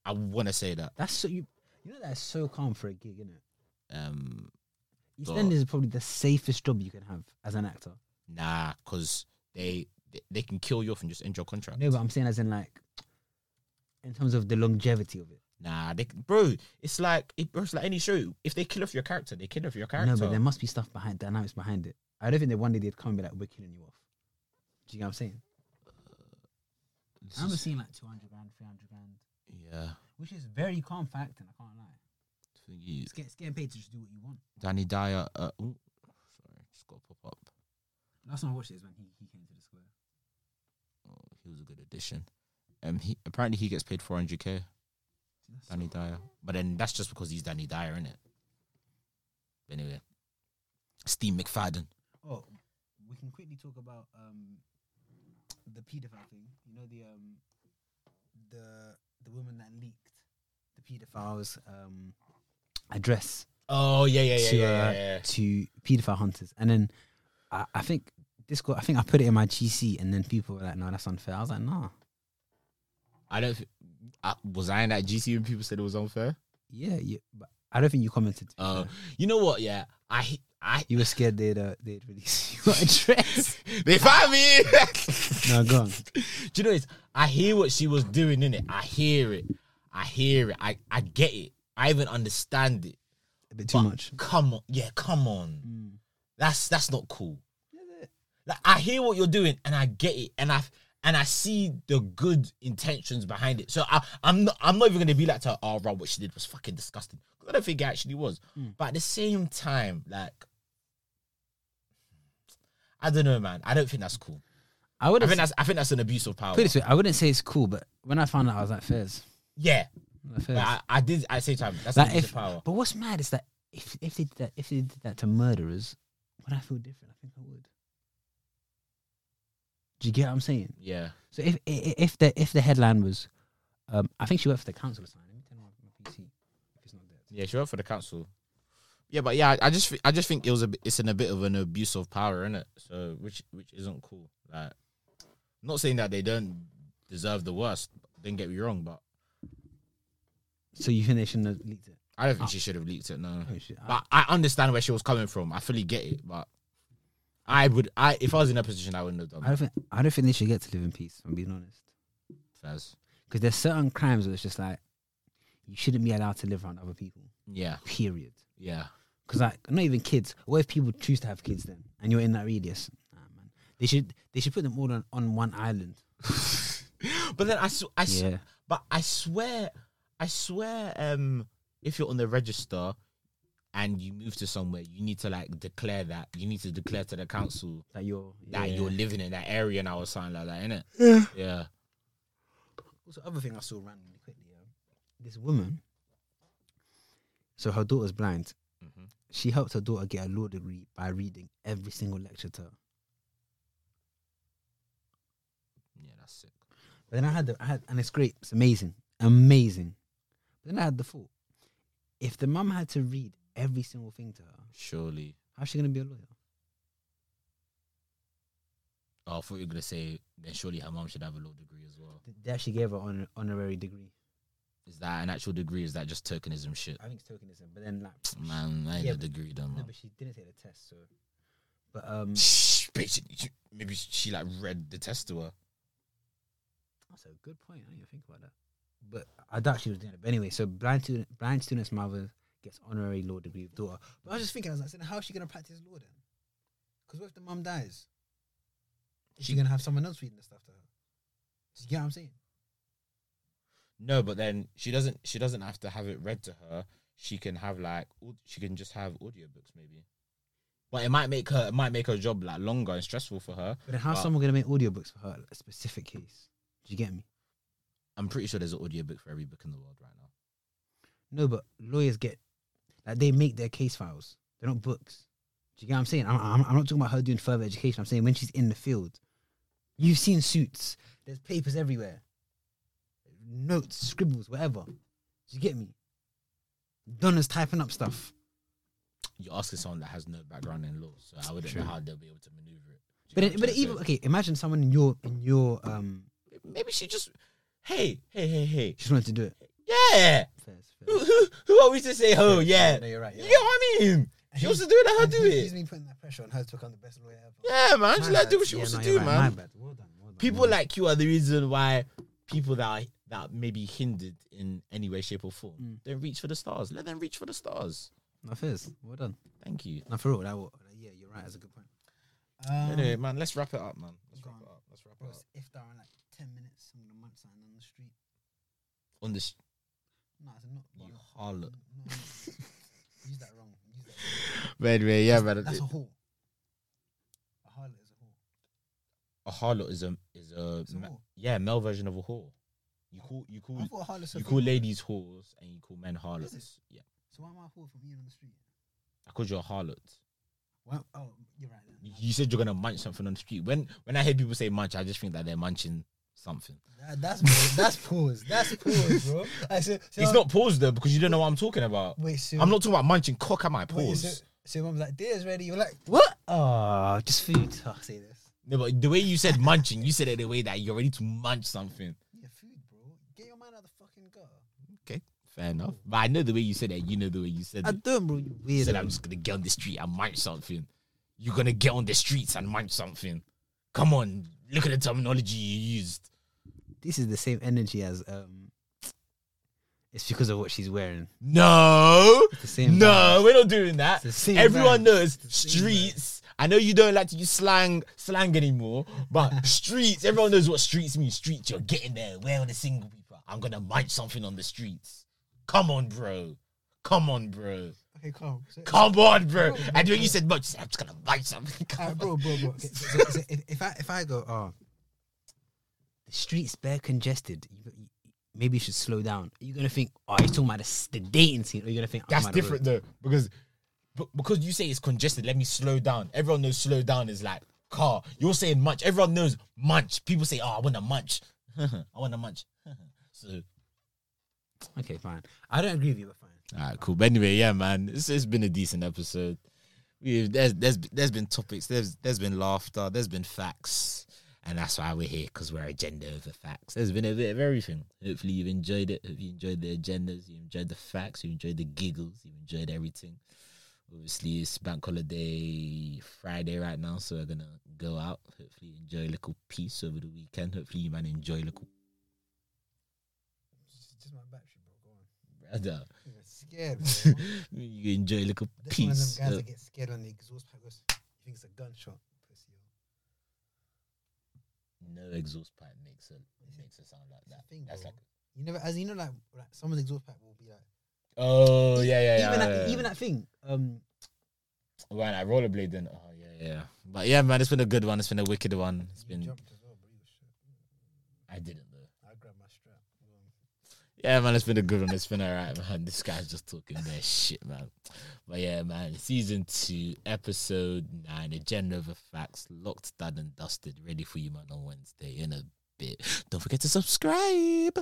Speaker 1: I want to say that.
Speaker 2: That's so you. You know that's so calm for a gig, isn't it?
Speaker 1: Um, Dog.
Speaker 2: EastEnders is probably the safest job you can have as an actor.
Speaker 1: nah, because they, they they can kill you off and just end your contract.
Speaker 2: No, but I'm saying as in like, in terms of the longevity of it.
Speaker 1: Nah, they, bro, it's like it, bro, it's like any show. If they kill off your character, they kill off your character.
Speaker 2: No, but there must be stuff behind dynamics behind it. I don't think that one day they'd come and be like, "We're killing you off." Do you get what I'm saying?
Speaker 1: This
Speaker 2: I remember
Speaker 1: is-
Speaker 2: seeing like 200 grand, 300 grand,
Speaker 1: yeah,
Speaker 2: which is very calm for acting. I can't lie.
Speaker 1: thing is,
Speaker 2: It's, get, it's getting paid to just do what you want.
Speaker 1: Danny Dyer. Uh, ooh, sorry, just got to pop up.
Speaker 2: Last time I watched it is when he, he came to the square.
Speaker 1: Oh, he was a good addition. Um, he apparently he gets paid 400k. Danny Dyer. But then that's just because he's Danny Dyer, isn't it? Anyway, Steve McFadden.
Speaker 2: Oh, we can quickly talk about um the paedophile thing. You know the um the the woman that leaked the paedophile's um address
Speaker 1: Oh yeah, yeah,
Speaker 2: to uh, to paedophile hunters, and then I, I think this got I think I put it in my GC, and then people were like, "No, that's unfair." I was like, "Nah,
Speaker 1: I don't. thi- I, was I in that GC when people said it was unfair?
Speaker 2: yeah, you, but I don't think you commented." to be
Speaker 1: Uh,
Speaker 2: fair.
Speaker 1: you know what? Yeah, I, he- I.
Speaker 2: you were scared they'd uh, they'd release your address.
Speaker 1: they found me.
Speaker 2: No, go on.
Speaker 1: Do you know this? I hear what she was doing in it. I hear it. I hear it. I, I get it. I even understand it.
Speaker 2: A bit too
Speaker 1: But
Speaker 2: much.
Speaker 1: Come on, yeah, come on.
Speaker 2: Mm.
Speaker 1: That's that's not cool. Like I hear what you're doing and I get it and I and I see the good intentions behind it. So I, I'm not I'm not even gonna be like to her, oh Rob, what she did was fucking disgusting. 'Cause I don't think it actually was.
Speaker 2: Mm.
Speaker 1: But at the same time, like I don't know, man. I don't think that's cool.
Speaker 2: I would
Speaker 1: I
Speaker 2: have
Speaker 1: think that's I think that's an abuse of power.
Speaker 2: put it this way. I wouldn't say it's cool, but when I found out, I was like, "Fairs,
Speaker 1: Yeah.
Speaker 2: like, fairs."
Speaker 1: But I, I did at the same time. That's an
Speaker 2: Like
Speaker 1: abuse
Speaker 2: if,
Speaker 1: of power.
Speaker 2: but what's mad is that if if they did that if they did that to murderers, would I feel different? I think I would. Do you get what I'm saying?
Speaker 1: Yeah.
Speaker 2: So if i- if the if the headline was, um, I think she worked for the council or something. Let me turn on my PC if it's not there.
Speaker 1: Yeah, she worked for the council. Yeah, but yeah, I, I just thi- I just think it was a bit- it's in a bit of an abuse of power, is it? So which which isn't cool. Like, not saying that they don't deserve the worst. Don't get me wrong, but
Speaker 2: So you think they shouldn't have leaked it?
Speaker 1: I don't think she should have leaked it. No,
Speaker 2: Oh, shit.
Speaker 1: but I understand where she was coming from. I fully get it, but I would I if I was in her position, I wouldn't have
Speaker 2: I
Speaker 1: done
Speaker 2: don't think I don't think they should get to live in peace. If I'm being honest,
Speaker 1: Fez.
Speaker 2: because there's certain crimes where it's just like you shouldn't be allowed to live around other people.
Speaker 1: Yeah,
Speaker 2: Period.
Speaker 1: yeah,
Speaker 2: Because like not even kids. What if people choose to have kids then, and you're in that radius? Nah, man. They should they should put them all on, on one island.
Speaker 1: but then I s- I s-
Speaker 2: Yeah.
Speaker 1: But I swear, I swear, um, if you're on the register and you move to somewhere, you need to like declare that. You need to declare to the council
Speaker 2: Like you're
Speaker 1: that
Speaker 2: yeah.
Speaker 1: you're living in that area now or something like that, innit?
Speaker 2: Yeah.
Speaker 1: Yeah.
Speaker 2: Also, other thing I saw randomly quickly. Um, this woman. So her daughter's blind.
Speaker 1: Mhm.
Speaker 2: She helped her daughter get a law degree by reading every single lecture to her.
Speaker 1: Yeah, that's sick.
Speaker 2: But then I had the I had, and it's great. It's amazing, amazing. But then I had the thought: if the mum had to read every single thing to her,
Speaker 1: Surely.
Speaker 2: how's she gonna be a lawyer?
Speaker 1: Oh, I thought you were gonna say then surely her mom should have a law degree as well.
Speaker 2: They actually gave her an honorary degree.
Speaker 1: Is that an actual degree? Is that just tokenism shit?
Speaker 2: I think it's tokenism, but then like
Speaker 1: Man, I ain't
Speaker 2: Yeah,
Speaker 1: a
Speaker 2: but-
Speaker 1: degree done.
Speaker 2: no,
Speaker 1: Man.
Speaker 2: but she didn't take the test, so. But um,
Speaker 1: Shh, bitch, you- maybe she like read the test to her.
Speaker 2: that's a good point. I didn't even think about that. But I doubt she was doing it. But anyway, so blind student, blind student's mother gets honorary law degree with daughter. But I was just thinking, I was like, so how is she gonna practice law then? Because what if the mum dies? Is she gonna have someone else reading the stuff to her? Do you get what I'm saying?
Speaker 1: No, but then she doesn't. She doesn't have to have it read to her. She can have like. au- She can just have audiobooks maybe. But it might make her. It might make her job like longer and stressful for her.
Speaker 2: But then how's
Speaker 1: But-
Speaker 2: someone gonna make audiobooks for her like, a specific case? Do you get me?
Speaker 1: I'm pretty sure there's an audiobook for every book in the world right now.
Speaker 2: No, but lawyers get like they make their case files. They're not books. Do you get what I'm saying? I'm, I'm, I'm not talking about her doing further education. I'm saying when she's in the field, you've seen suits. There's papers everywhere, notes, scribbles, whatever. Do you get me? Donna's typing up stuff.
Speaker 1: You're asking someone that has no background in law, so I wouldn't
Speaker 2: True.
Speaker 1: know how they'll be able to maneuver it. Do you
Speaker 2: But
Speaker 1: know
Speaker 2: it,
Speaker 1: what
Speaker 2: but
Speaker 1: I'm
Speaker 2: it even
Speaker 1: trying to
Speaker 2: okay. Imagine someone in your in your um
Speaker 1: say? maybe she just hey, hey, hey, hey.
Speaker 2: She just wanted to do it.
Speaker 1: Yeah.
Speaker 2: Fair, it's fair.
Speaker 1: Who, who, who are we to say, oh, yeah?
Speaker 2: No, you're right.
Speaker 1: You
Speaker 2: You're
Speaker 1: get
Speaker 2: right.
Speaker 1: what I mean? She wants to do it, let her
Speaker 2: And
Speaker 1: do
Speaker 2: he- He's
Speaker 1: it.
Speaker 2: been putting that pressure on her to become the best lawyer ever.
Speaker 1: Yeah, man.
Speaker 2: My
Speaker 1: She let her do
Speaker 2: bad.
Speaker 1: what she
Speaker 2: Yeah,
Speaker 1: wants
Speaker 2: no,
Speaker 1: to
Speaker 2: you're
Speaker 1: do,
Speaker 2: right.
Speaker 1: man.
Speaker 2: My bad. Well done. Well done.
Speaker 1: People
Speaker 2: well done.
Speaker 1: like you are the reason why people that are that may be hindered in any way, shape, or form
Speaker 2: Mm.
Speaker 1: don't reach for the stars. Let them reach for the stars.
Speaker 2: No, fizz. Well done.
Speaker 1: Thank you.
Speaker 2: No, for real. That, wa- yeah, you're right. That's a good point. Um,
Speaker 1: anyway, man, let's wrap it up, man. Let's
Speaker 2: go
Speaker 1: wrap
Speaker 2: on.
Speaker 1: it up. Let's wrap
Speaker 2: bro,
Speaker 1: it
Speaker 2: it's
Speaker 1: up.
Speaker 2: if there are like 10 minutes, I'm going to munch something on the street.
Speaker 1: On this,
Speaker 2: No, it's not.
Speaker 1: you
Speaker 2: well,
Speaker 1: harlot.
Speaker 2: no, no, no. Use that wrong. Use that wrong.
Speaker 1: But anyway, yeah, man.
Speaker 2: That's a haul. A harlot is a haul.
Speaker 1: A harlot is a is a,
Speaker 2: It's a
Speaker 1: ma-
Speaker 2: whore.
Speaker 1: yeah male version of a whore. You call you call
Speaker 2: I thought a harlot was a
Speaker 1: you
Speaker 2: female.
Speaker 1: call ladies whores and you call men harlots. Yeah,
Speaker 2: So why am I a whore from being on the street?
Speaker 1: I called you a harlot.
Speaker 2: Why, oh, you're right. Then.
Speaker 1: You you said you're gonna munch something on the street. When when I hear people say munch, I just think that they're munching something.
Speaker 2: That, that's that's pause. That's pause, bro. I said, so
Speaker 1: It's not pause though because you don't know what I'm talking about.
Speaker 2: Wait, so
Speaker 1: I'm not talking about munching cock. Am I
Speaker 2: Wait,
Speaker 1: pause?
Speaker 2: So, so mum's like, dinner's ready. You're like, what? Oh, just food. Oh, say this.
Speaker 1: No, but the way you said munching, you said it the way that you're ready to munch something.
Speaker 2: Yeah, food, bro. Get your mind out of the fucking gutter.
Speaker 1: Okay, fair enough. But I know the way you said it. You know the way you said it.
Speaker 2: don't, bro. You
Speaker 1: You
Speaker 2: weird.
Speaker 1: said I'm just gonna get on the street and munch something. You're gonna get on the streets and munch something. Come on, look at the terminology you used.
Speaker 2: This is the same energy as um. It's because of what she's wearing.
Speaker 1: No,
Speaker 2: It's the same.
Speaker 1: no, we're not doing that.
Speaker 2: It's the same
Speaker 1: Everyone
Speaker 2: vibe.
Speaker 1: knows
Speaker 2: It's the same
Speaker 1: streets. I know you don't like to use slang slang anymore, but streets. Everyone knows what streets mean. Streets, you're getting there. Where are the single people? I'm gonna munch something on the streets. Come on, bro. Come on, bro.
Speaker 2: Okay, calm. So,
Speaker 1: Come on, bro. And when you said munch, you said, I'm just gonna munch something. Come
Speaker 2: Alright,
Speaker 1: on.
Speaker 2: bro, bro, bro. Okay, so, so- so if, if I if I go, oh, the streets bare congested. You, you, maybe you should slow down. You're gonna think, oh, he's talking about the, s- the dating scene. Or you're gonna think oh,
Speaker 1: That's different though, because b- because you say it's congested. Let me slow down. Everyone knows slow down is like car. You're saying munch. Everyone knows munch. People say, "Oh, I want to munch. I want to munch." so,
Speaker 2: Okay, fine. I don't agree with you, but fine.
Speaker 1: all right, cool. But anyway, yeah, man, it's, it's been a decent episode. We've, there's there's there's been topics. There's there's been laughter. There's been facts. And that's why we're here because we're agenda over facts. There's been a bit of everything. Hopefully, you've enjoyed it. Hope you enjoyed the agendas. You enjoyed the facts. You enjoyed the giggles. You enjoyed everything. Obviously, it's bank holiday Friday right now, so we're gonna go out. Hopefully, enjoy a little peace over the weekend. Hopefully, you man enjoy a little.
Speaker 2: Just my battery, bro. Go on.
Speaker 1: Rather,
Speaker 2: You're scared. Bro.
Speaker 1: you enjoy a little
Speaker 2: That's one of them
Speaker 1: peace.
Speaker 2: guys
Speaker 1: Uh,
Speaker 2: that get scared when the exhaust pipe goes. You think it's a gunshot? Pussy.
Speaker 1: no exhaust pipe makes a makes a sound like
Speaker 2: It's a
Speaker 1: that.
Speaker 2: thing,
Speaker 1: That's
Speaker 2: bro.
Speaker 1: like
Speaker 2: You never, as you know, like, like someone's exhaust pipe will be like.
Speaker 1: oh yeah yeah yeah.
Speaker 2: even
Speaker 1: yeah,
Speaker 2: that,
Speaker 1: yeah.
Speaker 2: even that thing. Um,
Speaker 1: Right, I rollerblade then. Oh yeah yeah. But yeah, man, it's been a good one. It's been a wicked one. It's
Speaker 2: you
Speaker 1: been
Speaker 2: jumped as well, bro. You were shit.
Speaker 1: I didn't though.
Speaker 2: I grabbed my strap. Go on.
Speaker 1: Yeah, man, it's been a good one. It's been all right, man. This guy's just talking their shit, man. But yeah, man, season two, episode nine, agenda over facts, locked, done, and dusted, ready for you, man, on Wednesday in a bit. Don't forget to subscribe.